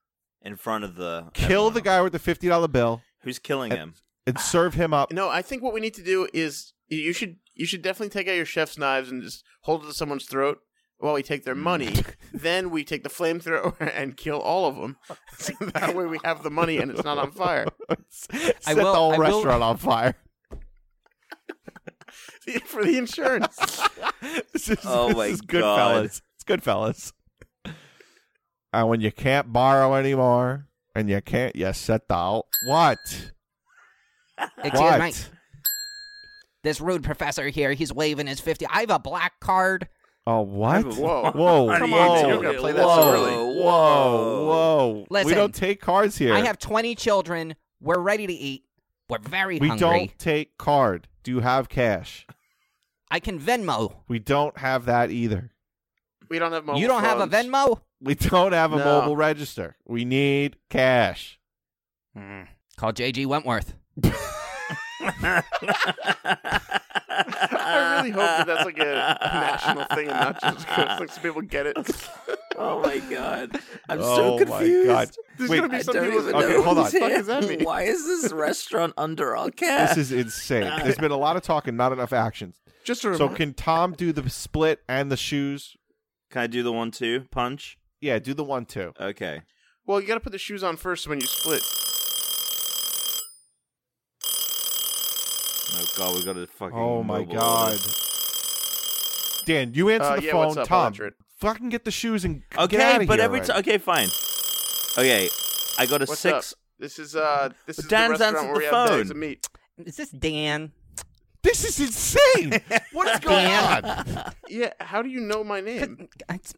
S4: in front of the
S2: Kill
S4: everyone
S2: the
S4: else.
S2: guy with the fifty dollar bill
S4: who's killing
S2: and-
S4: him.
S2: and
S3: Ah,
S2: serve him up.
S3: No, I think what we need to do is y- you should you should definitely take out your chef's knives and just hold it to someone's throat while we
S6: Mm.
S3: take their
S6: (laughs)
S3: money. then we take the flamethrower (laughs) and kill all of them. (laughs) So that way we have the money and it's not on fire. (laughs)
S2: (laughs) Set
S1: I
S2: the
S1: will-
S2: whole
S1: I will-
S2: restaurant on fire.
S3: For the insurance.
S2: this is,
S4: Oh
S2: this
S4: my
S2: is good,
S4: God.
S2: fellas. It's good, fellas. And when you can't borrow anymore, and you can't, you set the out. What?
S6: Excuse
S2: what?
S6: me. This rude professor here, he's waving his 50. I have a black card.
S2: Oh, what?
S3: Whoa.
S2: Whoa,
S3: Come
S2: whoa,
S3: on, man. You're going to play that so
S2: whoa,
S3: early.
S2: Whoa, whoa. we
S6: Listen,
S2: don't take cards here.
S6: I have 20 children. We're ready to eat. We're very
S2: we
S6: hungry.
S2: don't take card. Do you have cash?
S6: I can Venmo.
S2: We don't have that either.
S3: We don't have mobile
S6: You don't have a
S3: phones.
S6: Venmo?
S2: We don't have a
S3: No.
S2: mobile register. We need cash. Hmm.
S6: Mm. Call JG Wentworth.
S3: I
S4: I
S3: really hope that that's like a national thing and not just (laughs) like some people get it.
S7: (laughs) Oh my god.
S2: (laughs)
S4: I'm
S2: oh
S4: so
S2: my
S4: confused.
S2: god.
S3: There's
S2: Wait,
S3: gonna be
S7: I
S3: some
S7: don't
S3: people that
S7: even
S2: Okay,
S7: know
S2: hold
S7: who's
S3: What the fuck
S7: here.
S3: does that mean?
S7: Why is this restaurant under our care?
S2: This is insane. There's been a lot of talk and not enough action.
S3: Just a
S2: So
S3: reminder.
S2: can Tom do the split and the shoes?
S4: Can I do the one two punch?
S2: Yeah, do the one two.
S4: Okay.
S3: Well, you gotta put the shoes on first when you split.
S4: Oh god, we got a fucking.
S2: Oh my
S4: mobile
S2: god.
S4: order.
S2: Dan, you answer
S3: Uh,
S2: the
S3: yeah,
S2: phone,
S3: what's up? I'll
S2: Tom.
S3: answer it.
S2: Fucking get the shoes and g- get out
S4: Okay,
S2: of
S4: but
S2: here
S4: every
S2: already.
S4: time. Okay, fine. Okay, I got a
S3: What's
S4: six.
S3: This is uh, this is
S4: Dan's
S3: the restaurant
S4: answered
S3: where we
S4: the
S3: have
S4: phone.
S3: bags of meat.
S6: Is this Dan?
S2: this is
S3: (laughs)
S2: insane. What's going
S6: Dan.
S2: on?
S1: (laughs)
S3: Yeah, how do you know my name?
S6: It's-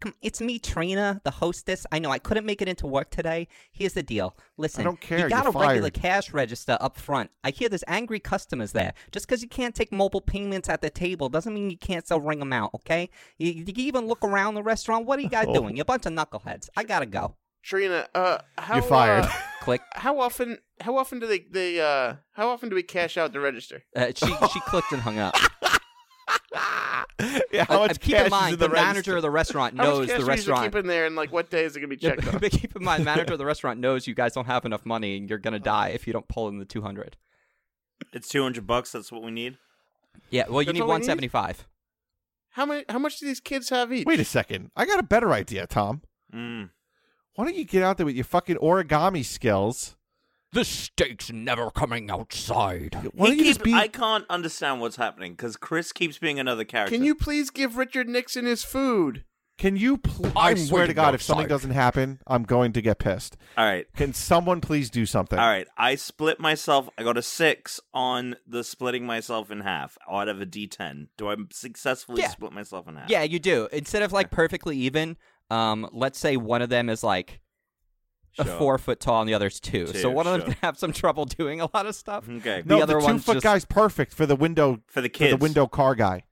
S8: Come, it's me, Trina, the hostess. I know I couldn't make it into work today. Here's the deal. Listen,
S2: don't care.
S8: you got
S2: You're
S8: a regular
S2: fired.
S8: cash register up front. I hear there's angry customers there. Just because you can't take mobile payments at the table doesn't mean you can't still ring them out, okay? You, you can even look around the restaurant. What are you guys
S2: Oh.
S8: doing? You're a bunch of knuckleheads. I gotta go.
S3: Trina, uh, how
S2: You're fired.
S3: uh,
S8: Click.
S3: how often? How often do they? They uh, how often do we cash out the register?
S8: Uh,
S2: (laughs)
S8: she she clicked and hung up.
S2: (laughs) yeah,
S8: Uh,
S2: (laughs) how
S8: uh,
S2: much
S8: keep
S2: cash
S8: in mind,
S2: is in the,
S8: manager of the restaurant
S2: (laughs)
S3: How much
S8: knows the
S3: cash do we usually
S8: restaurant.
S3: Keep
S8: (laughs)
S3: in there, and like what day is it gonna be
S1: Yeah, (laughs)
S3: checked
S1: but,
S3: on?
S1: but keep in mind, manager of the restaurant knows you guys don't have enough money, and you're
S2: (laughs) Oh.
S1: gonna die if you don't pull in the two hundred.
S4: It's two hundred bucks. That's what we need.
S1: Yeah, well, you
S3: That's
S1: need
S3: all we need?
S1: one seventy five.
S3: How many? How much do these kids have each?
S2: Wait a second. I got a better idea, Tom.
S4: Mm.
S2: Why don't you get out there with your fucking origami skills?
S6: The steak's never coming outside.
S2: Why
S4: He
S2: don't you just
S4: keep-
S2: be?
S4: I can't understand what's happening because Chris keeps being another character.
S3: Can you please give Richard Nixon his food?
S2: Can you? Pl- I
S6: I'm
S2: swear to
S6: waiting
S2: God, if something
S6: outside.
S2: doesn't happen, I'm going to get pissed.
S4: All right.
S2: Can someone please do something?
S4: All right, I split myself. I got a six on the splitting myself in half out of a D10. Do I successfully
S1: Yeah.
S4: split myself in half?
S1: Yeah, you do. Instead of like perfectly even, um, let's say one of them is like a
S4: Sure.
S1: four foot tall and the other's two. so
S4: Two,
S1: one of them
S4: sure.
S1: can have some trouble doing a lot of stuff.
S4: Okay.
S1: The
S2: No,
S1: other
S2: the two
S1: one's
S2: foot
S1: just-
S2: guy's perfect for the window.
S4: For the
S2: for
S4: kids.
S2: the window car guy.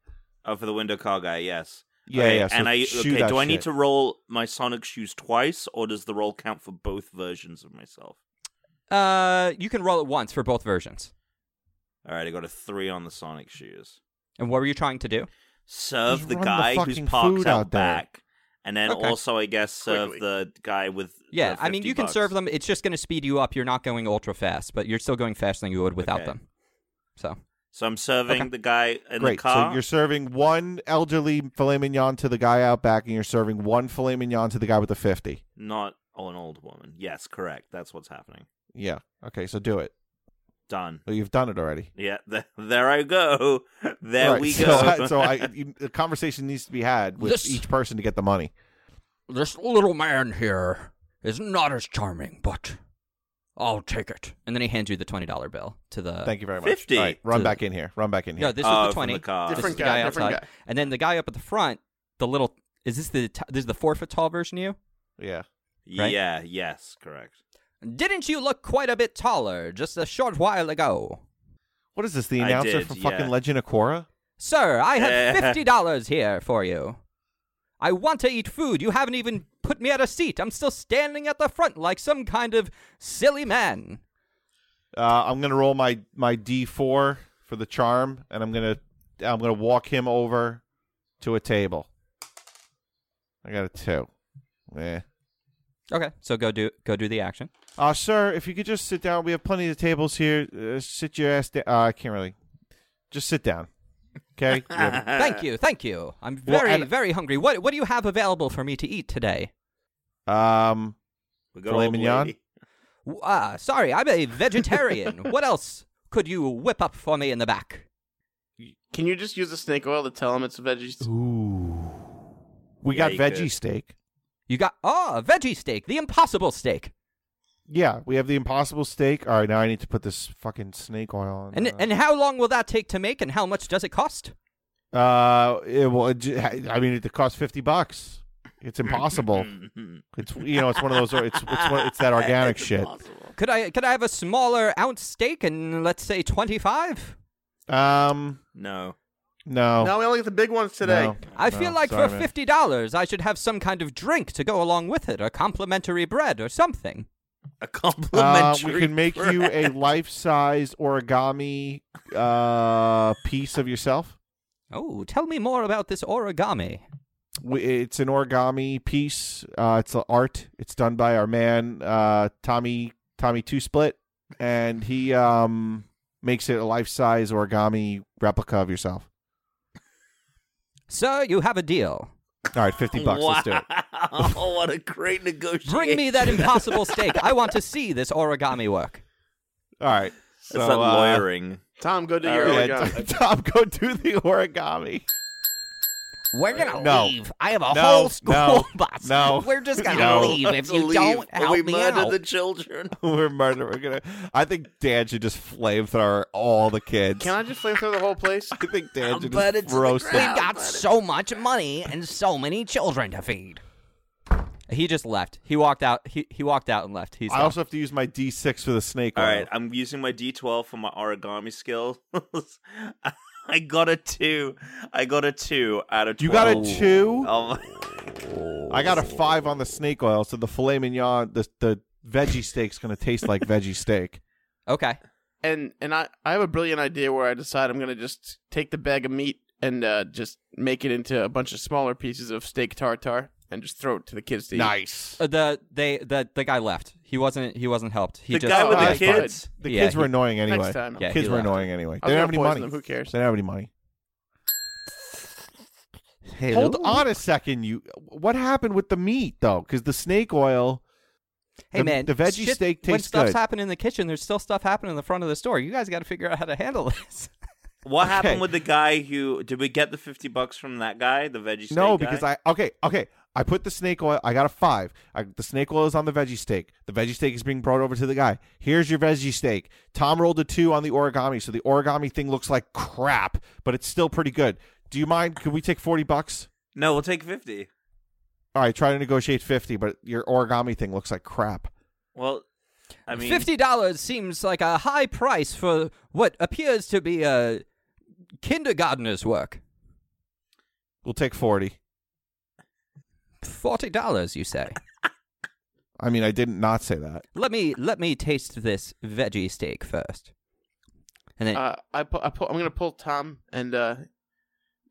S4: Oh, for the window car guy. Yes.
S2: Yeah,
S4: Okay,
S2: yeah, so
S4: and I
S2: shoot
S4: okay.
S2: that
S4: Do I need
S2: shit.
S4: to roll my Sonic shoes twice, or does the roll count for both versions of myself?
S1: Uh, you can roll it once for both versions.
S4: All right, I got a three on the Sonic shoes.
S1: And what were you trying to do?
S4: Serve
S2: Just
S4: the
S2: run the
S4: guy who's
S2: fucking
S4: parked
S2: food
S4: out,
S2: out there.
S4: back, and then
S1: Okay.
S4: also I guess serve
S3: Quickly.
S4: the guy with.
S1: Yeah,
S4: the
S1: I mean
S4: 50
S1: you can
S4: bucks.
S1: serve them. It's just going to speed you up. You're not going ultra fast, but you're still going faster than you would without
S4: Okay.
S1: them. So
S4: So I'm serving the guy in
S2: Great.
S4: the car.
S2: So you're serving one elderly filet mignon to the guy out back, and you're serving one filet mignon to the guy with the fifty.
S4: not an old woman. Yes, correct. That's what's happening.
S2: Yeah. Okay. So do it.
S4: Done.
S2: Well, you've done it already.
S4: Yeah, (laughs) th- there I go. There
S2: Right,
S4: we
S2: so
S4: go.
S2: I-
S4: (laughs)
S2: so I, you- the conversation needs to be had with
S6: This-
S2: each person to get the money.
S6: This little man here is not as charming, but I'll take it.
S1: and then he hands you the twenty dollar bill to the.
S2: Thank you very much.
S4: 50.
S2: All right, run
S1: To-
S2: back in here. Run back in here.
S1: No, this
S4: Oh,
S1: is the
S4: from
S1: twenty.
S4: the car.
S1: This is
S3: Different
S1: the
S3: guy, different
S1: outside.
S3: guy.
S1: And then the guy up at the front, the little is this the t- this is the four foot tall version of you?
S2: yeah.
S1: right?
S4: Yeah, yes, correct. (laughs)
S1: Didn't you look quite a bit taller just a short while ago?
S2: What is this? The
S4: I
S2: announcer
S4: did,
S2: from
S4: yeah.
S2: fucking Legend of Korra?
S1: Sir, I have
S2: (laughs)
S4: Eh.
S1: fifty dollars here for you. I want to eat food. You haven't even put me at a seat. I'm still standing at the front like some kind of silly man.
S2: Uh, I'm gonna roll my my D4 for the charm, and I'm gonna I'm gonna walk him over to a table. I got a two. Yeah.
S1: Okay, so go do go do the action.
S2: Uh, sir, if you could just sit down, we have plenty of tables here. Uh, sit your ass down. Uh, I can't really. Just sit down.
S4: (laughs)
S2: Okay. You have-
S1: Thank you, thank you. I'm
S2: Uh, Well,
S1: very
S2: and-
S1: very hungry. What what do you have available for me to eat today?
S2: um.
S4: We got
S2: Filet
S4: old
S2: mignon?
S4: lady.
S1: W- Ah, sorry, I'm a vegetarian.
S2: (laughs)
S1: what else could you whip up for me in the back?
S3: Can you just use the snake oil to tell him it's veggies?
S2: Ooh. We
S4: Yeah,
S2: got
S4: you
S2: veggie
S4: could.
S2: steak.
S1: You got ah veggie steak, the impossible steak,
S2: Yeah, we have the impossible steak. All right, now I need to put this fucking snake oil on.
S1: and and how long will that take to make, and how much does it cost?
S2: uh, it, well, it, j- I mean, it costs fifty bucks. It's impossible. it's you know, it's one of those. It's it's one, it's that organic shit.
S1: Could I could I have a smaller ounce steak and let's say twenty five?
S2: Um,
S4: no.
S2: no,
S3: No, we only get the big ones today.
S2: Oh. no,
S1: I
S2: no,
S1: feel like
S2: Oh, sorry,
S1: for
S2: man.
S1: fifty dollars, I should have some kind of drink to go along with it, or complimentary bread, or something.
S4: A
S2: Uh,
S4: complimentary.
S2: we can make you a
S4: bread.
S2: life-size origami uh, piece of yourself.
S1: Oh, tell me more about this origami.
S2: We- It's an origami piece. Uh, it's a art. It's done by our man uh, Tommy Tommy Two Split, and he um, makes it a life size origami replica of yourself.
S1: Sir, you have a deal.
S2: All right, fifty bucks.
S4: Wow.
S2: Let's do it.
S4: (laughs) what a great negotiation.
S1: Bring me
S2: (laughs)
S1: that impossible steak. I want to see this origami work.
S2: All right. So,
S4: That's that
S2: uh, (laughs)
S4: lawyering.
S3: Tom, go do
S4: All
S3: your
S4: right.
S2: yeah,
S3: origami.
S2: Tom, go do the origami.
S8: We're gonna
S2: No.
S8: leave. I have a
S2: No,
S8: whole school
S2: no,
S8: bus.
S2: no,
S8: we're just gonna
S2: no.
S8: leave if
S7: To
S8: you
S7: leave
S8: don't
S7: when
S8: help
S7: we
S8: me
S7: murder
S8: out.
S7: the children.
S2: (laughs) We're murder. We're gonna. I think Dan should just flamethrower all the kids.
S3: Can I just flamethrow the whole place?
S2: I think Dan should
S7: Burn it
S2: just
S7: to the
S2: roast them.
S8: we
S7: ground.
S8: got
S7: but it's-
S8: so much money and so many children to feed.
S1: He just left. He walked out. He he walked out and left. He's
S2: I
S1: gone.
S2: also have to use my D6 for the snake.
S4: All
S2: oil.
S4: right, I'm using my D12 for my origami skills. (laughs) I got a two. I got a two out of 12.
S2: You got a two?
S4: Oh my-
S2: (laughs) I got a five on the snake oil, so the filet mignon, the the veggie steak's gonna taste like veggie steak.
S1: okay.
S3: And and I I have a brilliant idea where I decide I'm gonna just take the bag of meat and uh, just make it into a bunch of smaller pieces of steak tartare and just throw it to the kids to eat.
S2: Nice.
S1: Uh, the they the the guy left. He wasn't he wasn't helped. He
S4: the
S1: just
S4: guy with
S2: Oh,
S4: the
S2: that's
S3: fine.
S4: kids.
S2: The
S1: Yeah,
S2: kids were
S1: he-
S2: annoying anyway.
S3: Next time.
S1: Yeah,
S2: kids
S1: he
S2: were
S1: left.
S2: annoying anyway.
S3: I
S2: They
S3: was
S2: don't have
S3: gonna
S2: any
S3: poison
S2: money.
S3: them, who cares?
S2: They don't have any money. Hold on a second. You, what happened with the meat though? Because the snake oil.
S1: Hey
S2: the-
S1: man,
S2: the veggie
S1: shit-
S2: steak
S1: When
S2: tastes
S1: stuff's
S2: good.
S1: happening in the kitchen, there's still stuff happening in the front of the store. You guys got to figure out how to handle this.
S4: (laughs) What
S2: Okay.
S4: happened with the guy who did we get the 50 bucks from that guy, the veggie steak
S2: No,
S4: guy?
S2: because I okay, okay. I put the snake oil. I got a five. I, the snake oil is on the veggie steak. The veggie steak is being brought over to the guy. Here's your veggie steak. Tom rolled a two on the origami, so the origami thing looks like crap, but it's still pretty good. Do you mind? Could we take forty bucks?
S4: No, we'll take 50.
S2: All right, try to negotiate fifty, but your origami thing looks like crap.
S4: Well, I mean
S1: Fifty dollars seems like a high price for what appears to be a kindergartner's work.
S2: We'll take forty.
S1: Forty dollars, you say?
S2: I mean, I didn't not say that.
S1: let me let me taste this veggie steak first, and then
S3: Uh, I pu- I pu- I'm gonna pull Tom and uh,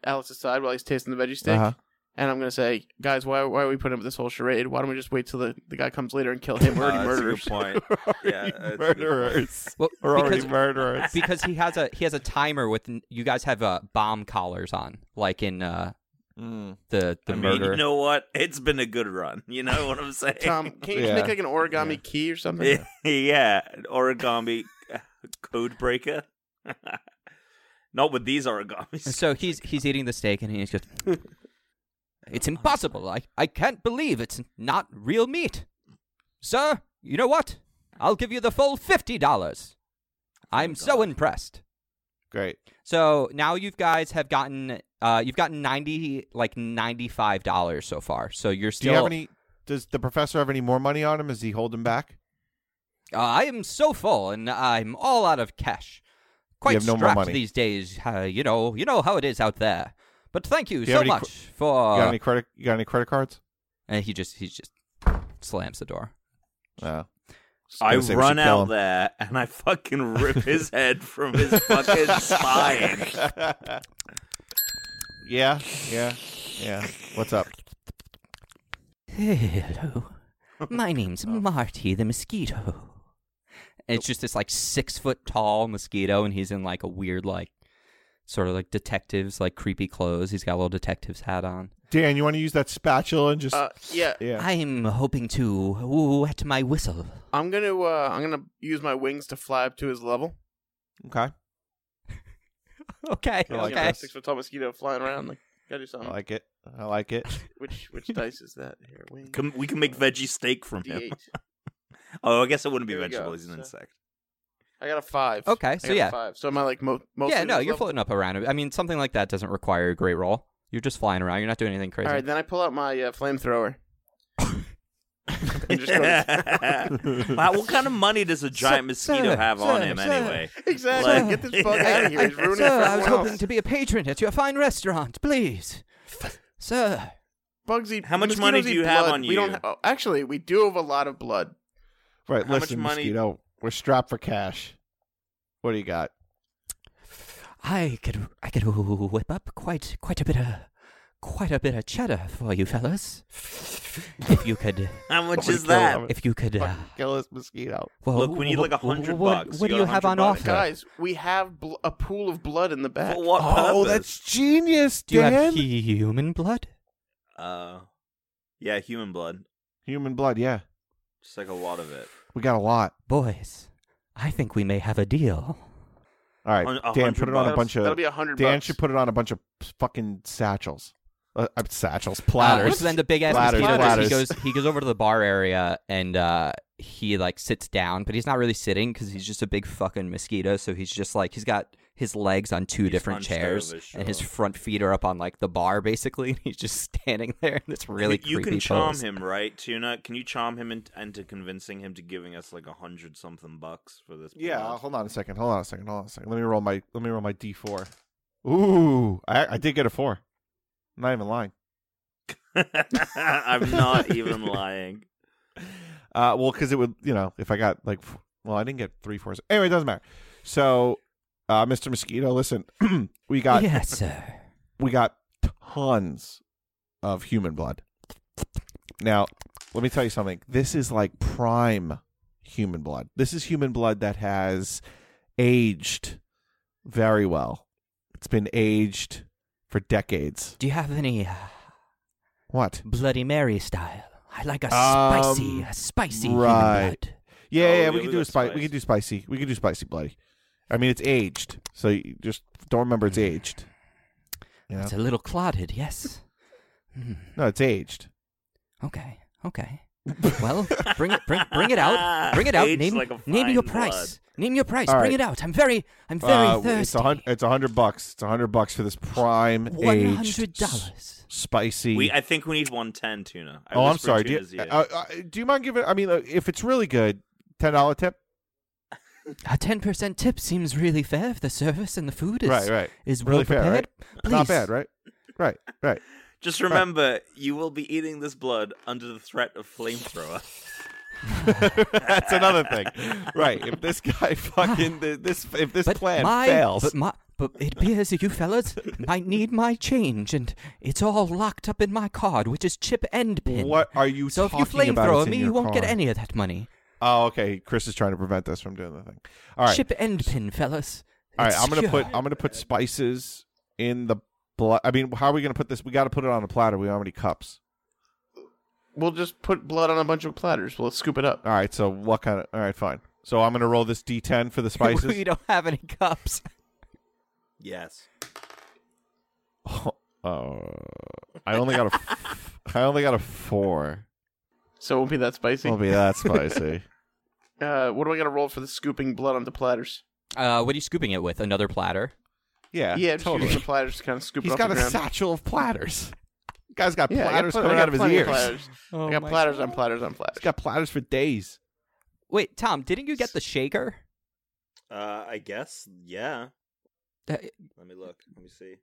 S3: Alex aside while he's tasting the veggie steak,
S2: Uh-huh.
S3: and I'm gonna say, guys, why why are we putting up this whole charade? Why don't we just wait till the, the guy comes later and kill him? We're already
S4: uh, (laughs) that's a
S3: murderers.
S4: good
S3: (laughs)
S4: point. yeah, that's a good point.
S2: murderers.
S1: well,
S2: We're already
S1: because
S2: murderers.
S1: (laughs) because he has a he has a timer with you guys have uh, bomb collars on like in uh,
S4: Hmm.
S1: the the
S4: I mean,
S1: murder.
S4: you know what? It's been a good run. You know what I'm saying?
S3: Tom, can you
S2: Yeah.
S3: just make like an origami key or something?
S4: (laughs) yeah, an origami (laughs) code breaker. (laughs) Not with these
S1: And
S4: origamis.
S1: so he's he's eating the steak and he's
S4: (laughs)
S1: just It's impossible. I, I can't believe it's not real meat. Sir, you know what? I'll give you the full fifty dollars.
S4: Oh,
S1: I'm so impressed.
S2: Great.
S1: So now you guys have gotten uh you've gotten ninety like ninety five dollars so far. So you're
S2: Do
S1: still
S2: you have any? Does the professor have any more money on him? Is he holding back?
S1: Uh, I am so full, and I'm all out of cash. Quite
S2: have no more
S1: strapped
S2: money.
S1: these days. Uh, you know, you know how it is out there. But thank you
S2: Do
S1: so
S2: you have any
S1: much
S2: qu-
S1: for.
S2: you
S4: Uh,
S2: got any credit? You got any credit cards?
S1: and he just he just slams the door.
S2: No.
S4: I
S2: gonna say we
S4: run
S2: should kill
S4: out
S2: him.
S4: there and I fucking rip his head from his
S3: (laughs)
S4: fucking spine.
S2: yeah, yeah, yeah. What's up?
S8: Hello,
S3: (laughs)
S8: my name's Marty the mosquito.
S1: And it's just this like six foot tall mosquito, and he's in like a weird like sort of like detectives like creepy clothes. He's got a little detective's hat on.
S2: Dan, you want to use that spatula and just
S3: Uh, yeah,
S2: yeah?
S8: I'm hoping to wet my whistle.
S3: I'm gonna uh, I'm gonna use my wings to fly up to his level.
S2: okay,
S1: (laughs) Okay,
S2: I like
S1: okay.
S2: this.
S3: Six foot tall mosquito flying around. Like, gotta do
S2: I
S3: something.
S2: like it. I like it.
S3: which which dice is that? Here, wings.
S4: Can- we can make veggie steak from him.
S3: D8.
S4: Oh, I guess it wouldn't be
S3: There we go.
S4: vegetable. He's an
S3: So-
S4: insect.
S3: I got a five.
S1: Okay,
S3: I
S1: so
S3: got a
S1: yeah.
S3: five. So am I like mo- mostly?
S1: Yeah, no,
S3: this
S1: you're
S3: level?
S1: floating up around. it. I mean, something like that doesn't require a great roll. You're just flying around. You're not doing anything crazy.
S3: All right, then I pull out my uh, flamethrower. (laughs) (laughs) And
S4: (laughs)
S3: just go-
S4: wow, what kind of money does a giant mosquito
S1: sir,
S4: have on
S1: sir,
S4: him
S1: sir.
S4: anyway?
S3: exactly.
S4: Like-
S3: Get this bug out of here.
S1: (laughs)
S3: He's ruining it for
S8: Sir, I
S3: everyone
S8: was
S3: else.
S8: hoping to be a patron at your fine restaurant,
S3: (laughs)
S8: please. Sir,
S3: Bugs eat.
S4: How much
S3: mosquitoes
S4: money do
S3: eat
S4: you have
S3: blood.
S4: on
S3: We don't.
S4: you?
S3: Ha- oh, actually, we do have a lot of blood.
S2: (laughs) Right,
S4: How much
S2: listen,
S4: money-
S2: mosquito. We're strapped for cash. What do you got?
S8: I could I could whip up quite quite a bit of quite a bit of cheddar for you fellas. If you could,
S4: How much
S2: Holy
S4: is
S2: cow,
S4: that?
S2: I'm a
S8: if you could, uh,
S2: Fucking kill this mosquito.
S8: well,
S4: Look, we need like a
S8: wh- wh-
S4: hundred
S8: what-
S4: bucks.
S8: What
S4: You
S8: do
S4: got
S8: you
S4: a
S8: have on
S4: hundred bucks?
S8: offer?
S3: Guys, we have bl- a pool of blood in the back.
S4: For what
S2: Oh,
S4: purpose?
S2: that's genius,
S8: Do you
S2: Dan.
S8: have human blood?
S4: Uh, yeah, human blood.
S2: Human blood. Yeah,
S4: Just like a lot of it.
S2: we got a lot.
S8: Boys, I think we may have a deal.
S2: All right,
S4: Hun- a
S2: Dan,
S4: hundred
S2: put it on a
S4: bucks.
S2: bunch
S3: That'll
S2: of.
S3: be a hundred.
S2: Dan
S3: bucks.
S2: should put it on a bunch of fucking satchels. Uh, uh, satchels,
S1: Uh,
S2: platters.
S1: so then the big ass
S2: Platters,
S1: mosquito does, he
S2: platters.
S1: goes he goes over to the bar area and uh, he like sits down, but he's not really sitting because he's just a big fucking mosquito. So he's just like he's got his legs on two
S4: He's
S1: different
S4: hunched
S1: chairs
S4: over,
S1: and his
S4: sure.
S1: front feet are up on like the bar basically. (laughs) And he's just standing there in this really
S4: you, you
S1: creepy
S4: can charm
S1: pose.
S4: him, right, Tuna? Can you charm him in- into convincing him to giving us like a hundred something bucks for this?
S2: yeah,
S4: pod?
S2: hold on a second. Hold on a second. Hold on a second. Let me roll my let me roll my D four. Ooh, I, I did get a four. I'm not even lying.
S4: (laughs) I'm not even lying.
S2: Uh, well, because it would, you know, if I got like, f- well, I didn't get three fours. Anyway, it doesn't matter. So, uh, Mr. Mosquito, listen, (clears throat) we got
S1: Yes, sir.
S2: we got tons of human blood. Now, let me tell you something. This is like prime human blood. This is human blood that has aged very well. It's been aged for decades.
S1: Do you have any uh,
S2: What?
S1: Bloody Mary style? I like a
S2: Um,
S1: spicy, a spicy human
S2: right.
S1: blood.
S2: Yeah,
S4: Oh,
S2: yeah,
S4: yeah,
S2: we
S4: we
S2: can do a
S4: got
S2: spicy. We
S4: spice.
S2: can do spicy. We can do spicy bloody. I mean, it's aged, so you just don't remember it's aged. You know?
S1: It's a little clotted, yes.
S2: No, it's aged.
S1: Okay. Okay. Well, bring it, bring, bring it
S4: (laughs)
S1: out, bring it out.
S4: Aged
S1: Name,
S4: like a
S1: name your
S4: fine
S1: price. Name your price.
S2: All
S1: bring
S2: right.
S1: it out. I'm very, I'm very
S2: Uh,
S1: thirsty.
S2: It's a hundred. uh, It's a hundred bucks. It's a hundred bucks for this prime
S1: One
S2: aged
S1: hundred
S2: s-
S1: dollars.
S2: spicy.
S4: We, I think we need one ten tuna. I
S2: oh, I'm
S4: whispered
S2: sorry. Do
S4: Tuna's
S2: you,
S4: ear.
S2: uh, uh, do you mind giving? I mean, uh, if it's really good, ten dollar tip.
S1: A ten percent tip seems really fair if the service and the food is
S2: right, right.
S1: is well
S2: really fair,
S1: prepared.
S2: right?
S1: Please.
S2: Not bad, right? Right,
S1: (laughs)
S2: right. (laughs)
S4: Just
S2: uh,
S4: remember, you will be eating this blood under the threat of flamethrower.
S2: That's another thing. Right. If this guy (laughs) fucking th- this, if this
S1: Ah. But
S2: plan
S1: my,
S2: fails,
S1: but my, but it appears that you fellas might need my change, and it's all locked up in my card, which is chip and pin.
S2: what are you
S1: So if you
S2: talking about? It's
S1: flamethrower
S2: in
S1: me,
S2: your
S1: you won't get
S2: car.
S1: any of that money.
S2: Oh, okay. Chris is trying to prevent us from doing the thing. All right.
S1: Chip and pin, fellas.
S2: All right,
S1: It's
S2: I'm gonna
S1: secure.
S2: put I'm gonna put spices in the blood. I mean, how are we gonna put this? We got to put it on a platter. We don't have any cups.
S3: We'll just put blood on a bunch of platters. We'll scoop it up.
S2: All right, so what kind of? All right, fine. So I'm gonna roll this D10
S1: (laughs)
S2: for the
S1: we
S2: spices.
S1: don't have any cups.
S4: yes.
S2: Uh, I only got a f- I only got
S3: (laughs)
S2: a four.
S3: So it won't be that spicy.
S2: It'll be that spicy.
S3: Uh, what do I got to roll for the scooping blood onto platters?
S1: Uh, what are you scooping it with? Another platter?
S2: (laughs) Yeah,
S3: yeah, just
S2: totally.
S3: using the platters to kind of scoop it
S2: He's
S3: off
S2: got
S3: the
S2: a
S3: ground.
S2: satchel of platters. Guy's got
S3: yeah, I got
S2: platters
S3: pl- I
S2: coming
S3: got
S2: out of his
S3: plenty
S2: ears. Oh
S3: platters. I got platters on platters on platters.
S2: He's got platters for days.
S1: Wait, Tom, didn't you get the shaker?
S4: Uh, I guess. Yeah.
S1: Uh,
S4: Let me look. Let me see.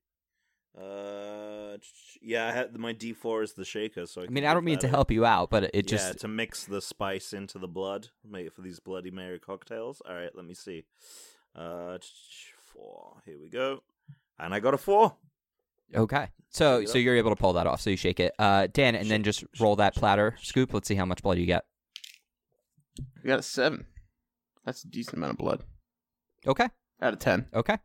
S4: Uh, ch- yeah. I had, my D four is the shaker, so I,
S1: I
S4: can
S1: mean, I
S4: give
S1: don't mean
S4: that
S1: to
S4: a-
S1: help you out, but it
S4: yeah,
S1: just
S4: to mix the spice into the blood, make it for these Bloody Mary cocktails. All right, let me see. Uh, ch- four. Here we go. And I got a four.
S1: okay. So,
S4: Yep.
S1: so you're able to pull that off. So you shake it, uh, Dan, and then just roll that platter scoop. Let's see how much blood you get.
S3: I got a seven. That's a decent amount of blood.
S1: Okay,
S3: Out of ten.
S1: okay,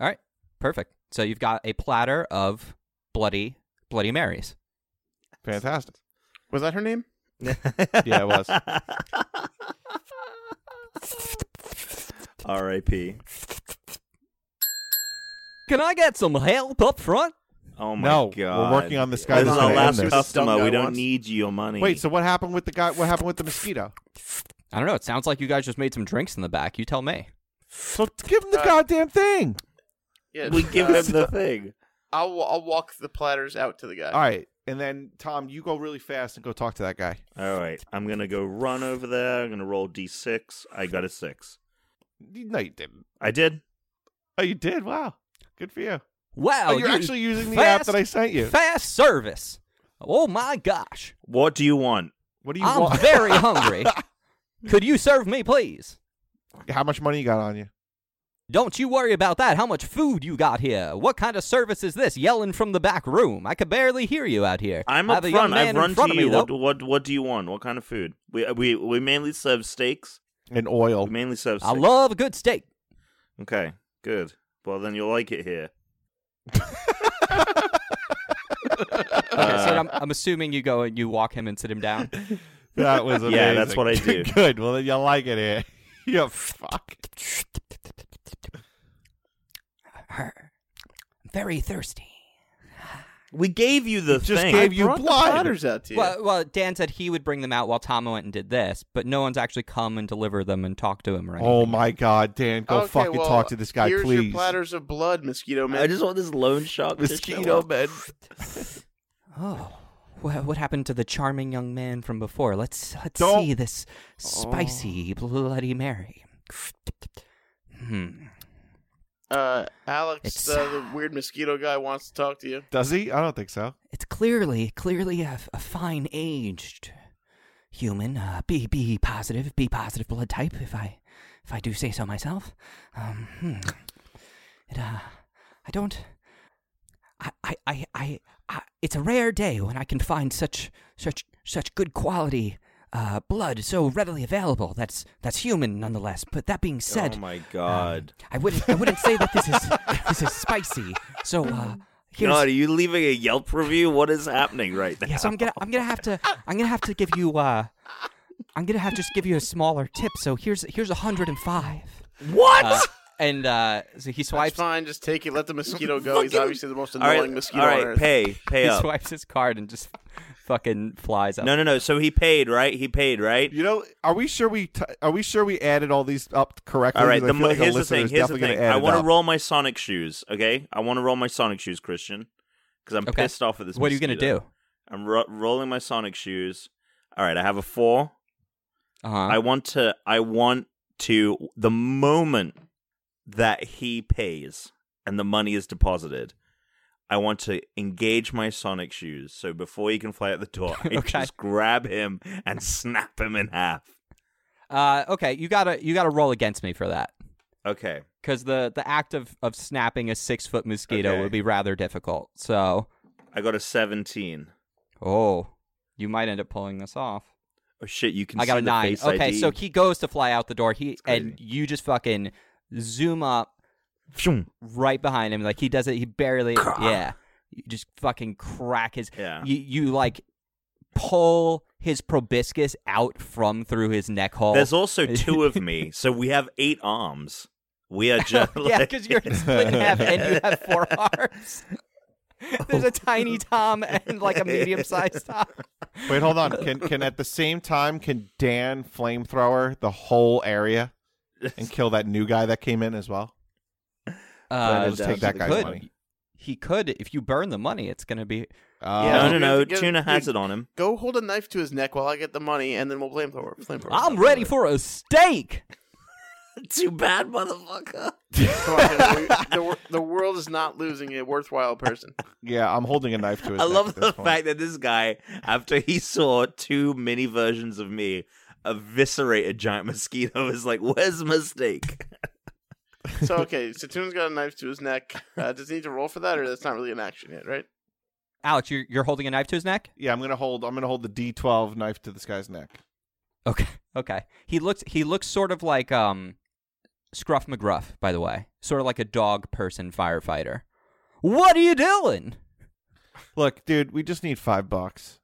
S1: all right, perfect. So you've got a platter of bloody Bloody Marys.
S2: Fantastic.
S3: Was that her name?
S4: (laughs)
S2: Yeah,
S3: (laughs)
S2: it was.
S4: R.I.P.
S1: Can I get some help up front?
S4: Oh my
S2: No, we're
S4: god.
S2: working on this guy
S4: This
S3: that's
S4: is
S3: gonna
S4: our
S3: end
S4: last
S3: this. Dumb
S4: customer.
S3: guy
S4: We don't
S3: wants-
S4: need your money.
S2: Wait, so what happened with the guy? What happened with the mosquito?
S1: I don't know. It sounds like you guys just made some drinks in the back. You tell me.
S2: So give
S3: Uh,
S2: him the goddamn thing.
S3: Yeah,
S4: we
S3: uh,
S4: give him the thing.
S3: (laughs) I'll I'll walk the platters out to the guy.
S2: All right. And then Tom, you go really fast and go talk to that guy.
S4: All right, I'm gonna go run over there. I'm gonna roll d6. I got a six.
S2: No, you didn't.
S4: I did.
S2: Oh, you did. Wow. Good for you.
S1: Wow,
S2: Oh, you're
S1: you-
S2: actually using the app
S1: fast-
S2: that I sent you.
S1: Fast service. Oh my gosh.
S4: What do you want?
S2: What do you
S1: I'm
S2: want?
S1: very
S2: (laughs)
S1: hungry. Could you serve me, please?
S2: How much money you got on you?
S1: Don't you worry about that. How much food you got here? What kind of service is this? Yelling from the back room. I could barely hear you out here.
S4: I'm
S1: I have
S4: up
S1: a young
S4: front.
S1: man
S4: I've
S1: in
S4: run
S1: front of
S4: to
S1: me,
S4: you. What,
S1: though.
S4: what what do you want? What kind of food? We uh, we we mainly serve steaks.
S2: And
S4: We
S2: oil.
S4: mainly serve.
S1: I
S4: Steaks.
S1: love a good steak.
S4: Okay, good. Well, then you'll like it here. Uh,
S1: Okay, so I'm, I'm assuming you go and you walk him and sit him
S4: (laughs)
S1: down.
S2: (laughs) That was amazing.
S4: Yeah, that's (laughs) what I do.
S2: Good. Well, then you like it
S4: eh? (laughs)
S2: here. you fuck.
S8: Very thirsty.
S4: We gave you the
S2: just
S4: thing. (laughs)
S2: gave
S3: I
S2: you
S3: brought the
S2: blood.
S3: platters out to you.
S1: Well, well, Dan said he would bring them out while Tom went and did this, but no one's actually come and delivered them and talked to him or anything.
S2: (laughs) Oh my God, Dan, go
S3: Okay,
S2: fucking
S3: well,
S2: talk to this guy,
S3: here's
S2: please.
S3: your platters of blood, mosquito man.
S7: I just want this loan shark to show
S3: mosquito
S7: up.
S4: (laughs)
S3: man.
S1: Oh, what, what happened to the charming young man from before? Let's let's
S2: Don't-
S1: see this spicy Bloody Mary. Hmm.
S3: Uh, Alex,
S1: It's-
S3: uh, the weird mosquito guy wants to talk to you.
S2: Does he? I don't think so.
S1: It's clearly clearly a, a fine aged human. Uh, B B positive, B positive blood type. If I if I do say so myself. Um, hmm. It, uh, I don't. I, I, I, I, I, it's a rare day when I can find such, such, such good quality uh, blood so readily available. That's that's human, nonetheless. But that being said, um,
S4: Oh my god.
S1: I wouldn't, I wouldn't say that this is, this is spicy. So uh,
S4: (laughs)
S1: here's,
S4: God, are you leaving a Yelp review? What is happening right now?
S1: yeah, so I'm (laughs) gonna I'm gonna have to I'm gonna have to give you uh I'm gonna have to just give you a smaller tip. So here's here's 105. What? and uh so he
S3: It's
S1: swipes
S3: fine. Just take it. Let the
S2: (laughs)
S3: mosquito go. He's obviously the most
S4: all
S3: annoying
S4: right,
S3: mosquito
S4: all
S3: on
S4: right,
S3: earth.
S4: pay, pay
S1: he
S4: up.
S1: swipes his card and just fucking flies up.
S4: No, no, no. So he paid, right? He paid, right?
S2: You know, are we sure we t- are we sure we added all these up correctly?
S4: All right.
S2: Because
S4: The,
S2: I feel
S4: mo-
S2: like a
S4: here's the
S2: listener
S4: thing.
S2: is
S4: Here's the
S2: definitely gonna
S4: thing.
S2: add
S4: I
S2: it
S4: want to
S2: up.
S4: roll my Sonic shoes. Okay, I want to roll my Sonic shoes, Christian, because I'm
S1: Okay.
S4: pissed off at this.
S1: what are you gonna
S4: mosquito.
S1: do?
S4: I'm ro- rolling my Sonic shoes. All right, I have a four. I
S1: Uh-huh.
S4: want to. I want to. The moment that he pays and the money is deposited, I want to engage my Sonic shoes. So before he can fly out
S1: (laughs)
S4: the door, I
S1: Okay.
S4: just grab him and snap him in half.
S1: uh okay, you gotta you gotta roll against me for that.
S4: Okay.
S1: Because the, the act of, of snapping a six foot mosquito
S4: Okay.
S1: would be rather difficult. So
S4: I got a 17.
S1: Oh. You might end up pulling this off.
S4: Oh shit, you can
S1: I got
S4: see
S1: a
S4: the
S1: nine.
S4: Face
S1: Okay,
S4: ID.
S1: so he goes to fly out the door. He
S4: crazy.
S1: and you just fucking zoom up
S4: Phew.
S1: right behind him. Like he does it. He barely. Yeah, you just fucking crack his.
S4: Yeah.
S1: You you like pull his proboscis out from through his neck hole.
S4: There's (laughs) also two of me, so we have eight arms. We (laughs) are just
S1: (laughs) yeah, because you're
S4: (laughs)
S1: split in half and you have four arms. (laughs) There's a tiny Tom and like a medium sized
S4: (laughs)
S1: Tom.
S2: Wait, hold on. Can can at the same time can Dan flamethrower the whole area and kill that new guy that came in as well?
S1: Uh,
S2: just take
S1: he
S2: that guy's
S1: could-
S2: money.
S1: He could, if you burn the money, it's gonna be.
S4: No,
S2: Uh,
S4: no,
S3: You have
S4: no.
S3: to get-
S4: Tuna has
S3: you-
S4: it on (laughs) him.
S3: Go hold a knife to his neck while I get the money, and then we'll blame for flamethrower.
S1: I'm ready for a steak.
S7: Too bad,
S1: (laughs)
S7: motherfucker.
S3: Come on, dude. We- the, wor- the world is not losing a worthwhile person.
S2: Yeah, I'm holding a knife to his
S4: I
S2: neck
S4: love
S2: at
S4: the
S2: this point.
S4: fact that this guy, after he saw two mini versions of me eviscerate a giant mosquito, (laughs) is like, "Where's the mistake?"
S3: So okay, so Tuna's got a knife to his neck. Uh, does he need to roll for that, or that's not really an action yet, right?
S1: Alex, you're you're holding a knife to his neck.
S2: Yeah, I'm gonna hold. I'm gonna hold the D12 knife to this guy's neck.
S1: Okay. (laughs) Okay. He looks he looks sort of like um Scruff McGruff, by the way. Sort of like a dog person firefighter. What are you doing?
S2: Look, dude, we just need five bucks.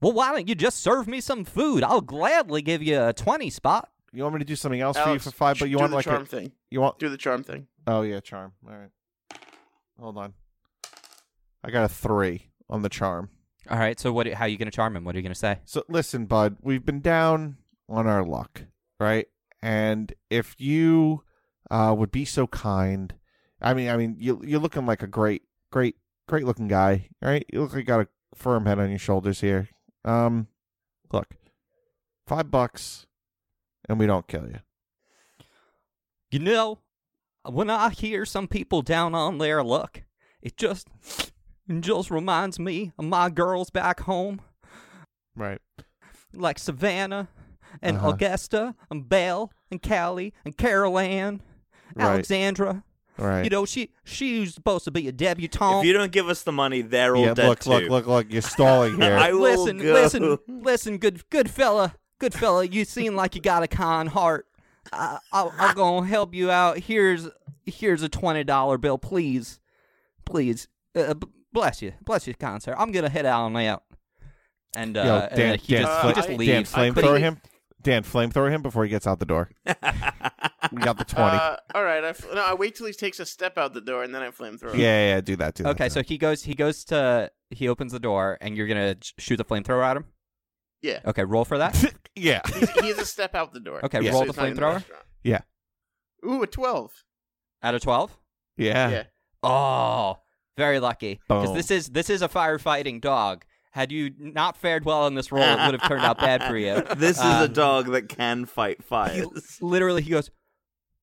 S1: Well, why don't you just serve me some food? I'll gladly give you a 20 spot.
S2: You want me to do something else for you
S3: Alex,
S2: for five? But you
S3: do
S2: want
S3: the
S2: like
S3: charm
S2: a,
S3: thing.
S2: you want?
S3: Do the charm thing.
S2: Oh yeah, charm. All right, hold on. I got a three on the charm.
S1: All right. So what how are you going to charm him? What are you going to say?
S2: So listen, bud, we've been down on our luck, right? And if you uh, would be so kind, I mean, I mean, you, you're looking like a great, great, great looking guy, right? You look like you got a firm head on your shoulders here. Um, look, five bucks, and we don't kill you.
S1: You know, when I hear some people down on their luck, it just (sniffs) it just reminds me of my girls back home.
S2: Right.
S1: like Savannah and
S2: Uh-huh.
S1: Augusta and Belle and Callie and Carol Ann,
S2: Right.
S1: Alexandra.
S2: Right.
S1: You know, she she was supposed to be a
S4: If
S1: debutante.
S4: you don't give us the money, they're all
S2: yeah,
S4: dead
S2: look,
S4: too. (laughs)
S2: look, look, look, you're
S1: (laughs)
S2: stalling here.
S4: I will
S1: listen,
S4: go.
S1: listen, listen, good good fella, good fella. You seem like you got a kind heart. I, I, I'm gonna help you out. Here's here's a twenty dollar bill, please, please. Uh, b- bless you, bless you, kind sir. I'm gonna head out on out. And, uh,
S2: Yo,
S1: and
S2: Dan,
S1: then he
S2: Dan,
S1: just,
S3: flame-
S1: he just
S3: Dan
S1: leaves.
S2: Dan,
S3: I
S2: flamethrower
S3: couldn't-
S2: him. Dan, flamethrower him before he gets out the door. we got
S1: (laughs)
S2: the twenty.
S1: Ah,
S3: Uh, all right. I f- no, I wait till he takes a step out the door and then I flamethrower.
S2: yeah, yeah, yeah, do that. Do that.
S1: Okay,
S2: do
S1: so he goes. He goes to. He opens the door, and you're gonna sh- shoot the flamethrower at him.
S3: Yeah.
S1: Okay, roll for that.
S2: that. (laughs) yeah,
S3: He's, he is a step out the door.
S1: Okay,
S2: Yeah.
S1: roll
S3: So
S1: the
S3: he's not in
S1: flamethrower.
S3: restaurant.
S2: Yeah.
S3: Ooh, a twelve.
S1: Out of twelve.
S2: yeah,
S3: Yeah.
S1: Oh, very lucky. Because
S2: Boom.
S1: this is this is a firefighting dog. Had you not fared well in this role, it would have turned out bad for you.
S4: (laughs) This
S1: Uh,
S4: is a dog that can fight
S1: He-
S4: fires.
S1: literally, he goes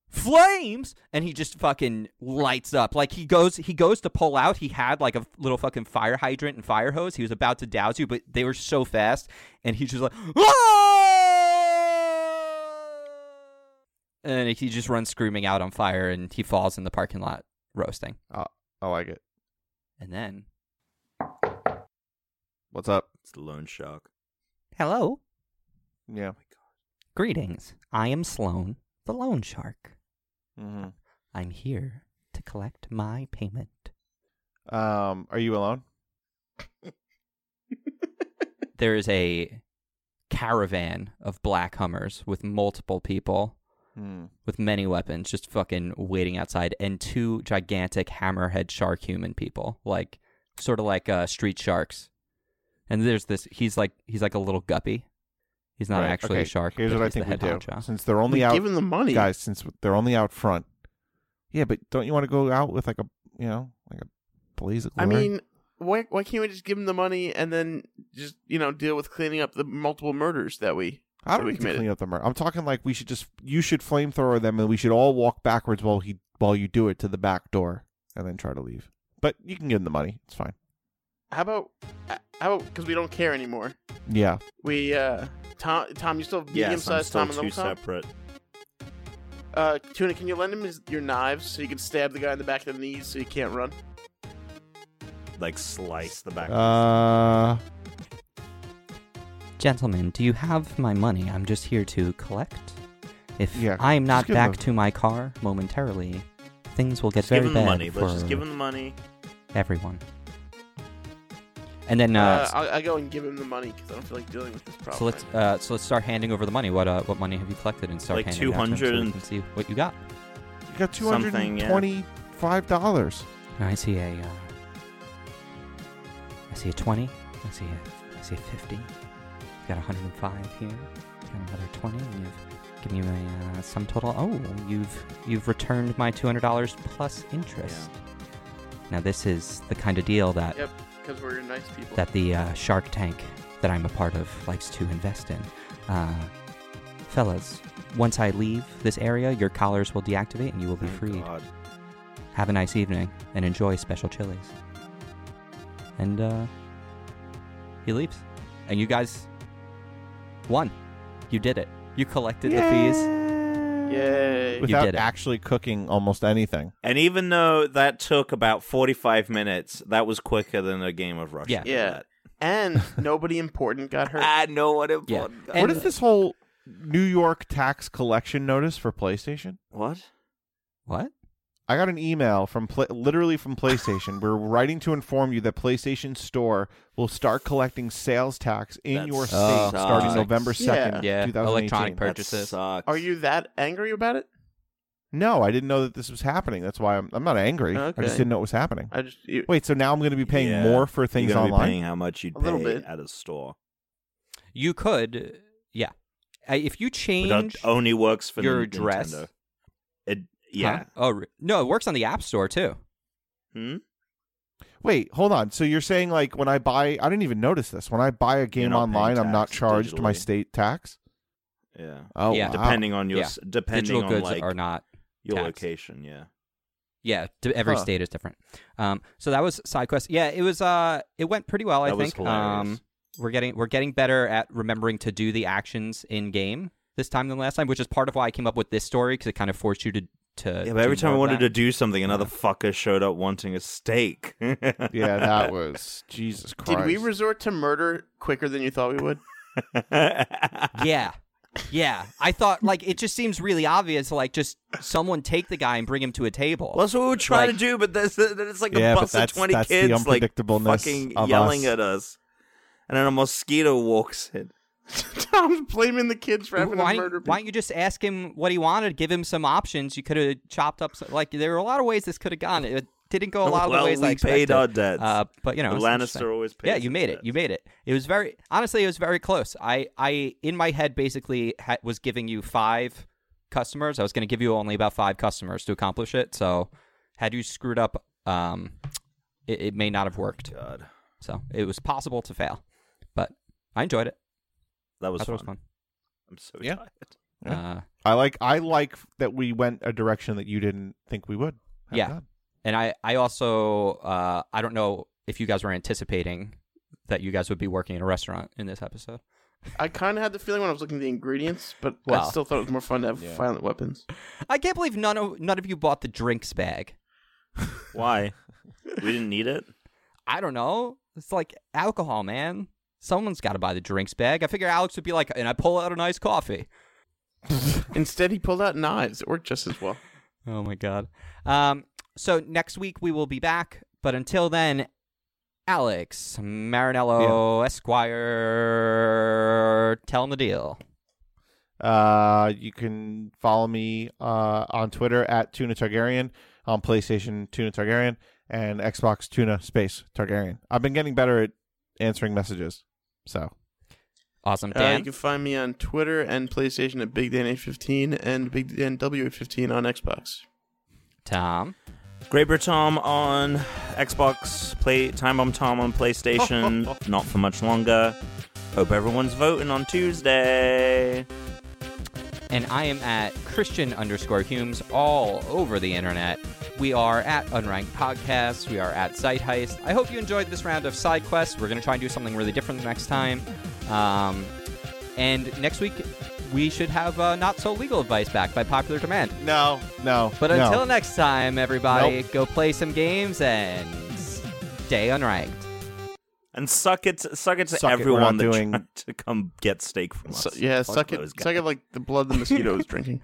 S1: flames, and he just fucking lights up. Like he goes, he goes to pull out. He had like a little fucking fire hydrant and fire hose. He was about to douse you, but they were so fast, and he's just like, "Ah!" and he just runs screaming out on fire, and he falls in the parking lot roasting.
S2: I like it.
S1: And then,
S2: What's up?
S4: It's the loan shark.
S1: hello.
S2: Yeah.
S1: Greetings. I am Sloan, the loan shark.
S2: Mm-hmm.
S1: I'm here to collect my payment.
S2: Um, are you alone?
S1: There is a caravan of black Hummers with multiple people
S2: Hmm.
S1: with many weapons just fucking waiting outside and two gigantic hammerhead shark human people, like sort of like uh, street sharks. And there's this he's like he's like a little guppy. He's not
S2: Right,
S1: actually
S2: okay,
S1: a shark.
S2: Here's
S1: but
S2: what I
S1: he's the
S2: think we
S1: head
S2: do.
S1: honcho.
S2: Since they're only
S3: We
S2: out,
S3: Give him the money,
S2: guys. Since they're only out front. Yeah, but don't you want to go out with like a you know like a blaze of
S3: I
S2: glory?
S3: mean, why why can't we just give him the money and then just you know deal with cleaning up the multiple murders that we?
S2: I
S3: that
S2: don't
S3: we
S2: need to
S3: committed.
S2: clean up the murder. I'm talking like we should just you should flamethrower them and we should all walk backwards while he while you do it to the back door and then try to leave. But you can give him the money. It's fine.
S3: How about uh, how about because we don't care anymore?
S2: Yeah.
S3: We uh, Tom Tom, you still have medium
S4: Yes, I'm
S3: sized
S4: still
S3: Tom and
S4: two
S3: Little Tom.
S4: separate.
S3: Uh, Tuna, can you lend him his, your knives so you can stab the guy in the back of the knees so he can't run?
S4: Like slice the back.
S2: Uh
S1: Gentlemen, do you have my money? I'm just here to collect. If
S2: Yeah,
S1: I am not
S2: give
S1: back
S2: them-
S1: to my car momentarily, things will get
S4: Just
S1: very
S4: give him the
S1: bad
S4: money.
S1: for
S4: Let's just give him the money.
S1: everyone. And then,
S3: Uh,
S1: uh,
S3: I'll, I'll go and give him the money because I don't feel like dealing with this problem.
S1: so let's uh, so let's start handing over the money. What uh, what money have you collected? And start
S4: Like
S1: handing it out to him so
S4: 200
S1: we
S4: and-
S1: can see what you got.
S2: you got two hundred
S4: Something,
S2: and
S4: yeah.
S2: twenty five dollars.
S1: And I see a, uh, I see a twenty. I see a, I see a fifty. I've got a hundred and five here. I've got another twenty. And you've given me my uh, sum total. Oh, you've you've returned my two hundred dollars plus interest. Now this is the kind of deal that
S3: Yep, because we're nice people.
S1: that the uh, Shark Tank that I'm a part of likes to invest in. Uh, fellas, once I leave this area, your collars will deactivate and you will be
S4: Thank
S1: freed.
S4: God.
S1: Have a nice evening and enjoy special chilies. And uh, he leaves. And you guys won. You did it. You collected the fees.
S3: Yay!
S1: With-
S2: Without
S1: did it.
S2: actually cooking almost anything.
S4: And even though that took about 45 minutes, that was quicker than a game of Russian. Ah,
S1: Yeah.
S3: Yeah. and nobody important got hurt.
S4: I know what important.
S1: Yeah.
S2: what
S1: And-
S2: is this whole New York tax collection notice for PlayStation?
S4: What?
S1: What?
S2: I got an email from pla literally from PlayStation. We're writing to inform you that PlayStation Store will start collecting sales tax in
S4: That
S2: your state
S4: sucks.
S2: starting November
S3: Yeah.
S2: second,
S1: Yeah, electronic
S4: That
S1: Purchases.
S4: sucks.
S3: Are you that angry about it?
S2: No, I didn't know that this was happening. That's why I'm I'm not angry. I
S3: Okay.
S2: just didn't know it was happening.
S3: I just you,
S2: Wait, so now I'm going to be paying
S4: Yeah.
S2: more for things
S4: You're gonna
S2: online?
S4: Be paying how much you'd
S3: A
S4: pay
S3: little bit.
S4: at a store.
S1: You could, yeah. Uh, if you
S4: But that
S1: change
S4: only works for
S1: your
S4: Nintendo.
S1: address,
S4: It, yeah.
S1: Huh? Oh re- no, it works on the App Store too.
S4: Hmm?
S2: Wait, hold on. So you're saying like when I buy, I didn't even notice this. When I buy a game
S4: not paying
S2: online, I'm not
S4: tax
S2: charged my
S4: digitally.
S2: state tax.
S4: Yeah.
S2: Oh,
S1: Yeah.
S2: wow.
S4: Depending on your
S1: Yeah.
S4: s depending
S1: Digital
S4: on
S1: goods
S4: like
S1: are not.
S4: your
S1: taxed.
S4: location, yeah.
S1: Yeah, d- every
S2: Huh.
S1: state is different. Um, so that was side quest. Yeah, it was. Uh, it went pretty well. I
S4: That was
S1: think.
S4: hilarious.
S1: um, we're getting we're getting better at remembering to do the actions in game this time than last time, which is part of why I came up with this story because it kind of forced you to to.
S4: Yeah, but every time I wanted to do something, another
S1: Yeah.
S4: fucker showed up wanting a steak. (laughs)
S2: yeah, that was Jesus Christ.
S3: did we resort to murder quicker than you thought we would?
S1: to. Yeah. Yeah, I thought like it just seems really obvious. Like, just someone take the guy and bring him to a table.
S4: Well, that's what we were trying
S1: Like-
S4: to do, but that's it's like
S2: Yeah,
S4: a
S2: but
S4: bus of
S2: that's-
S4: twenty
S2: that's the
S4: kids like
S2: unpredictableness
S4: fucking
S2: of
S4: yelling
S2: us.
S4: at us, and then a mosquito walks in.
S3: (laughs) Tom's blaming the kids for having
S1: why,
S3: to murder people.
S1: why don't you just ask him what he wanted? Give him some options. You could have chopped up. Some, like there were a lot of ways this could have gone. It didn't go a lot of
S4: well,
S1: the ways
S4: we
S1: I
S4: paid
S1: expected.
S4: our debts.
S1: uh, but you know,
S4: the
S1: it's interesting.
S4: Lannister always pays.
S1: Yeah, you
S4: his
S1: made it.
S4: debts.
S1: You made it. It was very honestly, it was very close. I, I in my head basically ha- was giving you five customers. I was going to give you only about five customers to accomplish it. So had you screwed up, um, it, it may not have worked.
S4: God,
S1: So it was possible to fail, but I enjoyed it.
S4: that
S1: I
S4: was,
S1: thought
S4: fun.
S1: it was fun.
S4: I'm so
S2: Yeah.
S4: tired.
S2: Yeah.
S1: Uh,
S2: I like I like that we went a direction that you didn't think we would. have
S1: Yeah.
S2: gone.
S1: and I, I also, uh, I don't know if you guys were anticipating that you guys would be working in a restaurant in this episode.
S3: I kind of had the feeling when I was looking at the ingredients, but
S1: Wow.
S3: I still thought it was more fun to have violent weapons.
S1: I can't believe none of none of you bought the drinks bag.
S4: Why? we didn't need it.
S1: I don't know. It's like alcohol, man. Someone's got to buy the drinks bag. I figure Alex would be like, and I pull out a nice coffee.
S3: Instead, he pulled out knives. It worked just as well.
S1: Oh my god. Um. So next week we will be back, but until then, Alex Marinello Esquire, tell him the deal.
S2: Uh, you can follow me uh, on Twitter at Tuna Targaryen, on PlayStation Tuna Targaryen, and Xbox Tuna Space Targaryen. I've been getting better at answering messages, so
S1: Awesome,
S3: Uh,
S1: Dan.
S3: you can find me on Twitter and PlayStation at Big Dan A15 and Big Dan W15 on Xbox.
S1: Tom.
S4: Great Tom on Xbox, play Time Bomb Tom on
S2: (laughs)
S4: PlayStation, not for much longer. Hope everyone's voting on Tuesday.
S1: and I am at Christian underscore Humes all over the internet. We are at Unranked Podcasts. We are at Site Heist. I hope you enjoyed this round of side quests. We're going to try and do something really different the next time. Um, and next week, we should have uh, Not So Legal Advice back by popular demand.
S2: no, no.
S1: But
S2: no.
S1: until next time, everybody, go play some games and stay unranked.
S4: And suck it, suck it to
S2: Suck it, we're
S4: everyone
S2: not
S4: that's
S2: doing-
S4: trying to come get steak from us.
S3: So, yeah,
S4: Fuck
S3: suck it,
S4: those guys.
S3: suck it like the blood the mosquito is drinking.